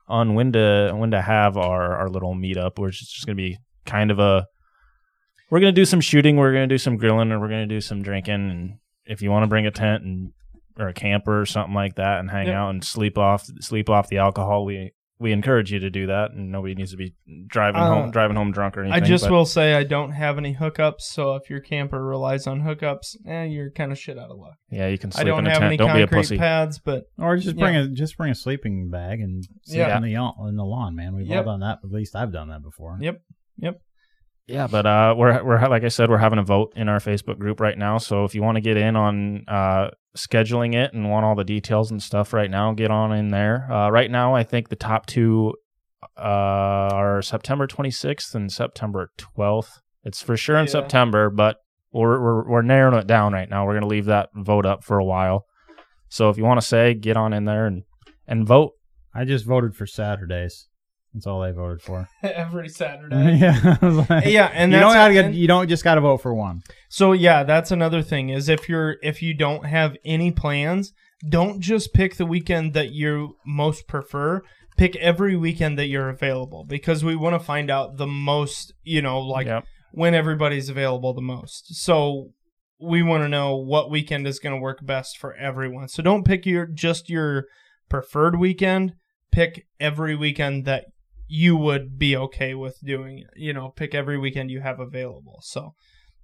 Speaker 4: on when to when to have our our little meetup, which is just gonna be kind of a we're gonna do some shooting, we're gonna do some grilling, and we're gonna do some drinking. And if you want to bring a tent and or a camper or something like that, and hang
Speaker 2: Yep.
Speaker 4: out and sleep off sleep off the alcohol, we we encourage you to do that. And nobody needs to be driving
Speaker 2: Uh,
Speaker 4: home driving home drunk or anything.
Speaker 2: I just
Speaker 4: but-
Speaker 2: will say I don't have any hookups, so if your camper relies on hookups, eh, you're kind of shit out of luck.
Speaker 4: Yeah, you can
Speaker 2: I
Speaker 4: sleep
Speaker 2: don't
Speaker 4: in a
Speaker 2: have any
Speaker 4: tent. Don't be a
Speaker 2: concrete
Speaker 4: pussy.
Speaker 2: pads, but [laughs]
Speaker 1: Mm-hmm. Or just bring a just bring a sleeping bag and sleep
Speaker 2: Yeah.
Speaker 1: in the yaw- in the lawn, man. We've
Speaker 2: Yep.
Speaker 1: all done that. At least I've done that before.
Speaker 2: Yep.
Speaker 4: Yeah, but uh, we're we're like I said, we're having a vote in our Facebook group right now. So if you want to get in on uh, scheduling it and want all the details and stuff right now, get on in there. Uh, right now, I think the top two uh, are September 26th and September 12th. It's for sure in
Speaker 2: Yeah.
Speaker 4: September, but we're, we're we're narrowing it down right now. We're gonna leave that vote up for a while. So if you want to say, get on in there and and vote.
Speaker 1: I just voted for Saturdays. That's all I voted for.
Speaker 2: every [laughs] Saturday.
Speaker 1: [laughs] yeah. I was like-
Speaker 2: yeah, and
Speaker 1: you
Speaker 2: that's
Speaker 1: don't gotta get,
Speaker 2: and-
Speaker 1: you don't just gotta vote for one.
Speaker 2: So yeah, that's another thing is if you're if you don't have any plans, don't just pick the weekend that you most prefer. Pick every weekend that you're available because we want to find out the most, you know, like
Speaker 4: Yep.
Speaker 2: when everybody's available the most. So we want to know what weekend is going to work best for everyone. So don't pick your just your preferred weekend. Pick every weekend that you would be okay with doing it. You know, pick every weekend you have available. So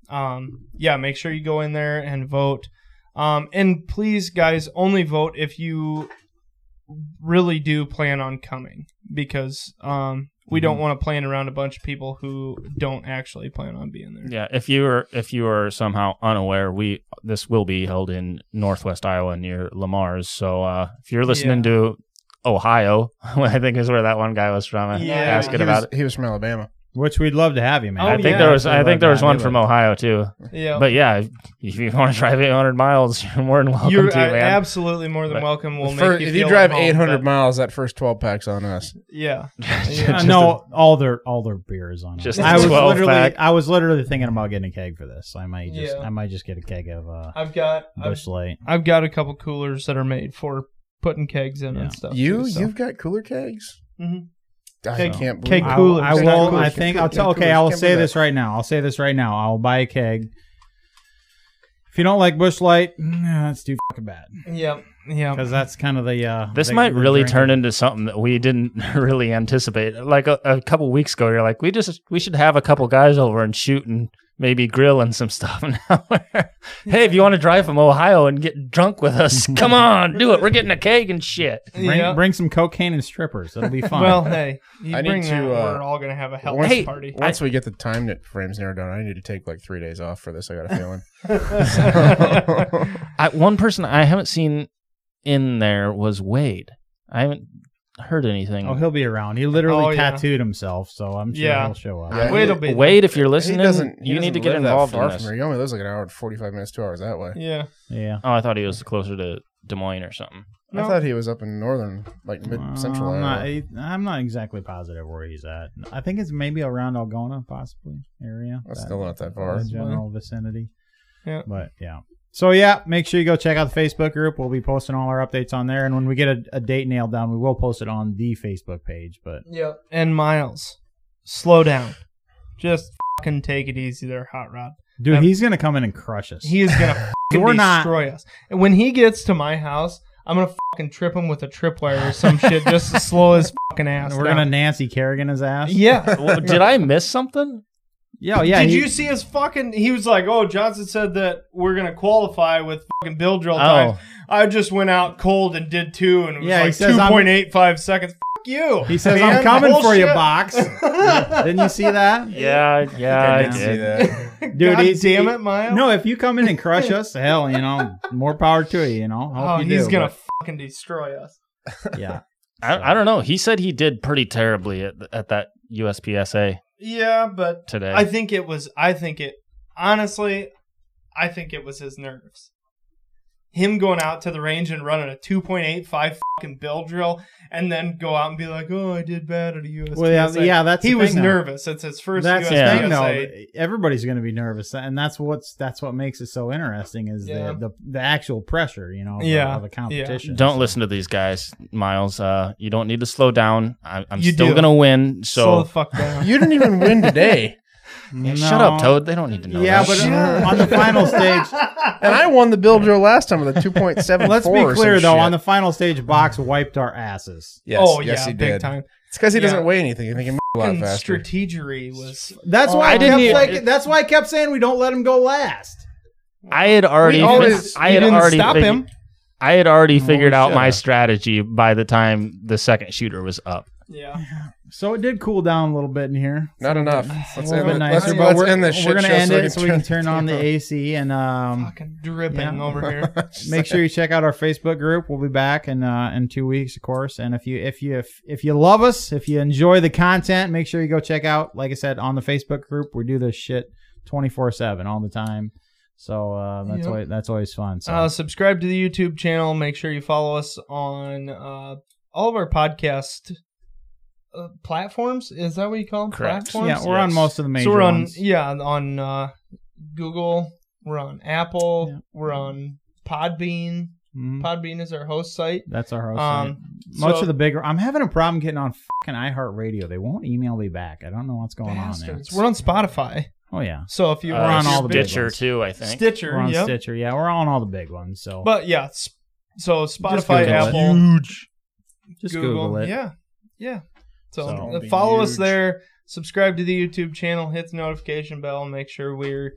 Speaker 2: um yeah, make sure you go in there and vote. Um and please guys, only vote if you really do plan on coming because um we don't want to plan around a bunch of people who don't actually plan on being there.
Speaker 4: Yeah, if you are if you are somehow unaware, we this will be held in Northwest Iowa near Lamar's. So uh, if you're listening
Speaker 2: Yeah.
Speaker 4: to Ohio, [laughs] I think is where that one guy was from. uh,
Speaker 2: Yeah.
Speaker 4: asking
Speaker 3: he
Speaker 4: about
Speaker 3: was,
Speaker 4: it.
Speaker 3: he was from Alabama.
Speaker 1: Which we'd love to have you, man.
Speaker 2: Oh,
Speaker 4: I think
Speaker 2: yeah.
Speaker 4: there was I think there was one
Speaker 1: Love
Speaker 4: from
Speaker 1: that.
Speaker 4: Ohio too.
Speaker 2: Yeah.
Speaker 4: But yeah, if if you [laughs] want to drive 800 miles, you're more than welcome
Speaker 2: you're
Speaker 4: to,
Speaker 2: uh,
Speaker 4: man.
Speaker 2: absolutely more than
Speaker 4: But
Speaker 2: welcome. We'll
Speaker 3: Fir-
Speaker 2: make you
Speaker 3: if you
Speaker 2: feel
Speaker 3: drive
Speaker 2: at home,
Speaker 3: 800
Speaker 2: but-
Speaker 3: miles, that first 12 pack's on us.
Speaker 2: [laughs]
Speaker 3: [laughs]
Speaker 2: yeah,
Speaker 4: Just-
Speaker 1: Uh,
Speaker 2: Yeah.
Speaker 4: just
Speaker 1: no, all their all their beer is on.
Speaker 4: Just
Speaker 1: us.
Speaker 2: a
Speaker 1: I was
Speaker 4: 12
Speaker 1: literally
Speaker 4: pack.
Speaker 1: I was literally thinking about getting a keg for this. I might just
Speaker 2: Yeah.
Speaker 1: I might just get a keg of uh,
Speaker 2: I've got I've,
Speaker 1: Bush Light.
Speaker 2: I've got a couple coolers that are made for putting kegs in
Speaker 1: Yeah.
Speaker 2: and stuff.
Speaker 3: You
Speaker 2: too, so.
Speaker 3: you've got cooler kegs.
Speaker 2: Mhm.
Speaker 3: I
Speaker 2: Keg-
Speaker 3: can't
Speaker 2: keg
Speaker 3: believe
Speaker 1: I-
Speaker 3: it.
Speaker 2: coolers.
Speaker 1: I
Speaker 2: It's
Speaker 1: will.
Speaker 2: not coolers,
Speaker 1: I
Speaker 2: it's
Speaker 1: think
Speaker 3: not
Speaker 1: I'll tell.
Speaker 3: coolers,
Speaker 1: Okay, I will
Speaker 3: can't
Speaker 1: say
Speaker 3: do that.
Speaker 1: this right now. I'll say this right now. I'll buy a keg. If you don't like Bush Light, mm, that's too fucking bad.
Speaker 2: Yep. Yeah.
Speaker 1: Because that's kind of the. Uh,
Speaker 4: This
Speaker 1: the-
Speaker 4: might
Speaker 1: the
Speaker 4: really
Speaker 1: drinking-
Speaker 4: turn into something that we didn't [laughs] really anticipate. Like a, a couple weeks ago, you're like, we just we should have a couple guys over and shoot and maybe grill and some [laughs] stuff. Now, we're- hey, if you want to drive from Ohio and get drunk with [laughs] us, come on, do it. We're getting a keg and shit.
Speaker 1: Bring,
Speaker 2: yeah.
Speaker 1: bring some cocaine and strippers. That'll
Speaker 2: [laughs]
Speaker 1: be fun.
Speaker 2: well, hey, you
Speaker 3: I need
Speaker 2: bring that,
Speaker 3: to, uh,
Speaker 2: we're all gonna have a house
Speaker 3: once-
Speaker 4: Hey,
Speaker 2: party.
Speaker 3: Once [laughs] we get the time that frames narrowed down, I need to take like three days off for this. I got a feeling.
Speaker 4: I, one person I haven't seen in there was Wade. I haven't heard anything.
Speaker 1: oh, he'll be around. He literally
Speaker 2: Oh, yeah.
Speaker 1: tattooed himself, so I'm sure
Speaker 2: Yeah.
Speaker 1: he'll show up.
Speaker 3: Yeah.
Speaker 2: [laughs] Wait a bit.
Speaker 4: Wade, if
Speaker 3: [laughs]
Speaker 4: you're
Speaker 3: He
Speaker 4: listening,
Speaker 3: doesn't. he
Speaker 4: you
Speaker 3: doesn't
Speaker 4: need to get
Speaker 3: live that
Speaker 4: involved in
Speaker 3: far
Speaker 4: this.
Speaker 3: From here. He only lives like an hour and forty-five minutes, two hours that way.
Speaker 2: Yeah.
Speaker 1: Yeah.
Speaker 4: Oh, I thought he was closer to Des Moines or something.
Speaker 3: [laughs]
Speaker 2: No.
Speaker 3: I thought he was up in northern, like mid-central.
Speaker 1: Uh, I'm not,
Speaker 3: Iowa.
Speaker 1: I- I'm not exactly positive where he's at. I think it's maybe around Algona, possibly area.
Speaker 3: That's
Speaker 1: that-
Speaker 3: still not that
Speaker 1: the
Speaker 3: far.
Speaker 1: general vicinity.
Speaker 2: Yeah.
Speaker 1: But yeah. So yeah, make sure you go check out the Facebook group. We'll be posting all our updates on there, and when we get a, a date nailed down, we will post it on the Facebook page. But
Speaker 2: Yep. And Miles, slow down. Just fucking take it easy there, Hot Rod.
Speaker 1: dude,
Speaker 2: Um,
Speaker 1: he's gonna come in and crush us.
Speaker 2: He is
Speaker 1: [laughs]
Speaker 2: gonna fucking
Speaker 1: We're not-
Speaker 2: destroy us. And when he gets to my house, I'm gonna fucking trip him with a tripwire
Speaker 1: [laughs]
Speaker 2: or some shit just to slow his fucking ass.
Speaker 1: We're
Speaker 2: down.
Speaker 1: [laughs] gonna Nancy Kerrigan his ass.
Speaker 2: Yeah.
Speaker 4: Well, did I miss something?
Speaker 1: Yeah, yeah.
Speaker 2: Did
Speaker 1: he-
Speaker 2: you see his fucking? He was like, "Oh, Johnson said that we're gonna qualify with fucking bill
Speaker 1: Oh.
Speaker 2: drill time." I just went out cold and did two, and it was
Speaker 1: Yeah, he
Speaker 2: like
Speaker 1: says
Speaker 2: two
Speaker 1: I'm-
Speaker 2: point eight five seconds. Fuck you.
Speaker 1: He says,
Speaker 2: man.
Speaker 1: "I'm coming for you,
Speaker 2: Bullshit." [laughs]
Speaker 1: box." Didn't you see that?
Speaker 4: Yeah, yeah,
Speaker 3: I
Speaker 4: I
Speaker 3: did see
Speaker 4: did.
Speaker 3: that.
Speaker 1: Dude,
Speaker 2: God
Speaker 1: he's-
Speaker 2: damn
Speaker 1: he-
Speaker 2: it, Miles.
Speaker 1: No, if you come in and
Speaker 2: [laughs]
Speaker 1: crush us, hell, you know, more power to you. You know, Hope
Speaker 2: oh,
Speaker 1: you
Speaker 2: he's
Speaker 1: do,
Speaker 2: gonna fucking destroy us.
Speaker 1: but-
Speaker 2: [laughs]
Speaker 1: yeah,
Speaker 4: I, I don't know. He said he did pretty terribly at, at that USPSA
Speaker 2: Yeah, but
Speaker 4: today.
Speaker 2: I think it was. I think it. Honestly, I think it was his nerves. Him going out to the range and running a 2.85 fucking bill drill, and then go out and be like, "Oh, I did bad at a USPSA."
Speaker 1: Well, yeah, yeah, that's
Speaker 2: he
Speaker 1: the
Speaker 2: was
Speaker 1: thing, though.
Speaker 2: nervous. It's his first
Speaker 1: That's
Speaker 2: USPSA.
Speaker 1: the thing, though. Everybody's going to be nervous, and that's what's that's what makes it so interesting is
Speaker 2: Yeah.
Speaker 1: the, the the actual pressure, you know, of,
Speaker 2: Yeah,
Speaker 1: of a competition.
Speaker 4: don't listen to these guys, Miles. Uh, you don't need to slow down. I, I'm
Speaker 2: You
Speaker 4: still
Speaker 2: do.
Speaker 4: gonna win.
Speaker 2: Slow
Speaker 4: So
Speaker 2: the fuck
Speaker 1: [laughs]
Speaker 2: down.
Speaker 3: You didn't even win today,
Speaker 4: Yeah, shut up,
Speaker 1: No.
Speaker 4: Toad. They don't need to know.
Speaker 1: Yeah,
Speaker 4: that.
Speaker 1: but uh, on the final
Speaker 2: [laughs]
Speaker 1: stage,
Speaker 3: and I won the build drill last time with a two point seven.
Speaker 1: let's be clear though. On the final stage, Box wiped our asses.
Speaker 3: yes,
Speaker 2: oh
Speaker 3: yes,
Speaker 2: yeah,
Speaker 3: he
Speaker 2: big
Speaker 3: did.
Speaker 2: time.
Speaker 3: It's because he
Speaker 2: Yeah.
Speaker 3: doesn't weigh anything. I think he a lot
Speaker 2: Fucking
Speaker 3: faster.
Speaker 2: strategery was.
Speaker 1: That's
Speaker 4: Oh,
Speaker 1: why I,
Speaker 4: I
Speaker 1: didn't.
Speaker 4: didn't
Speaker 1: Kept
Speaker 4: even-
Speaker 1: like- that's why I kept saying we don't let him go last.
Speaker 4: I had already,
Speaker 2: We always-
Speaker 4: I
Speaker 2: we
Speaker 4: had
Speaker 2: didn't
Speaker 4: already,
Speaker 2: stop
Speaker 4: figu-
Speaker 2: him.
Speaker 4: I had already figured out my
Speaker 3: should've.
Speaker 4: strategy by the time the second shooter was up.
Speaker 2: Yeah.
Speaker 1: [laughs] So it did cool down a little bit in here.
Speaker 3: Not enough. Let's
Speaker 1: a little
Speaker 3: end
Speaker 1: bit
Speaker 3: it.
Speaker 1: nicer,
Speaker 3: Let's,
Speaker 1: but
Speaker 3: let's
Speaker 1: we're,
Speaker 3: end this shit
Speaker 1: we're gonna
Speaker 3: show
Speaker 1: end
Speaker 3: so
Speaker 1: it so we can turn on
Speaker 3: [laughs]
Speaker 1: the
Speaker 3: off.
Speaker 1: AC and um,
Speaker 2: Fucking dripping
Speaker 1: yeah. [laughs]
Speaker 2: over here.
Speaker 1: make sure you check out our Facebook group. We'll be back in uh, in two weeks, of course. And if you if you if, if you love us, if you enjoy the content, make sure you go check out. Like I said, on the Facebook group, we do this shit twenty four seven all the time. So uh, that's
Speaker 2: Yep.
Speaker 1: always, that's always fun. So
Speaker 2: Uh, subscribe to the YouTube channel. Make sure you follow us on uh, all of our podcast uh, platforms. Is that what you call them?
Speaker 4: Correct.
Speaker 2: Platforms?
Speaker 1: yeah, we're on E-
Speaker 4: yes.
Speaker 1: most of the major
Speaker 2: so we're on
Speaker 1: ones.
Speaker 2: yeah on uh, Google. We're on Apple.
Speaker 1: Yeah.
Speaker 2: We're on Podbean.
Speaker 1: Mhm.
Speaker 2: Podbean is our host site.
Speaker 1: That's our host. site.
Speaker 2: Um,
Speaker 1: Most
Speaker 2: so-
Speaker 1: of the bigger. I'm having a problem getting on fucking iHeartRadio. They won't email me back. I don't know what's going
Speaker 2: bastards.
Speaker 1: on
Speaker 2: We're on Spotify.
Speaker 1: there. Oh yeah,
Speaker 2: So if you
Speaker 4: Uh,
Speaker 1: We're on
Speaker 2: if
Speaker 1: all
Speaker 2: you're
Speaker 1: the
Speaker 2: big-
Speaker 1: big
Speaker 4: Stitcher
Speaker 1: ones.
Speaker 4: too, I think.
Speaker 2: Stitcher.
Speaker 1: we're on
Speaker 2: yep.
Speaker 1: Stitcher. Yeah, we're on all the big ones. So
Speaker 2: But yeah, s- so
Speaker 1: Google
Speaker 2: Spotify,
Speaker 1: it.
Speaker 2: Apple,
Speaker 1: just
Speaker 2: Google.
Speaker 1: Google it.
Speaker 2: Yeah. Yeah. So,
Speaker 1: So-
Speaker 2: uh, follow us there, subscribe to the YouTube channel, hit the notification bell, and make sure we're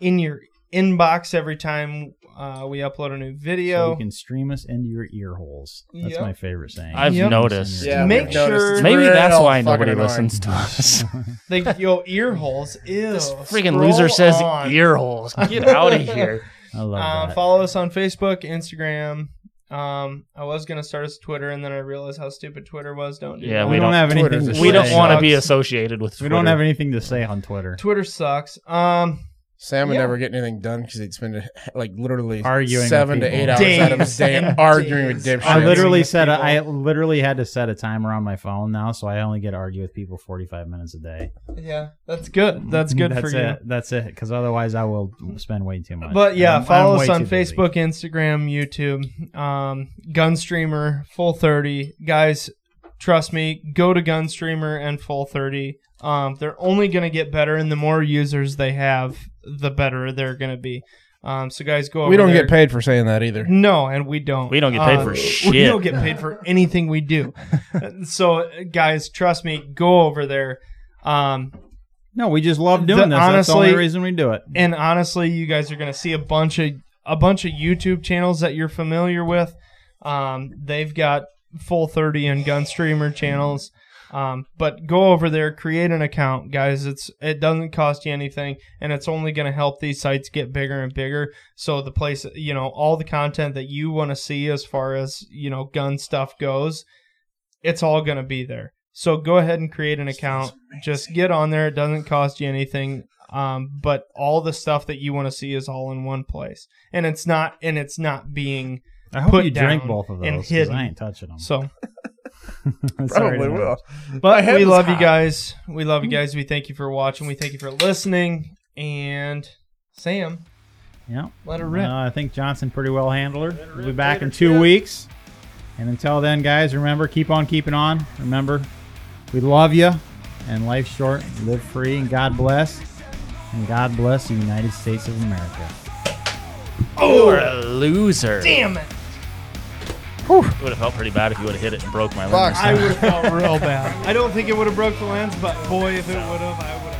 Speaker 2: in your inbox every time uh, we upload a new
Speaker 1: so
Speaker 2: video.
Speaker 1: you can stream us into your ear holes. That's
Speaker 2: Yep.
Speaker 1: my favorite saying.
Speaker 4: I've
Speaker 2: Yep.
Speaker 4: noticed.
Speaker 1: Yeah,
Speaker 2: Make sure
Speaker 4: Maybe
Speaker 3: Real
Speaker 4: that's why
Speaker 3: fucking
Speaker 4: nobody
Speaker 3: annoying.
Speaker 4: listens to us. [laughs]
Speaker 2: They, yo,
Speaker 1: [laughs]
Speaker 2: ear holes. Ew.
Speaker 4: this freaking
Speaker 2: Scroll
Speaker 4: loser says
Speaker 2: on.
Speaker 4: ear holes.
Speaker 2: [laughs]
Speaker 4: Get out of here.
Speaker 1: [laughs] I love
Speaker 2: Uh,
Speaker 1: that.
Speaker 2: follow us on Facebook, Instagram. Um, I was gonna start us Twitter, and then I realized how stupid Twitter was. Don't do
Speaker 4: Yeah,
Speaker 2: that.
Speaker 1: we, don't,
Speaker 4: don't-
Speaker 1: have anything.
Speaker 3: Twitter's
Speaker 1: To
Speaker 3: a
Speaker 1: say.
Speaker 4: We don't
Speaker 2: Twitter
Speaker 4: want to
Speaker 2: sucks.
Speaker 4: be associated with.
Speaker 1: We don't
Speaker 4: Twitter.
Speaker 1: have anything to say on Twitter.
Speaker 2: Twitter sucks. Um,
Speaker 3: Sam would
Speaker 2: Yeah.
Speaker 3: never get anything done because he'd spend like literally
Speaker 1: Arguing with
Speaker 3: seven to
Speaker 1: people.
Speaker 3: eight hours out of his
Speaker 2: Days
Speaker 1: [laughs]
Speaker 3: day
Speaker 2: and
Speaker 3: arguing
Speaker 2: days.
Speaker 3: with dipshits.
Speaker 1: I literally
Speaker 2: with
Speaker 1: set. A,
Speaker 2: people.
Speaker 1: I literally had to set a timer on my phone now, so I only get to argue with people forty-five minutes a day.
Speaker 2: yeah, that's good.
Speaker 1: [laughs]
Speaker 2: That's good
Speaker 1: That's
Speaker 2: for you.
Speaker 1: it. That's it. Because otherwise, I will spend way too much.
Speaker 2: But yeah,
Speaker 1: I'm- I'm
Speaker 2: follow
Speaker 1: way
Speaker 2: us on
Speaker 1: too busy.
Speaker 2: Facebook, Instagram, YouTube, um, Gunstreamer, Full Thirty. Guys, trust me, go to Gunstreamer and Full Thirty. Um, they're only gonna get better, and the more users they have, the better they're gonna be. Um, so guys, go.
Speaker 3: We
Speaker 2: over
Speaker 3: don't
Speaker 2: there.
Speaker 3: get paid for saying that either.
Speaker 2: No, and we don't. Um,
Speaker 4: We don't get paid for
Speaker 2: We
Speaker 4: shit.
Speaker 2: don't get paid for anything we
Speaker 3: [laughs]
Speaker 2: do. so guys, trust me, go over there. Um,
Speaker 1: No, we just love doing
Speaker 2: The-
Speaker 1: this. That's the only
Speaker 2: honestly-
Speaker 1: reason we do it.
Speaker 2: and honestly, you guys are gonna see a bunch of a bunch of YouTube channels that you're familiar with. Um, they've got full thirty and Gunstreamer channels. Um, but go over there, create an account, guys. It's it doesn't cost you anything, and it's only going to help these sites get bigger and bigger. So the place, you know, all the content that you want to see as far as you know gun stuff goes, it's all going to be there. So go ahead and create an account. Just get on there. It doesn't cost you anything. Um, but all the stuff that you want to see is all in one place, and it's not and it's not being
Speaker 1: I hope
Speaker 2: put
Speaker 1: you drink
Speaker 2: down
Speaker 1: both of
Speaker 2: and
Speaker 1: those. 'cause
Speaker 2: hidden.
Speaker 1: I ain't touching them.
Speaker 2: so.
Speaker 1: Sorry to
Speaker 3: Probably
Speaker 1: interrupt.
Speaker 3: will.
Speaker 2: But
Speaker 3: head
Speaker 2: we
Speaker 3: was
Speaker 2: love you
Speaker 3: hot.
Speaker 2: guys. We love you guys. We thank you for watching. We thank you for listening. And Sam,
Speaker 1: Yeah.
Speaker 2: Let her rip.
Speaker 1: Uh, I think Johnson pretty well handled her. We'll be
Speaker 4: rip,
Speaker 1: back
Speaker 4: Gator
Speaker 1: in two
Speaker 4: Chip.
Speaker 1: weeks. And until then, guys, remember, keep on keeping on. Remember, we love you. And life's short. Live free. And God bless. And God bless the United States of America.
Speaker 4: You're a loser.
Speaker 2: Damn it.
Speaker 4: It would have felt pretty bad if you would have hit it and broke my
Speaker 3: Fuck.
Speaker 4: leg.
Speaker 2: [laughs] I would have felt real bad. I don't think it would have broke the lens, but boy, if it would have, I would have.